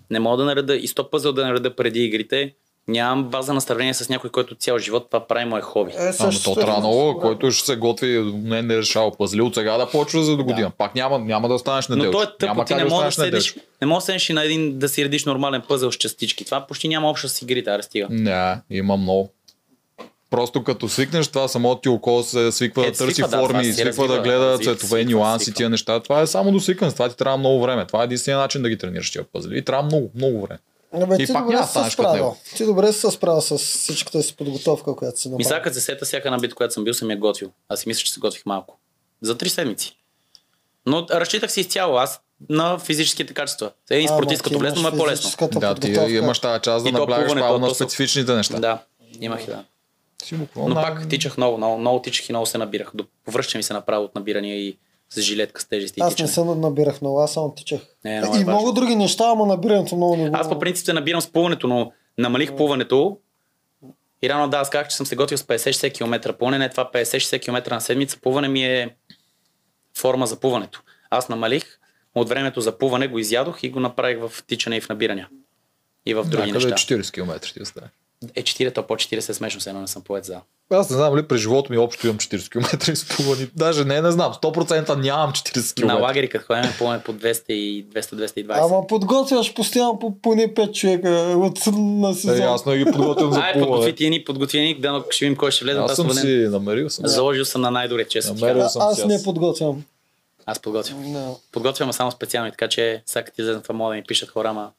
не мога да нареда и 100 пъзел да нареда преди игрите. Нямам база на сравнение с някой, който цял живот това прави му е хоби. Е, Ама също то стои трябва на много, сигурно. който ще се готви, не, не е решава пъзли от сега да почва за до година. Пак няма, няма да станеш Но неделчо. то е тъпо, няма ти как не можеш да останеш седиш, неделчо. не можеш да седнеш и на един да си редиш нормален пъзъл с частички. Това почти няма общо с игрите, аре стига. Не, има много. Просто като свикнеш това, самото ти око се свиква Е, да търси свиква, да, това форми, си свиква развива, да гледа развива, цветове, свиква, нюанси, свиква. тия неща. Това е само до свикване, това ти трябва много време. Това е единствения начин да ги тренираш тия пъзли. И трябва много, много време. Абе, И ти пак добре си няма да се станеш като справил. него. Ти добре си се справил с всичката си подготовка, която си Ми сега направил. като се сета всяка една бит, която съм бил, съм я готвил. Аз си мисля, че се готвих малко. За три седмици. Но разчитах си изцяло аз на физическите качества. Един спортист, като влезно, му е по-лесно. Да, ти имаш тази част да И то наблягаш плуването, право то на са- специфичните неща. Да, имах и да. си буквално. Но най- пак тичах много, много, много тичах и много се набирах. До- Връща ми се направо от набирания и с жилетка с тежести и Аз не тичане. съм набирах много, аз само тичах. Не, много е и важно. много други неща, ама набирането много не го... Аз по принцип се набирам с плуването, но намалих плуването. И рано да, аз казах, че съм се готвил с 50-60 км плуване, това 50-60 км на седмица плуване ми е форма за плуването. Аз намалих от времето за плуване, го изядох и го направих в тичане и в набирания. И в други Някъде неща. 40 км ти остане. Е, 40, то по 40 е смешно, се едно не съм поет за. Аз не знам ли през живота ми общо имам 40 км изплувани. Даже не, не знам. 100% нямам 40 км. На лагери, като ходим, плуваме по 200 и 200-220. Ама подготвяш постоянно по поне 5 човека от на сезон. Е, аз не ги подготвям за Ай, плуване. подготви ти ни, подготви ни, да ще видим кой ще влезе. Аз съм вален- си намерил съм. си. Заложил съм на най-добре, честно. ти Намерил кажа. а, съм аз си не аз. подготвям. Аз подготвям. Не. Подготвям а само специално, и така че сега като излезна това мога да ми пишат хора, ама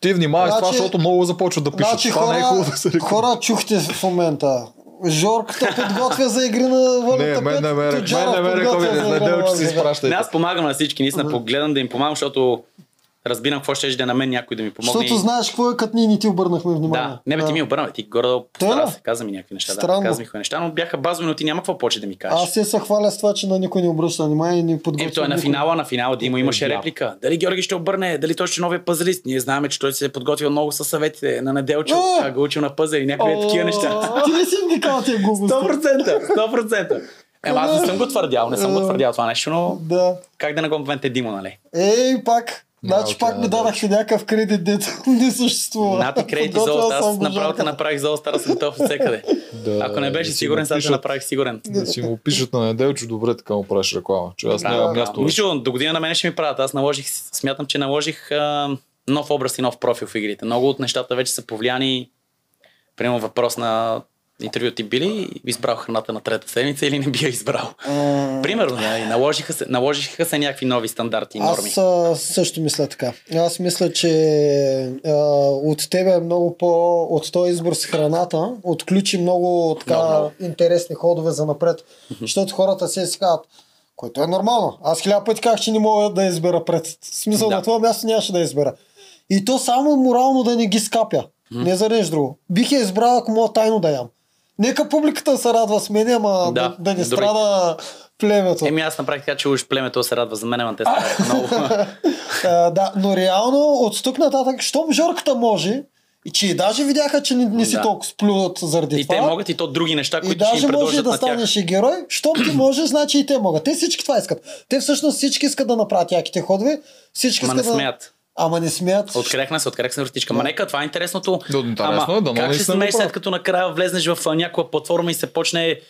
Ти внимавай с това, Значи- защото много започват да пишат. Значи Това не е хора, хубаво да се рекламира. хора, чухте в момента. Жорката [laughs] подготвя за игри на Не, валюта мен не ме рек- мен Тоджаров не ме подготвя за рекламирайте. игри на Знайдел, че си Валета. изпращайте. Не, аз помагам на всички, наистина погледам да им помагам, защото разбирам какво ще е да на мен някой да ми помогне. Защото и- знаеш какво е, като ние не ти обърнахме внимание. Ами- Да, не бе, ти ми обърна, бе, ти горе Да, постара да. се, каза ми някакви неща, Странно. да, каза ми хора неща, но бяха базови, но ти няма какво повече да ми кажеш. Аз се съхваля с това, че на никой не обръща внимание и не подготвя. Ето той на никой. финала, на финала Димо имаше Да. реплика. Дали Георги ще обърне, дали той ще е новия пазлист. Ние знаем, че той се е подготвил много със съветите на Неделчо, Е! а го учил на пазли и някакви такива неща. [laughs] Ти не си им ги казал тия глупости. 100%, 100%. Ема аз не съм го твърдял, не съм го Е. твърдял това нещо, но Да. как да не го вменте Димо, нали? Ей, пак. Значи Малка, пак ми да. дадахте някакъв кредит, дето [laughs] не съществува. Нати кредити за Подготвил All съм Stars, го, направо Жорка. те направих за All Stars, съм готов [laughs] всекъде. Да, Ако не беше да Е, си сигурен, го сега те пишат. направих сигурен. Да си му пишат на неделчо, добре, така му правиш реклама. Че аз Да, нямам да. място. Нищо, до година на мен ще ми правят. Аз наложих, смятам, че наложих а, нов образ и нов профил в игрите. Много от нещата вече са повлияни. Примерно въпрос на интервю ти били, избрал храната на трета седмица или не би я избрал. Е. Примерно, нали, наложиха се, наложиха се някакви нови стандарти и норми. Аз а, също мисля така. Аз мисля, че а, от тебе е много по... От този избор с храната отключи много така Много, много. интересни ходове за напред. Защото хората се си казват, което е нормално. Аз хиляда пъти казах, че не мога да избера пред. В смисъл Да. на това място нямаше да избера. И то само морално да не ги скапя. Не за нещо друго. Бих я избрал, ако мога тайно да ям. Нека публиката се радва с мен, ама да, Да, да, да не дори. страда племето. Еми аз направих така, че уж племето се радва за мен, ама те се [laughs] много. А, да, но реално от тук нататък, щом Жорката може, и че и даже видяха, че не, не си Да. толкова сплюват заради И това. те могат и то други неща, и които ще даже може им предложат да на тях. станеш и герой. Щом [clears throat] ти може, значи и те могат. Те всички това искат. Те всъщност всички искат да направят яките ходове. Всички Ма не искат да... смеят. Ама не смеят. Открехна се, открехна се вратичка. Ма нека, това е интересното. Да, интересно Ама, е, дано как ще наистина го смееш след правят. като накрая влезнеш в а, някаква платформа и се почне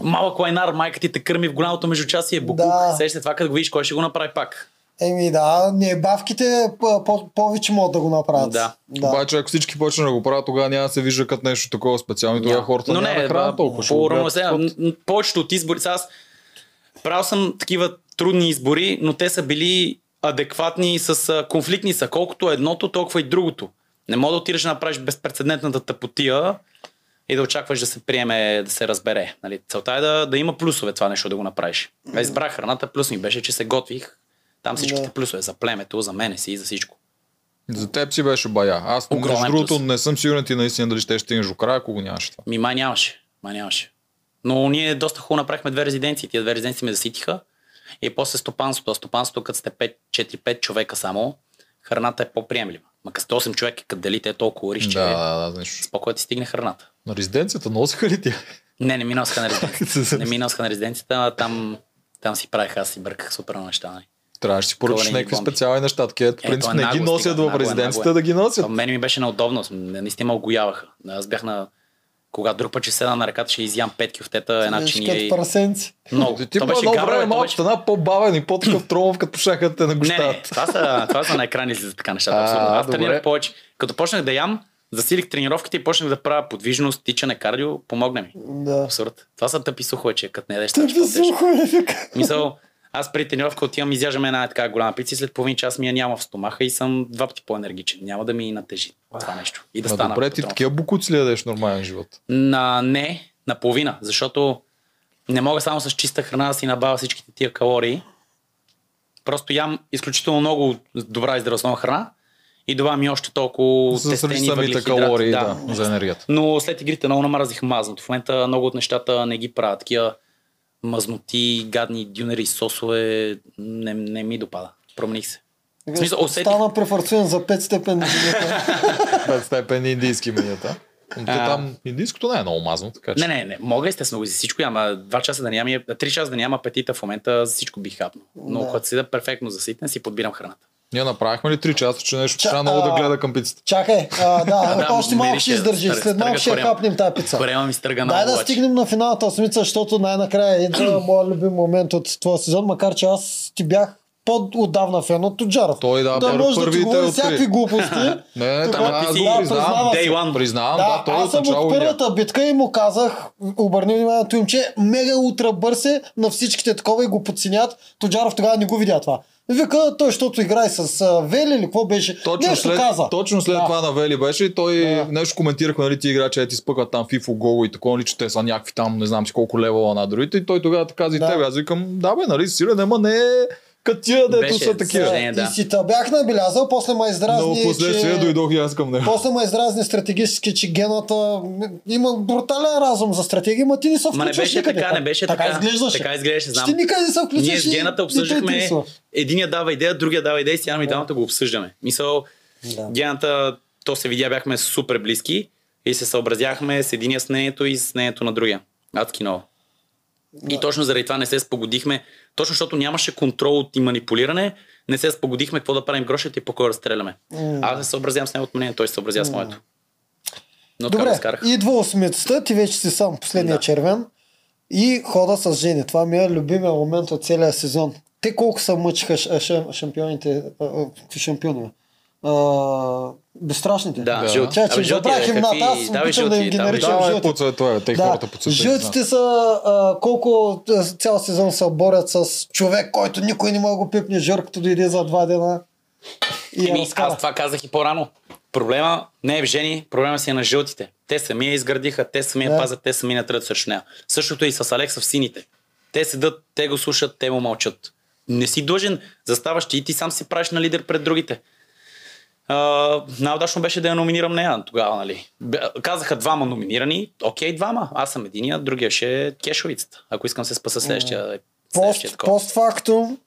малък лайнар, майка ти те кърми в голямото междучасие, буклук. Да. Да. Сеща това, като го видиш, кой ще го направи пак. Еми да, не, бавките по- по- повече могат да го направят. Да. да. Обаче, ако всички почнат да го правят, тогава няма да се вижда като нещо такова специално. и Ами Тогава хората Но няма не, да хранят толкова. ще го по гледат просто. Повечето от избори, сега аз правил съм такива трудни избори, но те са били адекватни и с а, конфликтни са. Колкото едното, толкова и другото. Не мога да отидеш да направиш безпредседентната тъпотия и да очакваш да се приеме, да се разбере. Нали? Целта е да, да има плюсове това нещо да го направиш. Аз избрах храната, плюс ми беше, че се готвих. Там всичките Да. плюсове за племето, за мене си и за всичко. За теб си беше бая. Аз между Огромен другото плюс. не съм сигурен ти наистина дали ще стигнеш до края, ако го нямаш това. Ми май нямаше. Май нямаше. Но ние доста хубаво направихме две резиденции. Тия две резиденции ме заситиха. И после стопанството. А Стопанството, като сте 5, 4-5 човека само, храната е по-приемлива. Ма като сте 8 човека, като делите е толкова риш, че Да, да, да, нещо. спокойно ти стигне храната. На резиденцията носиха ли тя? Не, не миносха на резиденцията. не миносха на резиденцията, а там, там си правих, аз си бърках супер много неща. Нали? Трябваше да си поръчаш Кълени някакви бомби. специални неща. Такива, ето, Е, принцип, то е не ги нагло, носят стига, в нагло е, резиденцията, нагло да е. ги носят. А Мен ми беше неудобно. с- Наистина ме огояваха. Аз бях на... Когато друг път ще седна на ръката, ще изям пет кюфтета, една Виж, чиния като и... парсенци. Много. Ти То по беше едно гавра, бе, време то малко беше- стана по-бавен и по-такъв тромов, като пошаха да те Не, не, нагощават. това са, това са на екрани за така нещата. А, абсолютно. Аз добре. тренирах повече. Като почнах да ям, засилих тренировките и почнах да правя подвижност, тичане, кардио, помогна ми. Да. Абсурд. Това са тъпи сухове, че като не дадеш това, Ти ще би паднеш. слухове. Мисъл, аз при тренировка отивам, изяждам една така голяма пица и след половин час ми я няма в стомаха и съм два пъти по-енергичен. Няма да ми натежи това нещо. И да Ма стана. добре, ти патрон. такива букуци ли ядеш в нормален живот? На не, наполовина, защото не мога само с чиста храна да си набавя всичките тия калории. Просто ям изключително много добра и здравословна храна и добавям и още толкова С тестени самите въглехидрати. калории, да, за [laughs] енергията. Но след игрите много намразих мазното. В момента много от нещата не ги правят. Такива мазноти, гадни дюнери, сосове не, не ми допада. Промених се. В смисъл, усетих- Стана префарцуен за 5 [laughs] степен. Пет степени индийски менюта. Но то А. там индийското не е много мазно, така че. Не, не, не. Мога естествено за всичко, ама 2 часа да нямам, 3 часа да няма апетита в момента за всичко би хапнал. Но Да. когато седа перфектно заситен, си подбирам храната. Ние направихме ли 3 часа, че нещо Ча- трябва много да а. гледа към пицата. Чакай, а, да, [laughs] Да, още малко мирише, ще издържи. стърга- След малко стърга ще я корема. хапнем тази пица. Корема ми стърга Дай да много, обаче. стигнем на финалната осмица, защото най-накрая [clears throat] идва моят любим момент от твоя сезон, макар че аз ти бях по-отдавна фен от Тоджаров. Той, да, да първо- може да ти първите говори откри. всякакви [laughs] глупости. Не, Тук- там ама ти аз си- го Да, признава признавам. се. Day one. Признавам, да, той е аз съм отначало от идея. първата битка и му казах, обърни вниманието им, че мега ултра бърз е на всичките такова и го подценят. Тоджаров тогава не го видя това. Вика, той, защото играе с а, Вели или какво беше? Точно Нещо след, каза. точно след Да. да. това на Вели беше и той Да. да. нещо коментирахме, нали ти играчи, ти спъкат там FIFA Go и такова, нали, че те са някакви там, не знам си колко левела на другите и той тогава така каза и Да. тебе. Аз викам, да бе, нали, силен, ама не е катия, дето Беше са за- такива. Е, да. И си те бях набелязал, после ме Но издразни, последствие че... дойдох и аз към него. После ме издразни стратегически, че гената м, има брутален разум за стратегия, ма ти не се Ма не включваш беше никъде. така, не беше така. така. изглеждаше. Така изглеждаше, знам. Ти никъде не се включваш. Ние и с не те гената обсъждахме, интересува. единия дава идея, другия дава идея и сега и двамата го обсъждаме. Мисъл, Да. гената, то се видя, бяхме супер близки и се съобразяхме с единия с нението и с нението на другия. Адски много. И точно заради това не се спогодихме, точно защото нямаше контрол от и манипулиране, не се спогодихме какво да правим грошите и по кой да стреляме. Аз се съобразявам с неговото мнение, той се съобразява с моето. Но така го Добре, скарах. идва осмицата, ти вече си сам, последния Да. червен. И хода с Жени. Това ми е любимия момент от целия сезон. Те колко се мъчиха ш- а, шам- шампионите, а, а, шампионове. А, безстрашните. Да, Да. жълти. Чакай, че Абе, жълти, забравих бе, имената. какви- Аз давай обичам да жълти, им ги давай наричам Да, жълти. е, цветове, те хората по цветове. Жълтите са а, колко а, цял сезон се борят с човек, който никой не може да го пипне, жъркато дойде за два дена и я Еми, разкара. аз това казах и по-рано. Проблема не е в Жени, проблема си е на жълтите. Те сами я изградиха, те сами я Да. пазят, те сами не тръгват срещу нея. Същото и с Алекса в сините. Те седат, те го слушат, те му мълчат. Не си длъжен, заставаш ти и ти сам си правиш на лидер пред другите. А, най-удачно беше да я номинирам нея тогава, нали? Бе- Казаха двама номинирани, окей, двама. Аз съм единия, другия ще е кешовицата, ако искам се спаса следващия. следващия Пост, такова. постфактум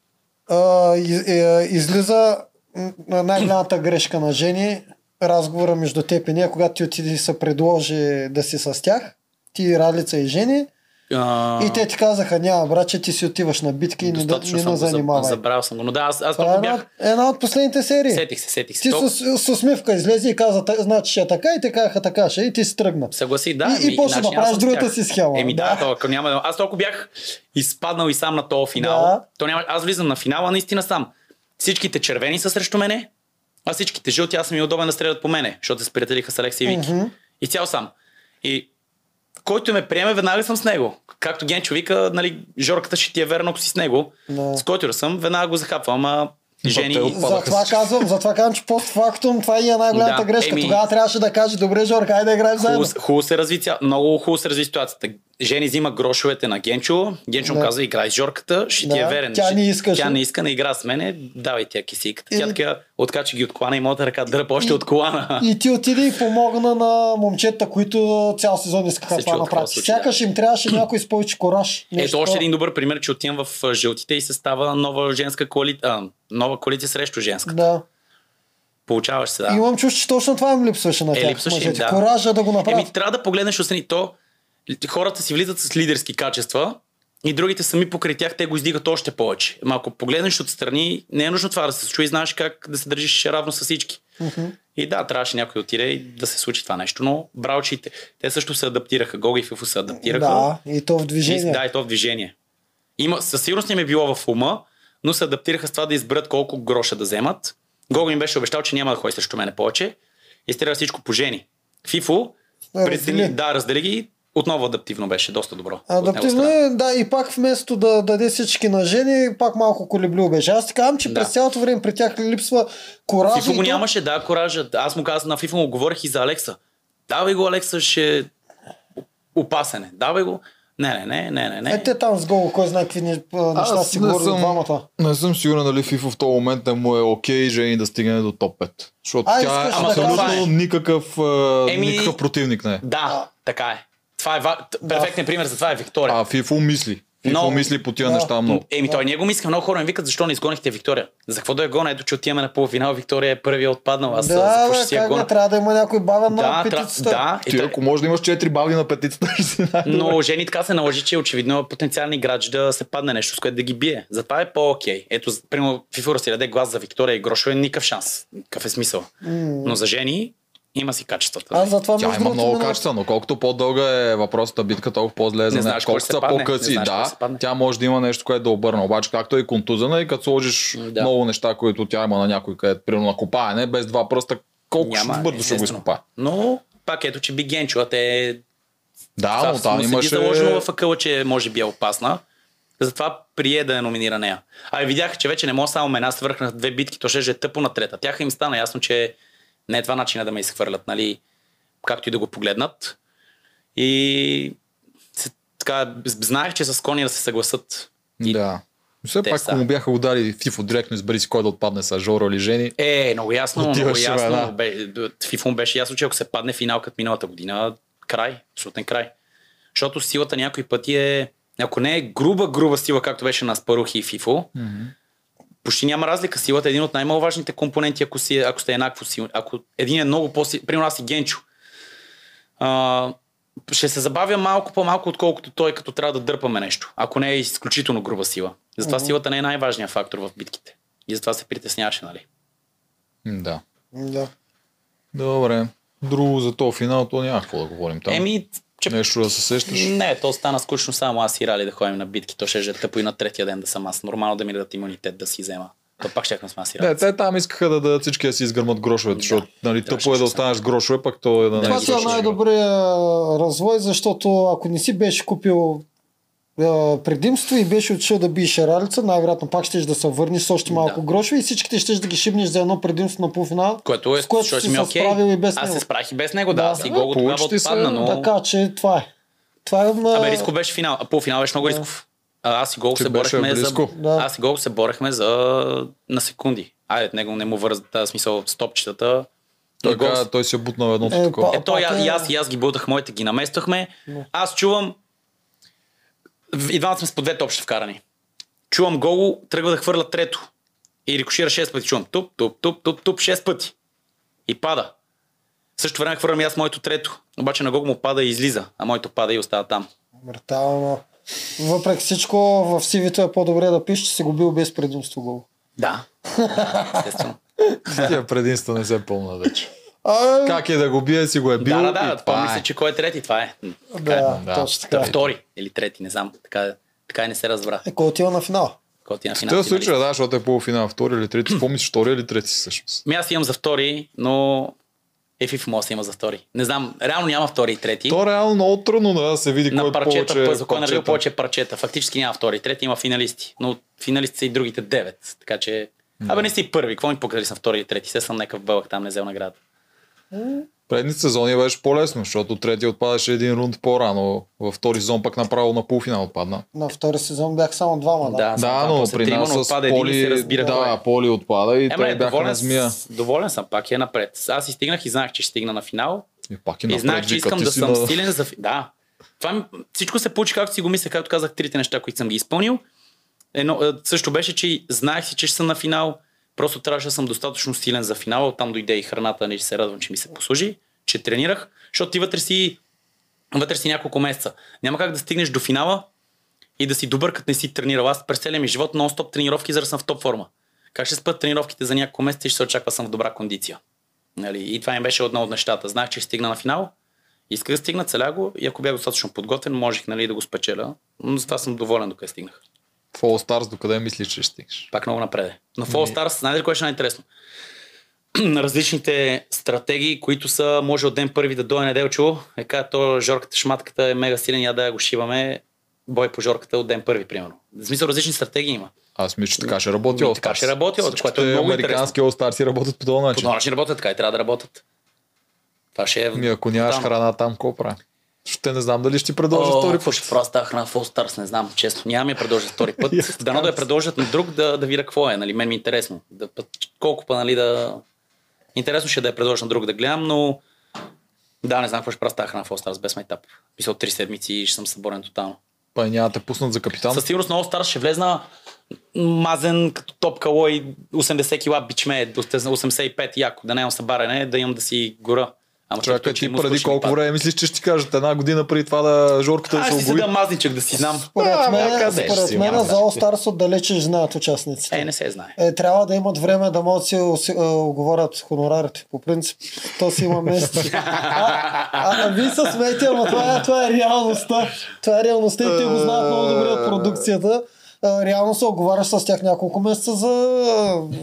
а, из, е, излиза м, най-голямата грешка на Жени, разговора между теб и нея, когато ти отиде и се предложи да си с тях, ти, Ралица и Жени, А, и те ти казаха, няма браче, ти си отиваш на битки и не, да- достатъчно не съм на го заб- занимавай. забрал съм го. Но да, аз, аз Това е първо една, бях. една от последните серии. Сетих се, сетих се. Е, Ти с, Толкова- с усмивка излезе и каза, «Та- значи ще е така и те казаха така ще е», и ти си тръгна. Съгласи, да. И- и ами, почна да иначе няма правиш с другата тях. си схема. Еми да, Да. да. То, няма, аз толкова бях изпаднал и сам на този финал. Да. То няма, аз влизам на финала наистина сам. Всичките червени са срещу мене, а всичките жълти аз съм и удобен да стрелят по мене, защото се сприятелиха с Алекси и Вики. Мгм. И цял сам. И който ме приеме, веднага съм с него. Както Генчо вика, нали, Жорката ще ти е верно, ако си с него. Да. С който да съм, веднага го захапвам. А жени... те отпадаха Затова всички. казвам, затова казвам, че постфактум това и е най-голямата Да, грешка. еми- Тогава трябваше да каже, добре, Жорка, хайде да играем заедно. Хубаво, с- хубаво се разви, ця... много хубаво се разви ситуацията. Жени взима грошовете на Генчо. Генчо му Да. казва, играй с Жорката, ще ти Да. е верен. Тя Ще- не искаше. Тя не иска, не игра с мене, давай тя кисиката. Тя И- така откача ги от колана и моята ръка дръпа още И- от колана. И ти отиде и помогна на момчета, които цял сезон искаха Се това чува да такова правят. случай, да. Сякаш им трябваше някой с повече кораж. Ето още един добър пример, че отивам в а, жълтите и се става нова женска коалиция, а, нова коалиция срещу женска. Да. Получаваш се, да. да. Имам чувство, че точно това им липсваше на Е, тях. липсваше им, мъжете. да. Коража да го направят. Еми, трябва да погледнеш отстрани. То, хората си влизат с лидерски качества и другите сами покрай тях те го издигат още повече. Ма ако погледнеш отстрани, не е нужно това да се случи и знаеш как да се държиш равно с всички. И да, трябваше някой да отиде и да се случи това нещо, но бралчите, те също се адаптираха. Гоги и Фифо се адаптираха. да, и то в И, движение. да, и то в движение. Има, със сигурност не ми е било в ума, но се адаптираха с това да изберат колко гроша да вземат. Гого им беше обещал, че няма да ходи срещу мене повече. И стрела всичко по жени. Фифо, е Раздели. прецени, да, раздели ги. Отново адаптивно беше, доста добро. от него Адаптивно страна. е, да, и пак вместо да даде всички на жени, пак малко колеблю беше. Аз ти казвам, че Да. през цялото време при тях липсва кораж. Фифо и го то- нямаше, да, коража. Аз му казах на Фифо, му говорих и за Алекса. Давай го, Алекса, ще опасен е. Давай го. Не, не, не, не, не. не. Е, те там с Гого, кой знае какви ни- а, неща Аз си не говорили съм- двамата. Не съм сигурен дали FIFA в този момент не му е окей Жени да стигне до топ 5. Защото А, тя е искаш да абсолютно кажеш. никакъв, е, Еми- никакъв противник не е. Да, така е. Това е ва... т- перфектният пример за това е Виктория. А FIFA мисли. FIFA Но- Е, мисли по тия Да. неща много. Еми, той ние го мислиха. Много хора ми викат, защо не изгонихте Виктория. За какво да я гона? Ето, че отиваме на полуфинал. Виктория е първия отпаднал. Аз за Да, какво ще бе, си я как бе, гона? трябва да има някой бавен на Да, тра... петицата. е, да. И Ти той- ако може да имаш 4 бали на петицата, [laughs] ще си най-добре. Но Жени така се наложи, че очевидно е потенциален играч да се падне нещо, с което да ги бие. Затова е по-окей. Ето, с- примерно, Фифура си даде глас за Виктория и Грошове, никакъв шанс. Какъв е смисъл? Но за Жени има си качествата. Аз затова Тя между има много минах- качества, но колкото по-дълга е въпросната битка, толкова по-зле е за Не нея. знаеш кой ще Колкото са падне, не по-къси, знаеш кой да, ще падне. тя може да има нещо, което да обърна. Обаче, както е и контузена, и като сложиш Да. много неща, които тя има на някой, където, примерно на копаене, без два пръста, колко ще бързо ще го естествено. изкопае. Но пак ето, че Бигенчуът е Да, Това но там му седи имаше... заложено в акъла, че може би е опасна. Затова прие да я номинира нея. А и видяха, че вече не мога само мена свърх на две битки, то ще е тъпо на трета. Тяха им стана ясно, че не е това начина да ме изхвърлят, нали? Както и да го погледнат. И се, така, знаех, че са склонни да се съгласат. И... Да. Но Все Те пак, са. ако му бяха ударили Фифо директно, избери си кой да отпадне с Жоро или Жени. Е, много ясно, много Отиваше ясно. вена. Бе, Фифун беше ясно, че ако се падне финал като миналата година, край, абсолютен край. Защото силата някой пъти е, ако не е груба, груба сила, както беше на Спарухи и Фифо, mm-hmm. почти няма разлика. Силата е един от най-маловажните компоненти, ако, си, е, ако сте еднакво силни. Ако един е много по Примерно аз и Генчо. А, ще се забавя малко по-малко, отколкото той, като трябва да дърпаме нещо. Ако не е изключително груба сила. Затова Мгм. силата не е най-важният фактор в битките. И затова се притесняваше, нали? М, Да. Да. Добре. Друго за този финал, то няма какво да говорим там. Еми, че... Нещо да се сещаш. Не, то стана скучно само аз и Рали да ходим на битки. То ще е тъпо и на третия ден да съм аз. Нормално да ми дадат имунитет да си взема. То пак ще сме аз и Рали. Не, те там искаха да дадат всички да си изгърмат грошовете, Да. защото нали, Трябваше тъпо е да честно. останеш с грошове, пък то е да не Това е си е грошове. най-добрият развой, защото ако не си беше купил е, предимство и беше отишъл да биеш ралица, най-вероятно пак ще да се върнеш с още малко Да. грошове и всичките ще да ги шибнеш за едно предимство на полуфинал, Което е, с което защото си ми се окей. справил и без Аз него. се справих и без него, да, Да. аз Да, и гол тогава получи се, отпадна, но... Така че това е. Това е на... Абе, риско беше финал. А полуфинал беше много рисков. А, аз и гол Че се беше борехме за... близко. Да. Аз и гол се борехме за... на секунди. Айде, него не му върза тази смисъл стопчетата. И Той, гол каза, той си е бутнал едното Е, [laughs] такова. па- Е, то и, пак е- и, аз, и аз ги будах, моите ги намествахме. Аз чувам... И двамата сме с по две топчета вкарани. Чувам гол, тръгва да хвърля трето. И рикошира 6 пъти. Чувам туп, туп, туп, туп, туп, 6 пъти. И пада. В същото време хвърлям и аз моето трето. Обаче на гол му пада и излиза, а моето пада и остава там. Мъртално. Въпреки всичко, в CV-то е по-добре да пишеш, че си го бил без предимство гол. Да. Естествено. Тия предимства не се е пълна вече. А, Как е да го бие, си го е [laughs] бил. да, да, и да. това Помни е. се, че кой е трети, това е. М, така е. да, да. точно Та, така. Втори или трети, не знам. Така, така и не се разбра. Е, кой отива на финал? Кой ти е на В финал? този финалист. случай, да, защото е полуфинал, втори или трети. Помни си, втори или трети всъщност. Ми Ами аз имам за втори, но FIF може да има за втори. Не знам, реално няма втори и трети. То реално много трудно да се види кой на е парчета, повече. за кой е нарил повече парчета. Фактически няма втори и трети, има финалисти. Но финалисти са и другите девет. Така че... Абе не си първи, какво ми покажи съм втори и трети? Се съм някакъв бълък, там не взел награда. Предни сезони беше по-лесно, защото трети отпадаше един рунд по-рано. Във втори сезон пък направо на полуфинал отпадна. На втори сезон бях само двама. Да. Да, Да, съм но после при трима, нас но с отпада един и се Поли, разбира кой е. да, Поли отпада и Ема, той не, бяха на доволен, змия. с- доволен съм пак, е напред. Аз и стигнах и знаех, че ще стигна на финал. И пак и И напред, знаех, че вика, искам ти да си съм на- силен за... фи- Да. Това ми... Всичко се получи както си го мисля, както казах, трите неща, които съм ги изпълнил. Едно, е, също беше, че знаех си, че ще съм на финал. Просто трябваше да съм достатъчно силен за финала. Оттам дойде и храната, не се радвам, че ми се послужи, че тренирах, защото ти вътре си, вътре си няколко месеца. Няма как да стигнеш до финала и да си добър, като не си тренирал. Аз през целия ми живот нон-стоп тренировки, за да съм в топ форма. Как ще спът тренировките за няколко месеца и ще се очаква да съм в добра кондиция. Нали? И това ми беше едно от нещата. Знаех, че ще стигна на финал. Исках да стигна, целя го и ако бях достатъчно подготвен, можех нали, да го спечеля. Но затова съм доволен докъде стигнах. В All Stars докъде мислиш, че ще стигнеш? Пак много напред. Но в All Stars, знаете ли кое ще е най-интересно? [clears throat] На различните стратегии, които са, може от ден първи да дойде неделчо, е ка, то жорката, шматката е мега силен, я да я го шиваме, бой по жорката от ден първи, примерно. В смисъл различни стратегии има. Аз мисля, че така ще работи Ми, All така Stars. ще работи, което е Всичките много американски All Stars си работят по този По начин. този начин работят така и трябва да работят. Това ще е... Ми, ако нямаш Там. храна там, какво прави? Ще не знам дали ще ти предложа втори Ще път. просто тази храна в All Stars, не знам, честно. Няма ми я предложат втори [laughs] път. И аз така Дано да я предложат на друг да, да видя какво е, нали, мен ми е интересно. Да, път- колко па, нали, да... Интересно ще е да я предложа на друг да гледам, но... Да, не знам какво ще правя с тази храна в All Stars без майтап. Мисля, от три седмици и ще съм съборен тотално. Па и няма те пуснат за капитан. Със сигурност на All Stars ще влезна мазен като топ калой 80 кила бичме, до 85 яко, да нямам събарене, да имам да си гора. Ама Чакай, ти преди колко време мислиш, че ще ти кажат една година преди това да Жорката да Аз се ще си обои? дам мазничък да си знам. Според мен, е някъде ще си според мен има, за All Stars отдалече знаят участниците. Е, не се знае. Е, трябва да имат време да могат да си оси- е, оговорят хонорарите. По принцип, то си има место. А, а, а вие се смеете, ама това, е- това е реалността. Това е реалността и те го знаят много добре от продукцията. А, Реално се оговаряш с тях няколко месеца за,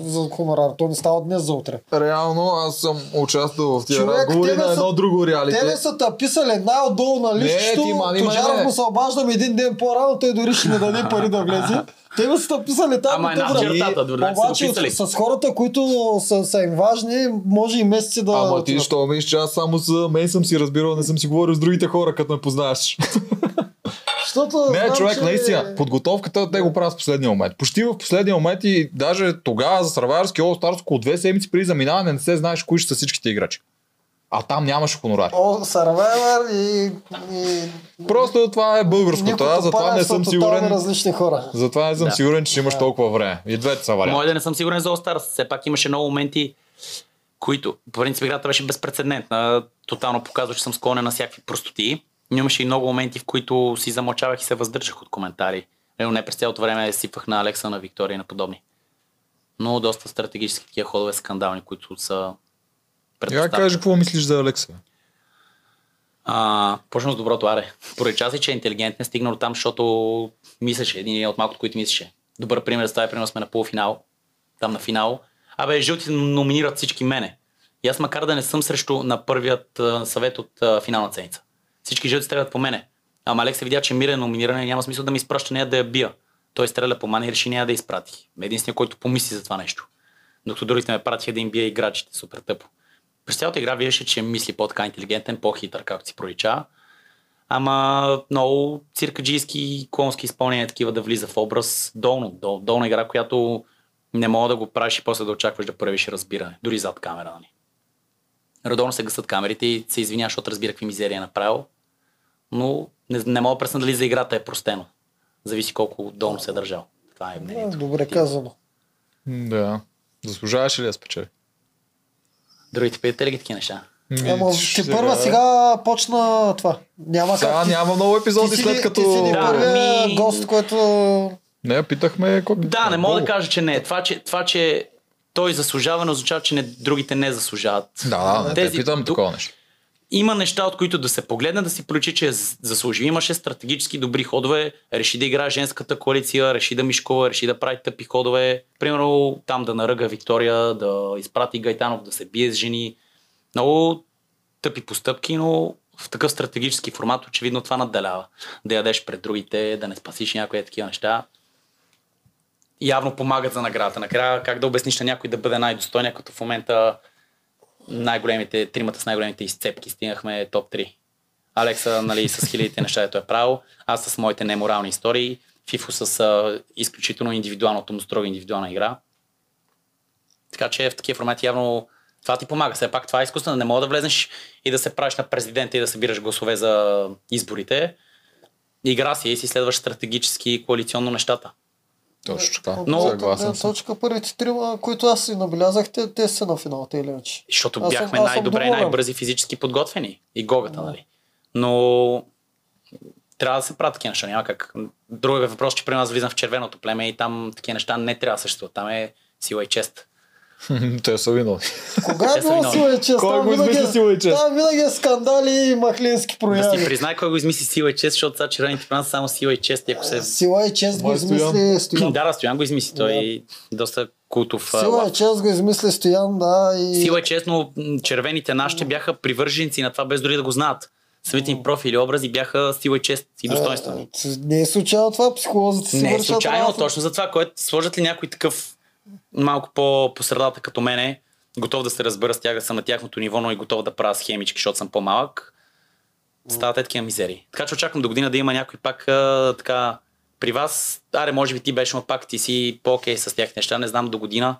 за хонорар. То не става от днес за утре. Реално аз съм участвал в тия Човек, разговори тебе на са- едно друго реалите. Те ли са написали най-отдолу на Не, листчето, ти мани, Тожаров мани, му се обаждам един ден по-рано, той дори ще не даде пари да влезе. Те ли са написали там? и Ама една добре. чертата, добре, да са Обаче го писали. с, с хората, които са, са им важни, може и месеци да... Ама ти що мислиш, че аз само с мен съм си разбирал, не съм си говорил с другите хора, като ме познаваш. Защото Не, знам, човек, че- наистина, подготовката те го правят в последния момент. Почти в последния момент и даже тогава за Сървайърски All Stars около две седмици преди заминаване не се знаеш кои ще са всичките играчи. А там нямаше хонорар. О, Survivor и... и... Просто това е българското. Никото Аз затова пара не са съм тотално сигурен. различни хора. Затова не съм Да. сигурен, че ще имаш толкова време. И двете са валя. Може да не съм сигурен за All Stars. Все пак имаше много моменти, които, по принцип, играта беше безпредседентна. Тотално показва, че съм склонен на всякакви простоти. Но имаше и много моменти, в които си замълчавах и се въздържах от коментари. Реално не през цялото време сипвах на Алекса, на Виктория и на подобни. Но доста стратегически такива ходове скандални, които са Я предпоставки. кажи какво мислиш за Алекса. А, почвам с доброто, аре. Пролича се, че е интелигентен, стигна до там, защото мислеше, един от малкото, които мислеше. Добър пример за това е, примерно сме на полуфинал, там на финал. Абе, жълтите номинират всички мене. И аз макар да не съм срещу на първият а, съвет от а, финална ценица. Всички жълти стрелят по мене. Ама Алекса видя, че Мира е номинирана и няма смисъл да ми изпраща нея да я бия. Той стреля по мен и реши нея да я изпрати. Единственият, който помисли за това нещо. Докато другите ме пратиха да им бия играчите. Супер тъпо. През цялата игра виждаше, че мисли по-така интелигентен, по-хитър, както си пролича. Ама много циркаджийски, клонски изпълнения такива да влиза в образ. Долно, дол, долна игра, която не мога да го правиш и после да очакваш да проявиш разбиране. Дори зад камера, нали? Редовно се гъсат камерите и се извиняваш, защото разбира какви мизерия е направил. Но не, не мога да пресна дали за играта е простено. Зависи колко долно се е държал. Това е Да, Ами, мнението. Добре казано. Да. Заслужаваше ли да спечели? Другите питате ли ги такива неща? Ама Ще- ти първа сега почна това. Няма Сега как ти- няма много ти епизоди си след ли- Ти си като... ли Да, първия ми- гост, който Не, питахме... кой- Да, не мога да Бобо. кажа, че не. е. Това, че, това, че той заслужава, не означава, че не, другите не заслужават. Да, да, не те Тези- питам тук такова нещо. Има неща, от които да се погледне, да си проличи, че е з- заслужи. Имаше стратегически добри ходове, реши да играе женската коалиция, реши да мишкува, реши да прави тъпи ходове. Примерно там да наръга Виктория, да изпрати Гайтанов да се бие с жени. Много тъпи постъпки, но в такъв стратегически формат очевидно това надделява. Да ядеш пред другите, да не спасиш някои такива неща явно помагат за наградата. Накрая как да обясниш на някой да бъде най-достойния, като в момента най-големите, тримата с най-големите изцепки стигнахме топ 3. Алекса, нали, с хилядите неща, дето е правил, аз с моите неморални истории, Фифо с а, изключително индивидуалното му строго индивидуална игра. Така че в такива формати явно това ти помага. Все пак това е изкуствено. Не мога да влезеш и да се правиш на президента и да събираш гласове за изборите. Игра си е и си следваш стратегически и коалиционно нещата. Точно така. Но, от Съгласен гледна съм. точка първите трима, които аз си набелязах, те, те са на финал, те или иначе. Защото Аз съм- бяхме аз съм най-добре и доволен. най-бързи физически подготвени. И гогата, нали? Но трябва да се правят такива неща. Няма как. Другия въпрос, че при нас влизам в червеното племе и там такива неща не трябва да съществуват. Там е сила и чест. [laughs] Те са виновни. Кога е Те са било виновни. сила и чест? Кой Там го винаги, измисли сила и чест? там винаги е скандали и махлински Да си прояви. признай кой го измисли сила и чест, защото сега червените при нас са само сила и чест. И ако се... Сила и чест го Мой измисли Стоян. да, да, Стоян го измисли. Той е доста култов. а, Сила лав. и чест го измисли Стоян, да. И... Сила е честно, м, червените нашите бяха привърженици на това, без дори да го знаят. Самите им профили и образи бяха сила и чест и достоинство. А, Не е случайно това, психолозите си Не е вършат случайно, работа. точно за това, което сложат ли някой такъв малко по-по средата като мене, готов да се разбера с тях, да съм на тяхното ниво, но и готов да правя схемички, защото съм по-малък. Стават е такива мизери. Така че очаквам до година да има някой пак а, така при вас. Аре, може би ти беше, но пак ти си по-окей с тях неща. Не знам до година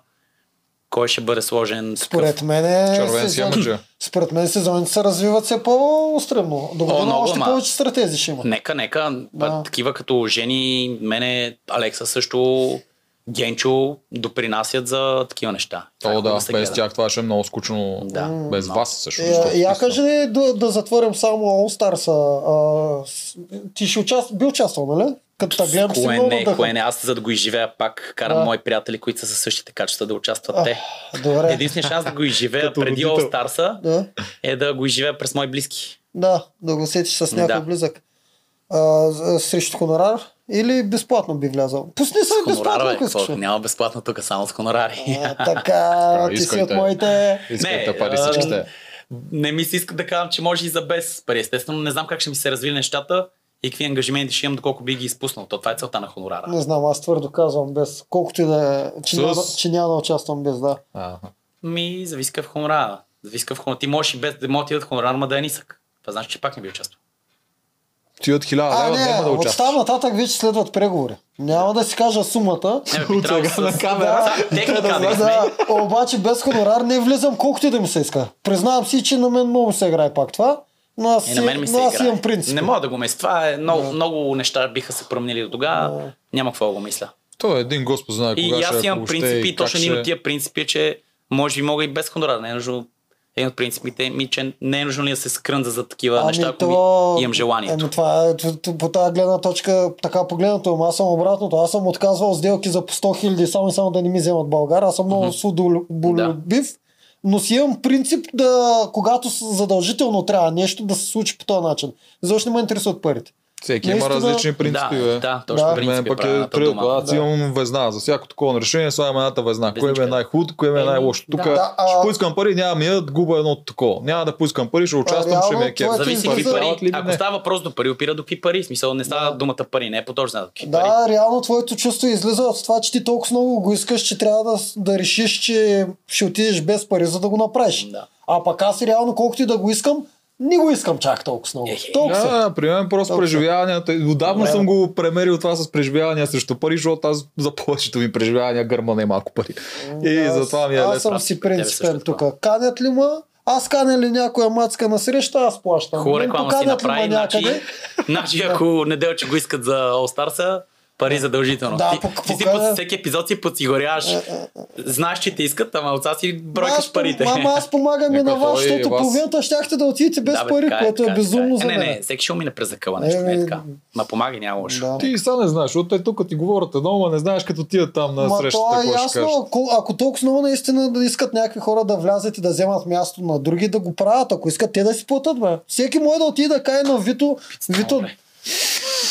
кой ще бъде сложен. такъв. Според мен, е Червен си сезон- ямаджа. според мен сезоните се развиват все по-устремно. До година много, още ма. повече стратези ще има. Нека, нека. Да. Да. Такива като Жени, мене, Алекса също, Генчо допринасят за такива неща. Това е О, да, хубаво се без гледа. тях това ще е много скучно. Да. Без Много. вас също. Я, я защото- кажи ли да, да затворим само All Stars. А, с- ти ще участ... би участвал, нали? Като те гледам си Кое много не, вдъхна. кое не. Аз за да го изживея пак карам Да. мои приятели, които са със същите качества да участват А, те. Добре. Единственият шанс да го изживея Като преди родител. All Stars Да, е да го изживея през мои близки. да, да го сетиш с някой Да. близък. А, за- срещу хонорар или безплатно би влязал? Пусни се безплатно, Хонорара, ако бе, искаш. какво? няма безплатно тук, само с хонорари. А, така, ти си от искайте. моите... Искайте Не, пари а, всичките. Не ми се иска да кажам, че може и за без пари. Естествено, не знам как ще ми се развили нещата и какви ангажименти ще имам, доколко би ги изпуснал. То това е целта на хонорара. Не знам, аз твърдо казвам без. Колкото и да е, че, С- няма, да- че няма да участвам без, да. Аха. Ми, зависи какъв хонорара. Зависи какъв хонорар. Ти можеш и без да мога ти дадат хонорар, ма да е нисък. Това значи, че пак не би участвал. Ти от хиляда А, лева няма не, да от участваш. там нататък вече следват преговори. Няма да си кажа [laughs] сумата. [laughs] Не, бе, би трябвало с... камера. Са- Техника, не сме. Да, обаче без хонорар не влизам колкото и да ми се иска. Признавам си, че на мен много ми се играе пак това, но аз, И си, Е, на мен ми се но аз играе. имам принцип. Не мога да го мисля. Това е много, много неща биха се променили до тогава. Няма какво да го мисля. Той е един господ знае И, кога ще аз е, имам ако ще принципи, и и как точно един ще е. от тия принципи е, че може би мога и без хонорар. Не е нужно. Един от принципите ми, че не е нужно ли да се скрънза за такива неща, ако ми, имам желанието. Ами това е, т- т- по тази гледна точка, така погледнато, ама аз съм обратното. Аз съм отказвал сделки за по 100 хиляди, само и само да не ми вземат България. Аз съм много судолюбив. Но си имам принцип да, когато с- задължително трябва нещо да се случи по този начин. Защо не ме интересуват парите? Всеки има Наистина- различни принципи, да, бе. да, точно Да. да. При мен принципи е пък е правилната трилко. дума. Аз имам везна. За всяко такова решение слагам едната везна. Кое ми е Везничка. най-худ, кое ми е Еми, най-лошо. да. Тук Да, а- ще поискам пари, няма ми ядат, губа е едно такова. Няма да поискам пари, ще участвам, ще ми реално е кеф. това е Зависи Пари какви пари. дават ли или Ако не? става въпрос до пари, опира до какви пари. В Смисъл, не става думата пари, не е по този начин. до какви пари. Да, реално твоето чувство излиза от това, че ти толкова много го искаш, че трябва да, с- да решиш, че ще отидеш без пари, за да го направиш. Да. А пък аз реално, колкото и да го искам, не го искам чак толкова много. Ехе. Толкова. се. Да, при мен просто Толкова. преживяванията. Отдавна Добре, съм го премерил това с преживявания срещу пари, защото аз за повечето ми преживявания гърма не е малко пари. И Аз- затова ми е Аз лесно. съм прав. си Тебе принципен също тук. Канят ли ма? Аз каня ли някоя мацка на среща, аз плащам. Хубава Мен реклама си поканят ли ма направи. Значи, някъде? значи ако неделче го искат за All Stars, пари задължително. Да, ти, пок- Е, ти си покажа- под всеки епизод си подсигуряваш. Знаеш, че те искат, ама отца си Аз бройкаш пом- парите. Ама аз помагам и на Някой вас, кой е защото вас? половината щяхте да отидете без [laughs] Да, бе, пари, така което е така безумно за Не, не, не, мен. всеки ще умине през закъла нещо, не Е, е така. Ма помага, няма лошо. Да. Ти са не знаеш, защото те тук ти говорят едно, ама не знаеш като тия там на Ма срещата. то е какво ще кажеш. ясно, ако, ако толкова много наистина да искат някакви хора да влязат и да вземат място на други, да го правят, ако искат те да си платят, бе. Всеки може да отиде да кае на Вито. Вито, добре.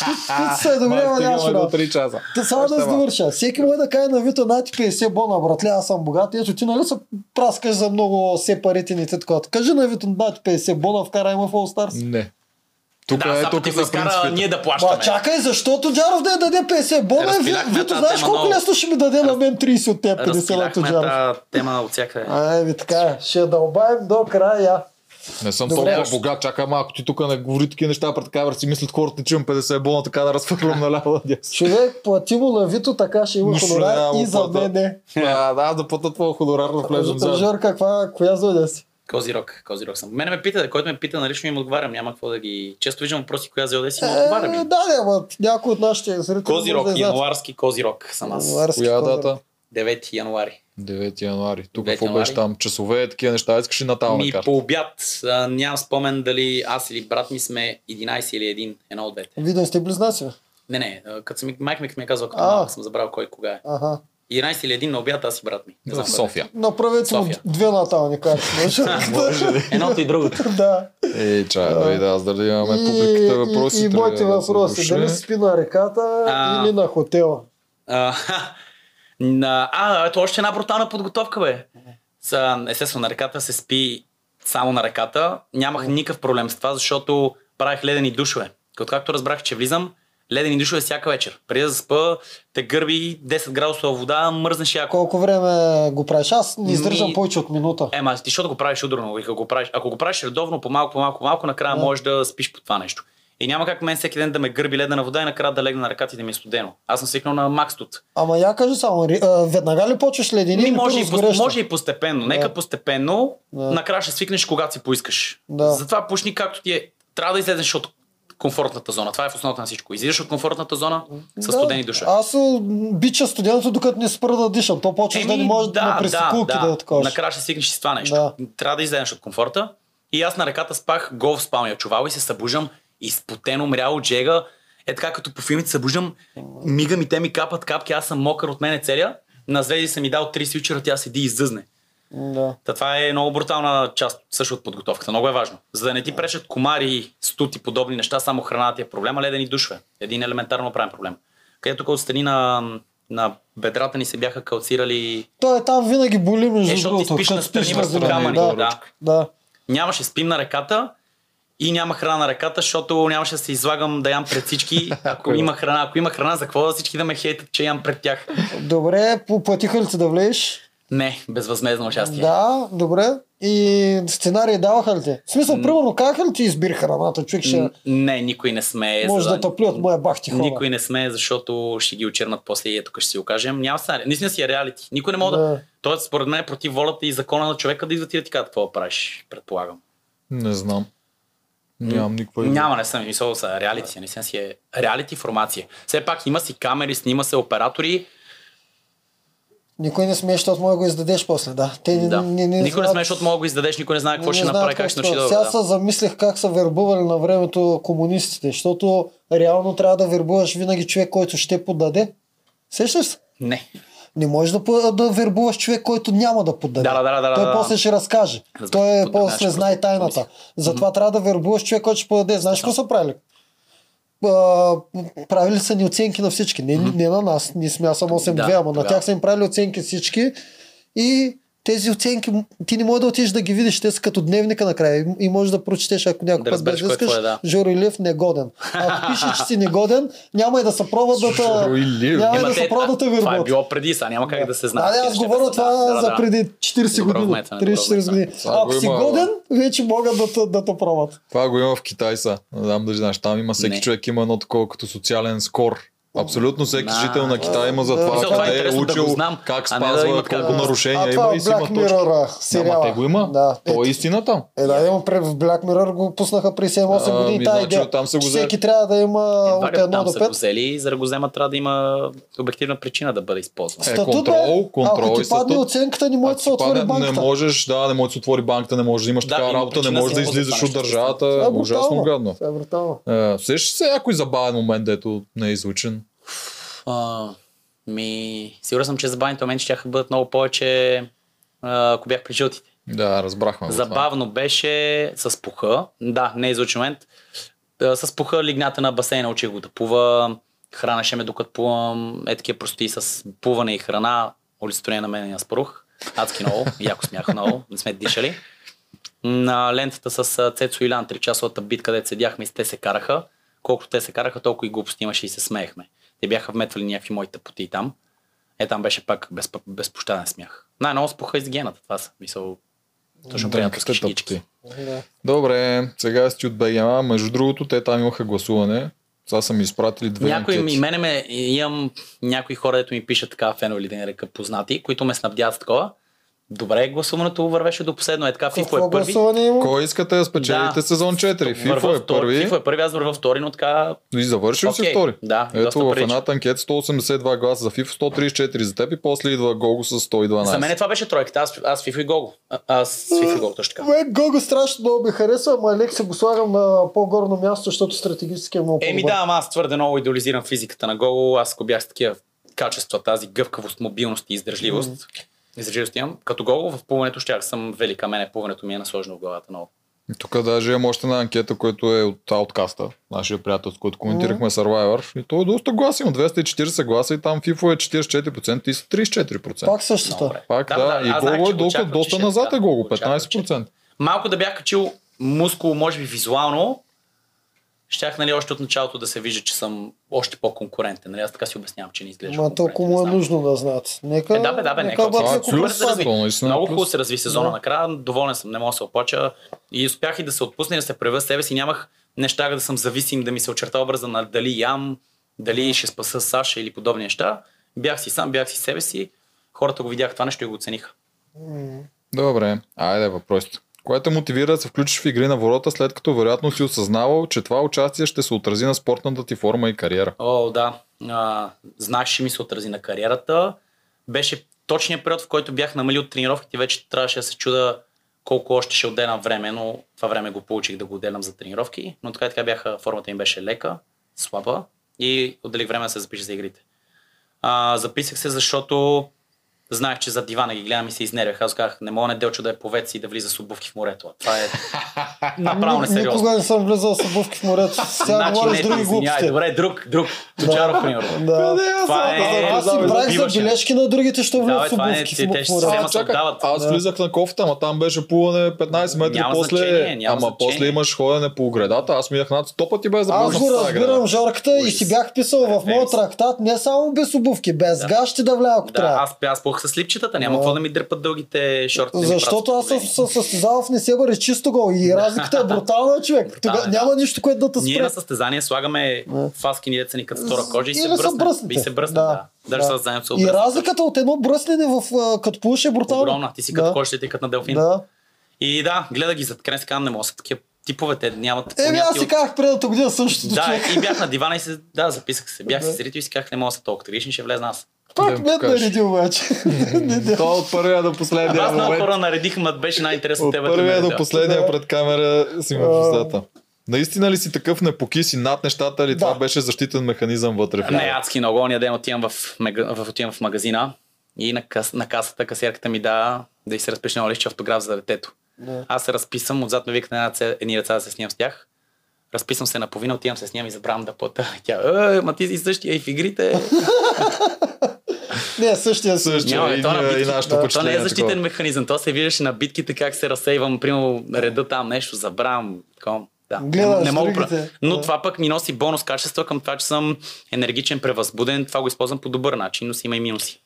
Вито се е добре, ама Май, нямаш стигаме до работа. 3 часа. Та само да Ама. завърша. Всеки може да кае на Вито над 50 бона, братле, аз съм богат. Ето ти нали се праскаш за много се парите ни те такова. Кажи на Вито над 50 бона, вкарай ме в All Stars. Не. Тук Да, е само ти тук го за изкара ние принципите. да Ба, плащаме. чакай, защото Джаров да я даде 50 Е, бона, Ви- Разпиляхме Вито, тази знаеш тема колко много. лесно ще ми даде на мен 30 от теб 50 на Разпиляхме Джаров. тази тема от всякъде. А, Еми така, ще я дълбаем до края. Не съм Добре. толкова богат, чакай малко ти тук не говори такива неща пред камера, си мислят хората, че имам 50 бона, така да разхвърлям наляво [laughs] надясно. Човек, плати му лавито, така ще има Нищо хонорар няма и за оплата. мене. А, да, да плата твоя хонорар да влезем за. Жор, каква, коя зодия си? Козирог, Козирог съм. Мене ме пита, който ме пита, налично им отговарям. Няма какво да ги... Често виждам въпроси, коя зелда си, но отговарям Е, им. да, да, ма, някой от нашите зрители. Козирог, може да е знаят. януарски Козирог съм аз. Януарски Коя козирог. дата? 9 януари. 9 януари. Тук 9 какво януари. беше там? Часове, такива неща. Искаш ли Ми натална карта? по обяд, а, нямам спомен дали аз или брат ми сме 11 или 1, едно от двете. Видно сте близнаци. бе? Не, не, а, като съм, майка ми като ми е казала, като А. малък съм забрал кой кога е. Аха. 11 или 1 на обяд, аз и брат ми. Не В знам кой е. София. Направете му София. две натални карти. може ли? Едното и другото. [laughs] да. Ей, Е, чай, дойде, аз да имаме И, публиката въпроси. и, и моите трябва да се въпроси. души. Дали спи на реката А. или на хотела? А, ха, на- а, ето още една брутална подготовка, бе. Са, естествено, на реката се спи само на реката. Нямах никакъв проблем с това, защото правих ледени душове. Откакто разбрах, че влизам, Ледени душове всяка вечер. Преди да заспа, те гърби 10 градуса вода, мръзнеш яко. Колко време го правиш? Аз не издържам Ми- повече от минута. Ема, ти защото го правиш ударно. И ако го правиш, ако го правиш редовно, по малко, по малко, по малко, накрая Да. можеш да спиш по това нещо. И няма как мен всеки ден да ме гърби ледена вода и накрая да легна на ръката и да ми е студено. Аз съм свикнал на макс тут. Ама я кажи само, ри- а, веднага ли почваш ледени? Ми, или Ами може, първо и с пос, гореща? може и постепенно. Нека Да. постепенно. Да. Накрая ще свикнеш, когато си поискаш. Да. Затова пушни както ти е. Трябва да излезеш от комфортната зона. Това е в основата на всичко. Излизаш от комфортната зона с Да. студени душа. Аз а, бича студеното, докато не спра да дишам. То Ами, почваш да не може да, на пресекулки да, да, такова. Накрая ще свикнеш и с това нещо. Да. Трябва да излезеш от комфорта. И аз на ръката спах гол в спалния чувал и се събуждам изпотено, мрял от джега. Е така като по филмите събуждам, мига ми те ми капат капки, аз съм мокър от мене целия. На звезди съм ми дал 30 вечера, тя седи и издъзне. Да. Та това е много брутална част също от подготовката. Много е важно. За да не ти пречат комари, студ и подобни неща, само храната ти е проблема, ледени душове. Един елементарно правен проблем. Където тук от страни на, на бедрата ни се бяха калцирали. Той е там винаги боли Е, между защото ти другото. спиш на нали, като страни спиш на върху земята. камъни. Да, Да. да. Нямаше спим на ръката и няма храна на ръката, защото нямаше да се излагам да ям пред [laughs] всички. Ако има храна, ако има храна, за какво да всички да ме хейтат, че ям пред тях? Добре, платиха ли ти да влезеш? Не, безвъзмезно участие. Да, добре. И сценарии даваха ли ти? В смисъл, примерно, казаха ли ти избир храната? Човек ще Н- Не, никой не смее. може е, за- да тъпли от моя бахти хора. Никой не смее, защото ще ги очернат после и е, тук ще си го кажем. Няма сценарий. Наистина си е реалити. Никой не може да. Да. да... Тоест, според мен е против волята и закона на човека да идват и да ти казват какво да правиш, предполагам. Не знам. Нямам никаква идея. Няма, не съм мисъл за реалити. си. Наистина си е реалити формация. Все пак има си камери, снима се оператори. Никой не смее, защото може да го издадеш после, да. Те не, Да. не, не никой не знаят- смее, защото мога да го издадеш, никой не знае какво не ще знаят направи, какво как ще става. научи да. Сега да. се замислих как са вербували на времето комунистите, защото реално трябва да вербуваш винаги човек, който ще подаде. Сещаш се? Не. Не можеш да, по- да вербуваш човек, който няма да поддаде. Да, да, да, да, Той да, да. после ще разкаже. Разбира се, Той е поддаде после нашия знае продукт. тайната. Затова трябва да вербуваш човек, който ще подаде. Знаеш какво са правили? А, правили са ни оценки на всички. Не, не на нас, ние сме аз съм 8-2, Да, ама на тогава. тях са им правили оценки всички. И тези оценки, ти не можеш да отидеш да ги видиш, те са като дневника накрая и- и можеш да прочетеш, ако някой път Да без разбереш да кой искаш, какво е, да. Жоро Илиев негоден. Ако пишеш, че си негоден, няма и да се пробват да те... Жоро Илиев. Няма и Ема да се те- пробват да те това е вербуват. било преди, сега няма как да се знае. Да, да, Тия аз неща говоря са- това да, да, за да. преди 40 Добро години. вмета, добро 30-40 вмета. години. Това Ако го си има, годен, вече могат да, те- да те пробват. Това го има в Китай са. Не знам дали знаеш. Там има всеки Не. човек има едно такова като социален скор. Абсолютно всеки Да. жител на Китай има за Да. това Мисля, това е къде е интересно да го учил, знам, как а не да спазва, има колко такава- нарушения а това има е и си има Black Mirror точно. Ама сериала. те го има. Да, То е ето. истината. Е, да, има пред в Black Mirror го пуснаха при 7-8 А, години. ми, Та значи идея. оттам са го че взели. Всеки трябва да има Едва от като 1 Е, там до са го 5. взели и за да го вземат трябва да има обективна причина да бъде използвана. Е, Статут, контрол, бе. контрол Ако и ти падне статут. оценката, не може да Ако се ти отвори падне, Значи, Не банката. можеш, да, не можеш да се отвори банката, не можеш да имаш Да, такава има работа, не причина можеш да за това излизаш нещо. от държавата. Това е Ужасно брутално. гадно. Това е брутално. Е, Сещаш се някой забавен момент, дето не е изучен. А, ми, сигурен съм, че забавните моменти ще бъдат много повече, а, ако бях при жълтите. Да, разбрахме. го това. Забавно беше с пуха. Да, не е излучен момент. А, С пуха лигната на басейна учих го да плува. Хранаше ме докато плувам. Е такива простои с плуване и храна. Олицетворение на мен и на спорух. Адски много. Яко смях много. Не сме дишали. На лентата с а, Цецо Илян, 3 часовата битка, където седяхме и те се караха. Колкото те се караха, толкова и глупости имаше и се смеехме. Те бяха вметвали някакви мои тъпоти там. Е, там беше пак без, безпощаден смях. Най-много спуха из гената. Това са мисъл. Точно приятелски Дрънката шегички. тъпоти. Добре, сега е си от БГМ. Между другото, те там имаха гласуване. Сега са ми изпратили две Някои анкети. ми, мене ме, имам някои хора, дето ми пишат така фенове, да не река познати, които ме снабдяват с такова. Добре, гласуването вървеше до последно. Е така, Фифо Какво е първи. гласуване има? Кой искате да спечелите Да. сезон 4? Върва FIFA е втори, първи Фифо е първи, аз вървя втори, но така и завършил си Окей, втори. да, и доста Ето в прилича. едната анкета 182 гласа за FIFA, 134 за теб и после идва Гого с 112. За мен е- това беше тройката. Аз, аз Фифо и Гого. А- Аз с Фифо и Гого, точно така. Мен Е, Гого страшно много ми харесва, ама Алекса го слагам на по-горно място, защото стратегически е много Еми по-добър. да, ама аз твърде много идеализирам физиката на Гого. Аз ако бях с такива качества, тази гъвкавост, мобилност и издържливост, издържливост имам, като Гого в плуването щях да съм велика. Мене плуването ми е насложено в главата много. Тук даже имам още една анкета, която е от Ауткаста, нашия приятел, с който коментирахме Survivor. И той е доста глас, има 240 гласа и там FIFA е 44% и 34%. Пак Много същата. добре. Пак да, и аз знаех, Гого че е го доста, очаквах, че доста ще е назад така. е Гого, Очаквах, че- 15%. Малко да бях качил мускул, може би визуално, щях нали, още от началото да се вижда, че съм още по-конкурентен. Нали, аз така си обяснявам, че не изглеждам. Ма толкова му е нужно да знаят. Нека, Е, да, бе, да, бе, нека. бат Това е леко абсолютно плюс, преспадне. Абсолютно, наистина е Много плюс. хубаво се разви сезона Да. накрая. Доволен съм, не мога да се оплача. И успях и да се отпусна и да се проявя себе си. Нямах неща да съм зависим, да ми се очерта образа на дали ям, дали ще спаса Саша или подобни неща. Бях си сам, бях си себе си. Хората го видяха това нещо и го оцениха. М. Добре, айде въпросите. Кое те мотивира да се включиш в игри на ворота, след като вероятно си осъзнавал, че това участие ще се отрази на спортната ти форма и кариера? О, да. А, знаеш, че ми се отрази на кариерата. Беше точният период, в който бях намалил тренировките. и Вече трябваше да се чуда колко още ще отделям време, но това време го получих да го отделям за тренировки. Но така и така бяха, формата им беше лека, слаба и отделих време да се запиша за игрите. А, записах се, защото знаех, че за дивана ги гледам и се изнервях. Аз казах, не мога неделчо да е повец и да влиза с обувки в морето. Това е [laughs] направо Ни- несериозно. Никога не съм влизал с обувки в морето. Сега говоря с Значи, не, е други извинявай, глупости. Добре, друг, друг. Тучаров, примерно. Да. Това е... Аз си брах за Биваше. бележки на другите, що Давай, влизат с това е, обувки те- в те ще морето. се- А, Ама се чакай, отдават. аз Да. влизах на кофта, ама там беше плуване 15 метри Няма после. значение, няма ама значение. после имаш ходене по оградата, аз минах над 100 пъти без да Аз влизам го в тази разбирам, града. Жорката, и Ужас. си бях писал в моят Референс. трактат не само без обувки, без Да. гащи да вля, ако Да, трябва. аз, аз плувах с липчетата, няма Да. какво да ми дърпат дългите шорти. да ми Защото правят аз съм проблеми. се състезавал в Несебър и чисто гол и разликата е брутална, човек. Брутална, е, Тога да. няма нищо, което да те нали? Ние на спре. състезание слагаме Да. фаски ни деца ни като втора З- кожа и се или се бръснат. бръснете. И се бръснат, Да. да. Даже Да. състезанието се И обръснат. разликата от едно бръслене в, а, като плуваш е брутална. Огромна, ти си като Да. кожите ти като на делфин. Да. И да, гледа ги зад край, си казвам, не мога да са такива типове, те нямат Еми Е, аз понятие си от- казах предната година същото Да, е, човек. и бях на дивана и се, да, записах се. Бях Да. си зрител и си казах, не мога да са толкова трагични, ще влезна аз. [laughs] Да Пак им мен покажеш. нареди обаче. [laughs] Не, не. То от първия до Е, последния Аз много момент. хора наредих, ма беше най-интересно От тебе. първия до последния Да. пред камера си ме А. в устата. Наистина ли си такъв непоки си над нещата или това Да. беше защитен механизъм вътре? в Не, него? адски много. Ония ден отивам в, мега- в, отивам в магазина и на, кас, на касата касиерката ми да да й се разпише на лище автограф за детето. Да. Аз се разписвам, отзад ме викат на една це- едни деца да се снимам с тях. Разписвам се наполовина, отивам се с и забравям да плата. [laughs] И Тя, е, ма ти си същия и в игрите. Не, същия си. Същия Няма, и, то на ние- и битки- нашето Да. Това не впечатление. е е защитен такова. механизъм. Това се виждаше на битките как се разсейвам, примерно реда там нещо, забравям. Такова. Да. Гледаш не, не мога другите. да. Но Да. това пък ми носи бонус качество към това, че съм енергичен, превъзбуден. Това го използвам по добър начин, но си има и минуси.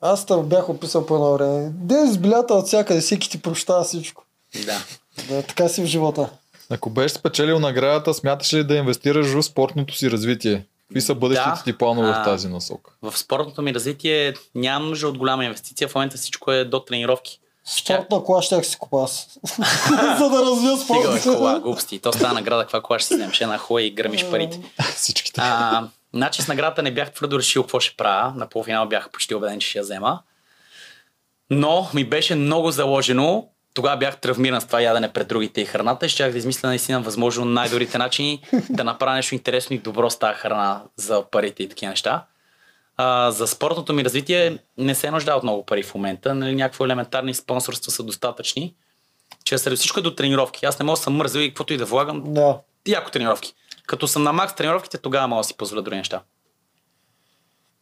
Аз там бях описал по едно време. Ден с билята от всякъде, всеки ти прощава всичко. Да. Да, така си в живота. Ако беше спечелил наградата, смяташ ли да инвестираш в спортното си развитие? Какви са бъдещите Да. ти планове в А. тази насока? [laughs] В спортното ми развитие нямам нужда от голяма инвестиция. В момента всичко е до тренировки. Спортна кола ще си купа аз. [laughs] За да развия Стига е кола, спорта. глупости. То стана награда, каква кола ще си вземеш. Една хуя и гърмиш парите. Всичките. А, значи с наградата не бях твърдо решил какво ще правя. На полуфинал бях почти убеден, че ще я взема. Но ми беше много заложено. Тогава бях травмиран с това ядене пред другите и храната. И щях да измисля наистина възможно най-добрите начини да направя нещо интересно и добро с тази храна за парите и такива неща. А, за спортното ми развитие не се нужда от много пари в момента. Нали, някакво елементарни спонсорства са достатъчни. Че сред всичко е до тренировки. Аз не мога да съм мързел и каквото и да влагам, Да. яко тренировки. Като съм на макс тренировките, тогава мога да си позволя други неща.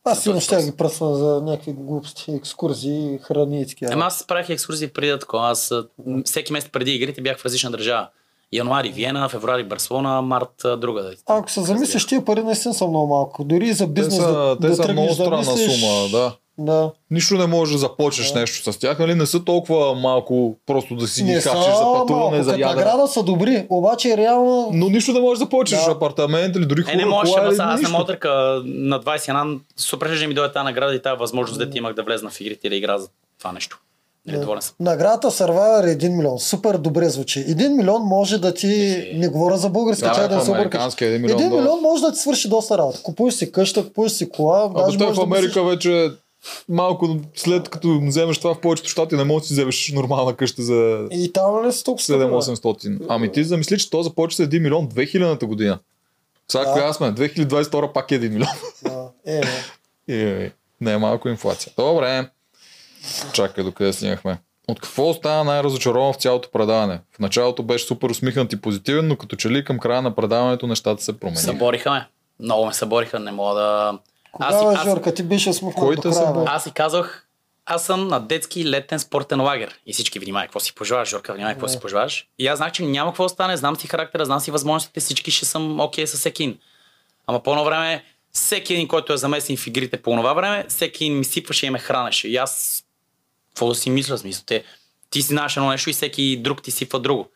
Аз сигурно ще въпрос. ги пръсна за някакви глупости, екскурзии, храни и такива. Ема аз правих екскурзии преди да такова. Аз а, м, всеки месец преди игрите бях в различна държава. Януари Виена, февруари Барселона, март а, друга. Да. Ако се замислиш, тия пари наистина са много малко. Дори и за Те бизнес са, да, те да са много тръгнеш да странна мислиш. сума, да. Да. Нищо не можеш да започнеш Да. нещо с тях, нали? Не са толкова малко просто да си ги Не са харчиш за пътуване, малко, за като ядене. награда са добри, обаче реално... Но нищо не можеш да почнеш Да. апартамент или дори Е, не хубава можеш, кола ама или сега аз не нищо. мога да търка на 21. Супер, ще ми дойде тази награда и тази възможност, дете имах да влезна в игрите или игра за това нещо. Нали, Да. доволен съм. Наградата Survivor е 1 милион. Супер добре звучи. 1 милион може да ти... Не говоря за български, Да, чай да, бе, не се объркаш. американския 1 Един милион долара. милион може да ти свърши доста работа. Купуваш си къща, купуваш си кола. Абе, даже той е може в да Америка вече малко след като вземеш това в повечето щати не можеш да си вземеш нормална къща за мислиш- И там не са толкова скъпо, бе. 7-800. Ами ти замисли, че то започва с 1 милион 2000-та година. Сега Да. коя сме? 2022 пак е 1 милион. [laughs] Да, Е, бе. Е, не е малко инфлация. Добре. Чакай докъде стигнахме. От какво остана най-разочарован в цялото предаване? В началото беше супер усмихнат и позитивен, но като че ли към края на предаването нещата се промениха. Събориха ме. Много ме събориха, не мога да... Тогава, Жорка, ти беше смукнат Кой до те края. събори? бе. Аз си казах, аз съм на детски летен спортен лагер. И всички внимавай какво си пожелаваш, Жорка, внимавай какво си пожелаваш. И аз знах, че няма какво да стане, знам си характера, знам си възможностите, всички ще съм окей okay с всеки ин. Ама по едно време, всеки един, който е замесен в игрите по това време, всеки един ми сипваше и ме хранеше. И аз, какво да си мисля, смисъл, те, ти си знаеш едно нещо и всеки друг ти сипва друго.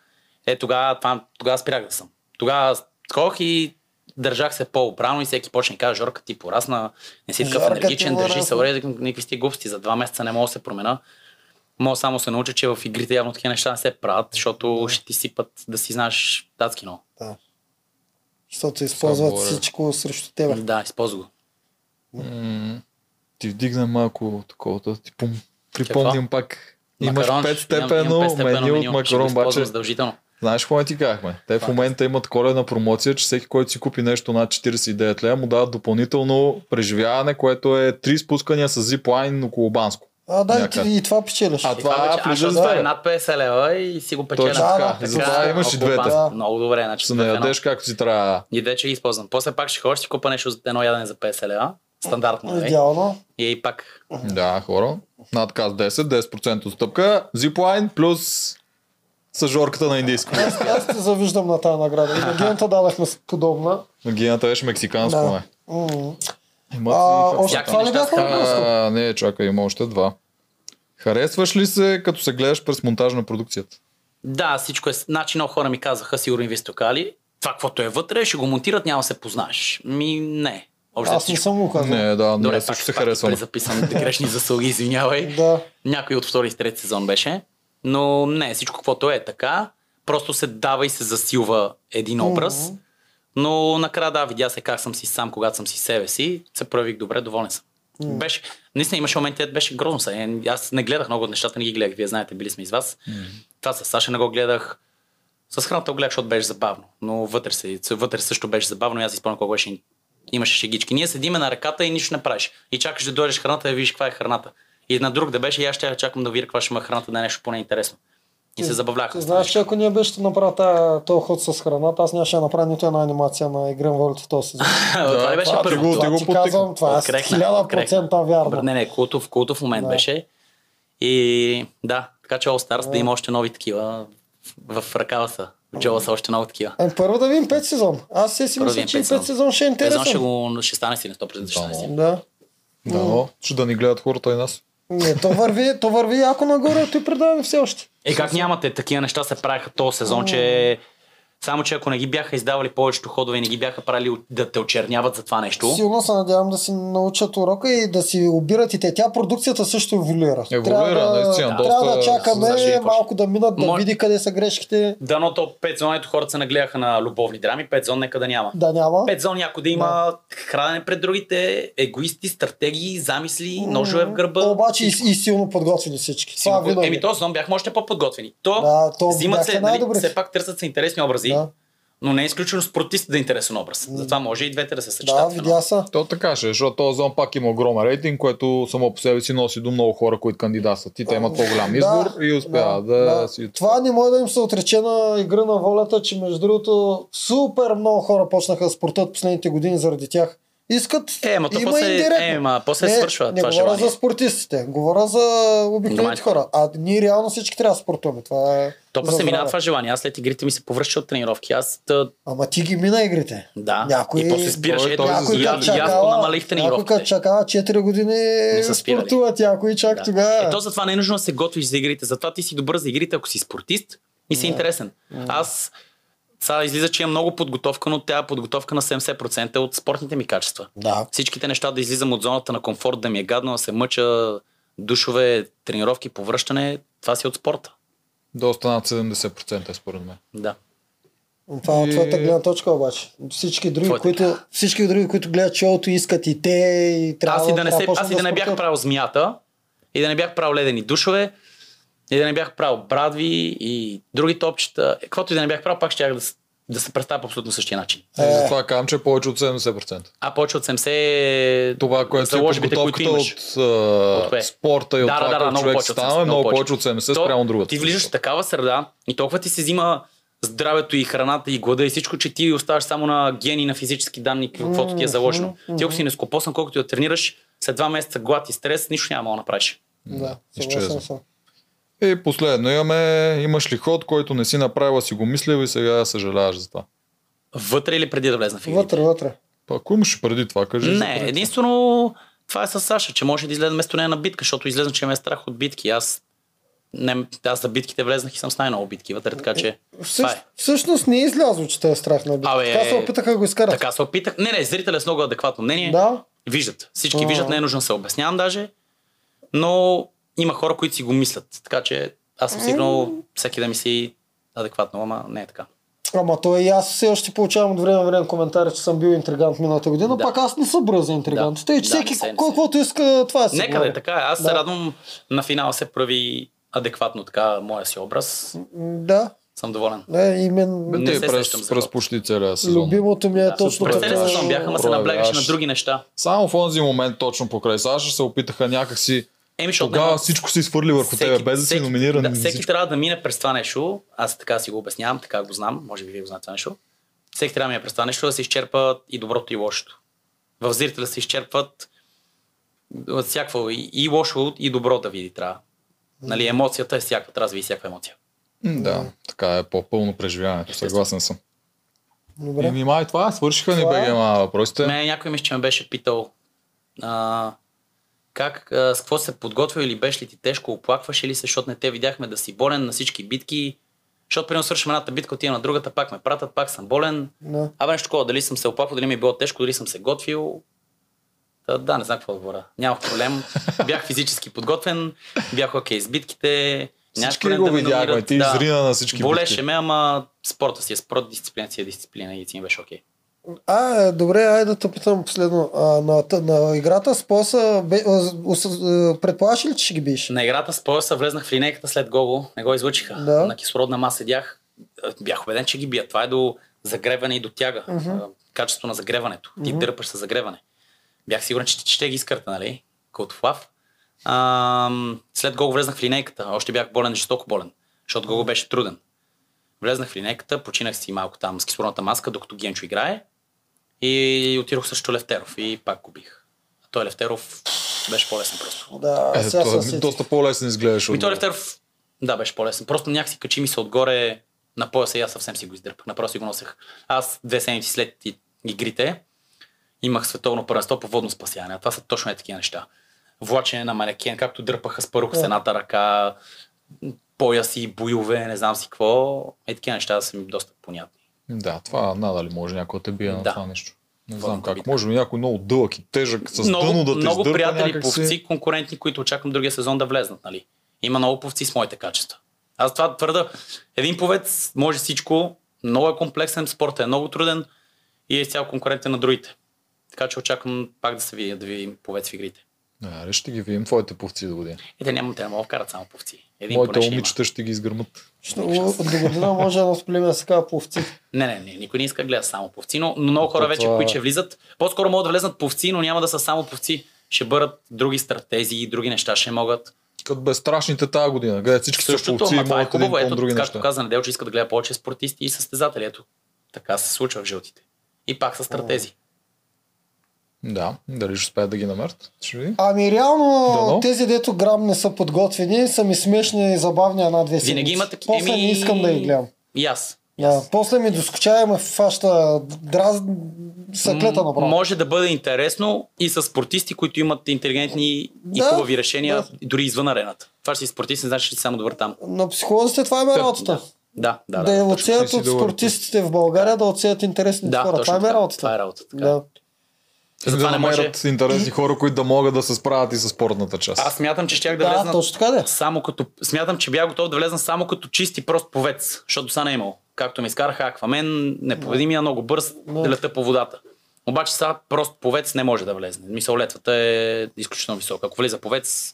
Е, тогава, това- тогава спрях да съм. Тогава скох и държах се по-обрано и всеки почне да казва, Жорка, ти порасна, не си такъв Жорка, ти енергичен, държи се порасна. уреди, никакви сте глупости, за два месеца не мога да се промена. Мога само да се науча, че в игрите явно такива неща не се правят, защото ще ти сипат да си знаеш датски много. Защото се използват говоря. всичко срещу тебе. Да, използвай го. Ти вдигна малко такова, да ти пум. Какво? Припомням пак. Имаш Макарон, 5 имам- имам степено петстепенно меню от ще го макарон, използвам обаче задължително. Знаеш какво не ти казахме? Те в момента имат коледна промоция, че всеки, който си купи нещо над 49 лева, му дават допълнително преживяване, което е 3 спускания с зиплайн около Банско. А, да, и, Някъде. ти, и това печелиш. А, А, И това вече, а, влиза защото за това е тебе. над 50 лева и си го печеля. Точно Да, така. да, За това така. имаш и Ако двете. пак- Да. Много добре, значи Се сме в едно. наядеш както си трябва. И вече я използвам. После пак ще ходиш, ще купа нещо за едно ядене за 50 лева. Стандартно, нали? Е, Идеално. И и пак. Да, хора. Надказ 10, 10% отстъпка. Зиплайн плюс с жорката на индийско. Аз, аз те завиждам на тази награда. И на Гената дадахме с- подобна. Магията беше мексиканско, Да. да. М. Има А, си- още Всякакви това е ли неща бяха стават. въпросите? а, не, чакай, има още два. Харесваш ли се, като се гледаш през монтаж на продукцията? Да, всичко е. Значи много хора ми казаха, сигурно и вие сте кали. Това, каквото е вътре, ще го монтират, няма да се познаеш. Ми, не. Общо Аз не всичко. съм го казал. Не, да, Добре, не, пак, също се пак харесвам. записан [laughs] грешни заслуги, е. извинявай. Да. Някой от втори и трети сезон беше. Но не, всичко каквото е така. Просто се дава и се засилва един образ. Но накрая да, видя се как съм си сам, когато съм си себе си. Се проявих добре, доволен съм. Беше, наистина имаше моменти, където беше грозно. Са. Е, Аз не гледах много от нещата, не ги гледах. Вие знаете, били сме из вас. Това с Саша не го гледах. С храната го гледах, защото беше забавно. Но вътре, се, вътре също беше забавно и аз изпълням колко беше. Имаше шегички. Ние седиме на ръката и нищо не правиш. И чакаш да дойдеш храната и да видиш каква е храната. И на друг да беше, и аз ще я чакам да видя каква ще има храната, да е нещо поне интересно. И се забавлях. Ти знаеш, че ако ние беше да направя тая- този ход с храната, аз нямаше да направя нито една анимация на Игрен Волт в този [laughs] сезон. [laughs] това ли беше това ти първо? го- Това ти ти потикна. казвам, това е Открехна, хиляда открехна. процента вярно. Добре, Не, не, култов, култов момент Да. беше. И да, така че All Stars да има още нови такива в, в ръкава са. В джоба са още много такива. Е, първо да видим 5 сезон. Аз се си Първо мисля, видим че пет 5 сезон ще е Сезон ще, интересен. го, ще стане си на 100% ще стане си. Да. Да, но, че да ни гледат хората и нас. Не, то върви, то върви яко нагоре, той предаваме все още. Е, как нямате? Такива неща се правеха този сезон, че само, че ако не ги бяха издавали повечето ходове и не ги бяха правили да те очерняват за това нещо. Силно се надявам да си научат урока и да си обират и те. Тя продукцията също еволюира. Еволюира, трябва да, наистина, трябва доста да се чакаме зажива. малко да минат, да Значи, Може- види къде са грешките. Дано то 5 зон, ето хората се нагледаха на любовни драми, 5 зон нека да няма. Да няма. Пет зон някой да има хранене пред другите, егоисти, стратегии, замисли, ножове в гърба. Обаче и, и силно подготвени всички. Това Сигурно, винаги. Еми, този сезон бяхме още по-подготвени. То, Да, то взимат бяхте се, нали, най-добри. все пак търсят се интересни образи, Да. но не е изключено спортист да е интересен образ. Затова може и двете да се да, съчетат. в едно. видя са. То така ще, е, защото този зон пак има огромен рейтинг, което само по себе си носи до много хора, които кандидатстват. И те имат по-голям избор и успяват да, си... Това не може да им се отрече на игра на волята, че между другото супер много хора почнаха да спортат последните години заради тях. Искат. Е, ма то има после- индиректно. е, ма после не, свършва не това говоря желание. за спортистите, говоря за обикновените Нормалните. хора. А ние реално всички трябва да спортуваме. Това е. То па за се минава здраве. това желание. Аз след игрите ми се повръща от тренировки. Аз да, Ама ти ги мина игрите. да. Някой- и после спираш. Той- Ето, той Някой и като аз, и аз чакала, понамалих някой като тренировките. чакава 4 години са спирали. спортува, някой чак Да. тогава. Ето затова не е нужно да се готвиш за игрите. Затова ти си добър за игрите, ако си спортист и си интересен. Аз сега излиза, че имам много подготовка, но тя е подготовка на 70% от спортните ми качества. Да. Всичките неща да излизам от зоната на комфорт, да ми е гадно, да се мъча, душове, тренировки, повръщане, това си е от спорта. Доста над 70% е според мен. Да. Това е И- твоята гледна точка обаче. Всички други, Твоята. които, всички други, които гледат шоуто, искат и те и трябва аз и да не, трябва се, почнат аз и да не бях спортуват. правил змията, и да не бях правил ледени душове, и да не бях правил брадви и други топчета, е, каквото и да не бях правил, пак ще да, с- да се представя по абсолютно същия начин. Е. Затова казвам, че е повече от 70%. А повече от 70 е Това, което е заложбите, подготовката които имаш. от, От кое? от спорта и е от това, което много човек повече от става, 70, е много повече. повече от 70 То спрямо другата. Ти влизаш в такава среда и толкова ти се взима здравето и храната и глада и всичко, че ти оставаш само на гени, на физически данни, каквото ти е заложено. Ти ако си нескопосан, колкото и да тренираш, след два месеца глад и стрес, нищо няма да направиш. Да, изчезва. съгласен съм. И последно имаме, имаш ли ход, който не си направила, си го мислила и сега съжаляваш за това. Вътре или преди да влезна в игрите? Вътре, вътре. Па, ако имаш преди това, кажи. за Не, преди. единствено това е с Саша, че може да излезе вместо нея на битка, защото излезе, че ме е страх от битки. Аз, не, аз за битките влезнах и съм с най-много битки вътре, така че това Всъщ, е. всъщност не е излязло, че те е страх на битка. Абе, Така се опитаха да го изкарат. Така се опитах. Не, не, зрителя е с много адекватно мнение. Да, Виждат. Всички А. виждат, не е нужно да се обяснявам даже. Но има хора, които си го мислят. Така че аз съм сигнал всеки да мисли адекватно, ама не е така. ама то и аз все още получавам от време на време коментари, че съм бил интригант миналата година, Да. пак аз не съм бърза интригант. Да. Тъй, че Да, всеки не се, не се. кой- каквото иска, това е си Нека да говори. е така. Аз Да. се радвам на финала се прави адекватно така моя си образ. Да, Съм доволен. да, именно. Бе, Не те се през, сещам за през ход. почти целия сезон. Любимото ми е Да. точно През целия така. сезон бяха, ама се Проявяваш. наблягаше на други неща. Само в онзи момент, точно покрай Саша, се опитаха някакси. Еми, защото Тогава няма- всичко се изхвърли върху тебе, без да си номиниран. Да, за всеки всичко. трябва да мине през това нещо. Аз така си го обяснявам, така го знам. Може би вие го знаете това нещо. Всеки трябва да мине през това нещо, да се изчерпа и доброто, и лошото. В зрителя се изчерпват от всякакво и, и лошо, и добро да види трябва. Нали, емоцията е всяка, трябва да види всяка емоция. М, Да, така е по-пълно преживяването. Съгласен съм. Добре. И май това свършиха ни Това е. БГМ въпросите. Мене някой мисля, че ме беше питал а, как, а, с какво се подготвил или беше ли ти тежко, оплакваше ли се, защото не те видяхме да си болен на всички битки. Защото примерно свършим едната битка, отивам на другата, пак ме пратят, пак съм болен. Да. Абе нещо такова, дали съм се оплаквал, дали ми е било тежко, дали съм се готвил. Та, да, не знам какво да говоря. Нямах [laughs] проблем. Бях физически подготвен, бях окей с битките. нямах Всички проблем го да ме видяхме, номинират. ти изрина на всички битки. Болеше ме, ама спорта си е спорт, дисциплина си е дисциплина и ти ми беше окей. А, е, добре, айде да те питам последно. А, на, т- на играта с поса, бе, а, с- ос- а, предполагаш ли, че ще ги биеш? На играта с пояса влезнах в линейката след Гого, не го излъчиха. Да. На кислородна маса седях. Бях убеден, че ги бият. Това е до загреване и до тяга. Uh-huh. Качество на загреването. Ти дърпаш с загреване. Бях сигурен, че, че ще ги изкърта, нали? Култофлав. Ам, след Гого влезнах в линейката. Още бях болен, жестоко болен. Защото Гого беше труден. Влезнах в линейката, починах си малко там с кислородната маска, докато Генчо играе. И отидох също Левтеров. И пак го бих. А той Левтеров беше по-лесен просто. Да, Е, сега той се е сетих. доста по-лесен изглеждаш. Ми от Ами, той е него. Лефтеров, да, беше по-лесен. Просто някакси качи ми се отгоре на пояса и аз съвсем си го издърпах. Направо си го носех. Аз две седмици след и- игрите имах световно първенство по водно спасяване. А това са точно е такива неща. Влачене на манекен, както дърпаха с първо с едната ръка, пояси, буйове, не знам си какво. Е такива неща са ми доста понятни. Да, това надали може някой да те бие на Да. това нещо. Не знам Водната как. битка. Може би някой много дълъг и тежък с дъно много, да те много издърпа приятели, някакси. повци, конкурентни, които очаквам другия сезон да влезнат, нали? Има много повци с моите качества. Аз това твърда. Един повец може всичко, много е комплексен, спортът е много труден и е изцяло конкурентен на другите. Така че очаквам пак да се видя, да видим повец в игрите. Не, ли ще ги видим твоите повци до година. И те няма, те не могат да вкарат само повци. Един Моите поне ще момичета ще ги изгърмат. Ще- До година може да нас племе с такава пловци. Има. Не, не, не, никой не иска да гледа само повци, но, но много хора Е, Това- вече, които ще влизат, по-скоро могат да влезнат повци, но няма да са само повци. Ще бъдат други стратезии, други неща ще могат. Като безстрашните тази година, където всички са Същото, повци и ама това е могат един хубаво. към Ето, други както неща. каза Недел, че иска да гледа повече спортисти и състезатели. Ето, така се случва в жълтите. И пак са стратези. Да, дали ще успеят да ги намерят? Ще видим. Ами реално Дано. тези, дето грам не са подготвени, са ми смешни и забавни една-две седмици. Винаги има такива. После не искам да ги гледам. И аз. Да, после ми доскоча и ме фаща драз... съклета направо. Може да бъде интересно и с спортисти, които имат интелигентни и Да, хубави решения, да. дори извън арената. Това, че си спортист, не значи, че си само добър там. На психолозите това им е работата. Да, да, Да, да. да, точно. отсеят Ти си от добър. спортистите в България, да отсеят интересните Да, хора. точно Това им е така. работата. Това е работата, така Да. И Затова да не може- намерят интересни хора, които да могат да се справят и с спортната част. Аз смятам, че щях да, Да, влезна точно така да е. само като... Смятам, че бях готов да влезна само като чист и прост повец, защото са не е имал. Както ми изкараха Аквамен, непобедимия, много бърз, Да. лета по водата. Обаче сега прост повец не може да влезне. Мисъл, летвата е изключително висока. Ако влиза повец,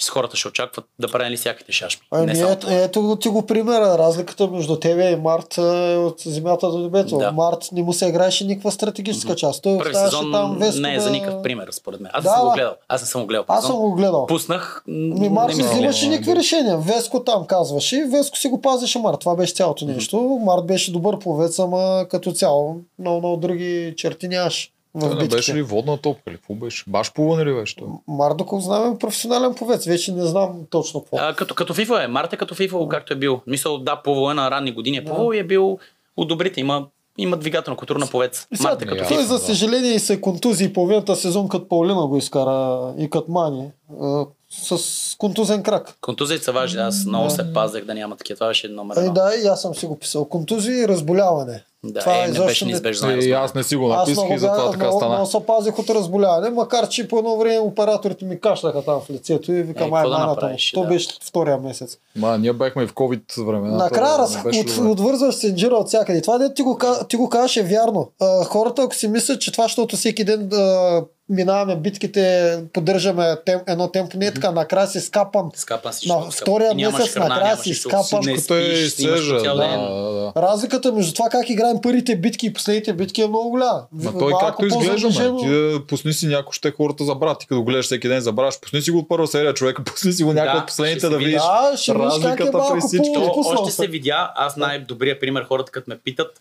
с хората ще очакват да правили всякакви шашми. не Ами само ето, това. ето го ти го примера. Разликата между тебе и Март е от земята до небето. Да. Март не му се играеше никаква стратегическа част. Той Първи оставаше сезон там Веско не е за да- никакъв пример, според мен. Аз Да, не съм го да. гледал. Аз не съм го гледал. Аз съм пардон. го Ами, гледал. Пуснах. м, Ми Март не ми взимаш- взимаше влияе. никакви решения. Веско там казваше и Веско си го пазеше Март. Това беше цялото нещо. Март беше добър пловец, ама като цяло много, много други черти нямаше. в Той не битките. беше ли водна топка или какво беше? Баш плуване ли беше? той? Мардоков знам е професионален повец, вече не знам точно какво. А, като, като FIFA е. Марта като FIFA, както е бил. Мисъл, да, плувал е на ранни години. Е плувал и е бил у добрите. Има, има двигателна култура на повец. И сега, е. Марта като той, FIFA. за съжаление, се контузи половината сезон, като Паулина го изкара и като Мани. а, С контузен крак. Контузиите са важни. Аз много се пазех да няма такива. Това беше номер Ай, едно. Ами да, и аз съм си го писал. Контузии и разболяване. Да, Това е, не изобщо беше неизбежно. И аз не си го Аз написах много, и затова бях- така много, стана. много се пазих от разболяване, макар че по едно време операторите ми кашляха там в лицето и Е, викам, ай, какво да маната му. направиш, То да. беше втория месец. Ма, ние бяхме и в COVID времена. Накрая раз, от, отвързваш сенджира от всякъде. Това дето ти го, ка- ти го кажеш е вярно. А, хората, ако си мислят, че това, защото всеки ден а, минаваме битките, поддържаме тем, едно темпо, не е така. Накрая си скапан. Скапан си. На защото скапан. втория И нямаш месец храна, накрая нямаш си нищо. скапан. Не Всичкото е спиш, ти имаш по изсежа, цял да, ден. да, да. Разликата между това как играем първите битки и последните битки е много голяма. Ма той Малко както изглежда, по-занижено. ме. Ти да пусни си някой, ще хората забравят. Ти като го гледаш всеки ден, забравяш. Пусни си го от първа серия, човека. [laughs] Пусни си го някой Да, от последните ще да се видиш. Да, ще видиш как е разликата при малко всички. То по-отпуснал. още се видя, аз най-добрия пример, хората като ме питат,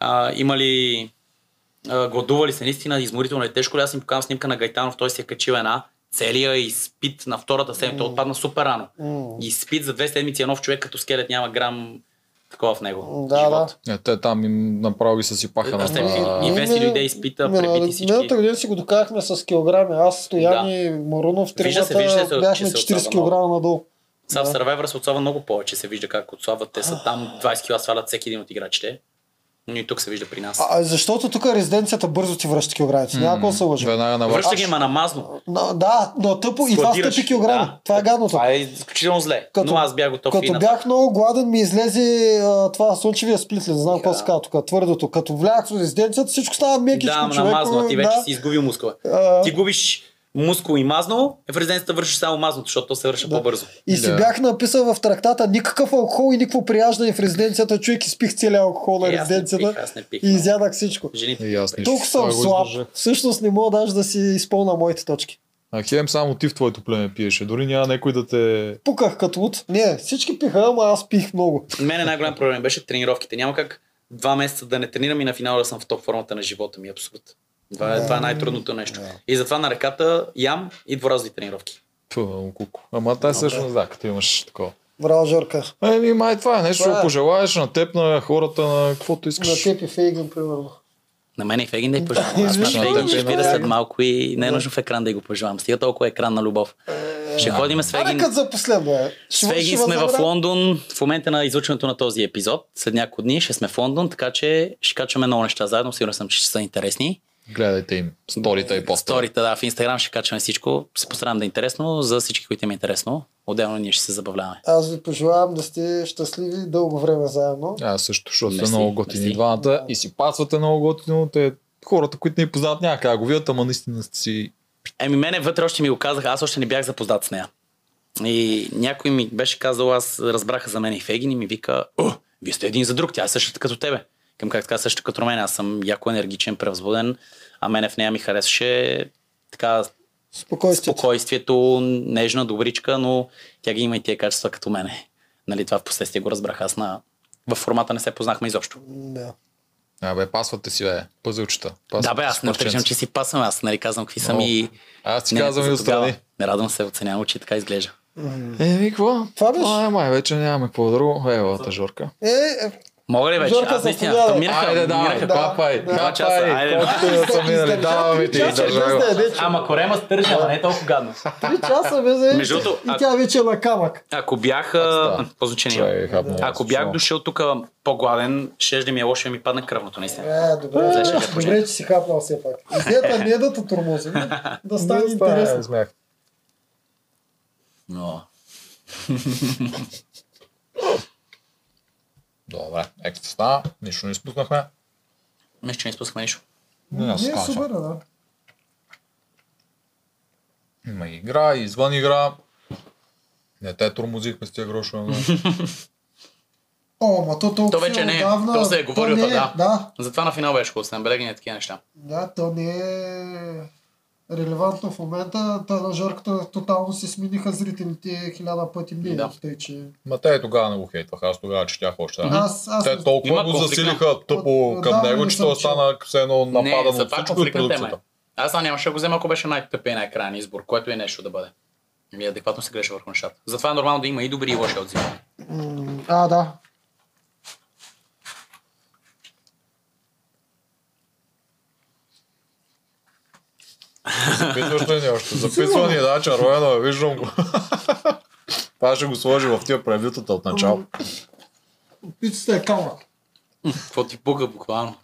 а, има ли а, гладували се наистина, изморително е тежко ли, аз им показвам снимка на Гайтанов, той си е качил една целия изпит на втората седмица, той отпадна супер рано. М. Изпит за две седмици е нов човек като скелет, няма грам такова в него. Да, живот. Е, те там им направо ги се сипаха на Аз те- това. Е, ами, и Ми, Веси ми, дойде, изпита, ми, препити ми, всички. Миналата година си го докарахме с килограми. Аз, Стоян Да. и Марунов, Вижда се, вижда се, тримата че бяхме се 40 отслабва кг надолу. Сега Да. в Survivor се отслабва много повече, се вижда как отслабват, те са там 20 кила свалят всеки един от играчите. Но и тук се вижда при нас. А, защото тук резиденцията бързо ти връща килограмите. Няма какво да се лъжи. Веднага на Връща ги, ма намазно. Но, да, но тъпо и това Складираш. стъпи килограми. Да. Това е гадното. Това е изключително зле. Като- но аз бях готов и Като на бях много гладен, ми излезе а, това слънчевия сплитлен, не знам какво Да. се казва тук, твърдото. Като влях в резиденцията, всичко става мекичко, Да, ама човек. намазно, а ти вече да. си изгубил мускула. А. Ти губиш мускул и мазнало, е в резиденцията вършиш само мазното, защото то се върши по-бързо. И си Да. бях написал в трактата никакъв алкохол и никакво прияждане в резиденцията. Човек изпих целия алкохол на Е, аз не резиденцията пих, аз не пих. и изядах всичко. Жените. И аз нищо. Тук съм Е, Той го слаб. издържа. Всъщност не мога даже да си изпълна моите точки. А Хем само ти в твоето племе пиеше. Дори няма някой да те... Пуках като лут. Не, всички пиха, ама аз пих много. Мене е най-голям проблем беше тренировките. Няма как два месеца да не тренирам и на финала да съм в топ формата на живота ми. Абсурд. Това е, това е най-трудното нещо. И затова на ръката ям и дворазови тренировки. Пъл, куку. Ама тази всъщност да, като имаш такова. Браво, Жорка. Еми, май това е нещо, Това е. да пожелаеш на теб, на хората, на каквото На искаш. теб и Фейгин, примерно. На мен и Фегин да [laughs] й пожелавам. Аз на Извинявай, Фегин ще извинявай. видя след малко и не е нужно в екран да й го пожелавам. Стига толкова екран на любов. Ще ходим с Аре Фегин. Е, като за последно е. Ще- С Веги ще сме в възобря- Лондон в момента на излучването на този епизод. След няколко дни ще сме в Лондон, така че ще качваме много неща заедно. Сигурен съм, че ще са интересни. Гледайте им сторите и поста. Сторите, да, в Инстаграм ще качваме всичко. Се постарам да е интересно за всички, които им е интересно. Отделно ние ще се забавляваме. Аз ви пожелавам да сте щастливи дълго време заедно. Аз също, защото сте Мерси, много готини мерси. двамата и си пасвате много готино. Те, хората, които не ни познават, няма как да го видят, ама наистина сте си... Еми, мене вътре още ми го казаха, аз още не бях запознат с нея. И някой ми беше казал, аз разбраха за мен и Фегин и ми вика, О, вие сте един за друг, тя е същата като тебе. Към как така също като мен, аз съм яко енергичен, превъзбуден, а мене в нея ми харесваше така Спокойствие. спокойствието, нежна, добричка, но тя ги има и тия качества като мене. Нали, това в последствие го разбрах. Аз на... в формата не се познахме изобщо. Да. Абе, пасвате си, бе, пъзълчета. Пасвате да, бе, си аз не парченца. отричам, че си пасам. Аз нали, казвам какви съм О, и... Аз ти Не, казвам и за отстрани. тогава. Не радвам се, оценявам, че така изглежда. Еми, Е, какво? Това беше. Ай, май, вече нямаме какво друго. Евалата, Жорка. Е, е, Мога ли вече? Жорка, аз наистина. заповядай. то Минаха, Айде, давай, минаха да. колко? хапай, да. Два часа, хапай. айде. Колкото да са минали, даваме ти, Три часа, без да издържай. яде, че- Ама корема стържа, ама не е толкова гадно. Три часа без да яде, Между че- другото, И ако- тя вече е на камък. Ако бях... а, да. По-значение. Чай, хапна. Ако бях дошъл тук по-гладен, ще да ми е лошо и ми падна кръвното, наистина. Е, добре. След ще да почнем. Добре, че си хапнал все пак. Идеята не е да те тормози, да стане интересно. Смях. Но... Добре, екстра стана, нищо не изпуснахме. Мисля, че не изпускаме нищо. Не, аз Не е казвам. супер, да. Има и игра, и извън игра. Не те тормозихме с тия грошове. но- О, ма то толкова То вече не е. отдавна- То се е говорил, не да. Да, Затова на финал беше хубаво, се набелегне такива неща. да, то не е... релевантно в момента. Та на жарката тотално се смениха зрителите хиляда пъти мнение. Да. Да. Тъй, че... Ма те и тогава не го хейтвах, аз тогава четях още. Мгм. Аз, аз Те не- толкова Има го конфликт. засилиха тъпо От- към да, но него, не че съм той чул. стана все едно Не, нападан за от това всичко и конфликтна тема е. продукцията. Аз това нямаше да го взема, ако беше най-тъпия и най-крайен избор, което е нещо да бъде. Ми адекватно се греша върху нещата. Затова е нормално да има и добри и лоши отзиви. М, А, да. Записваш ли ни още? Записва ни, да, червено, е, виждам го. [laughs] Това ще го сложи в тия превютата от начало. Пицата е кална. Какво ти пука буквално?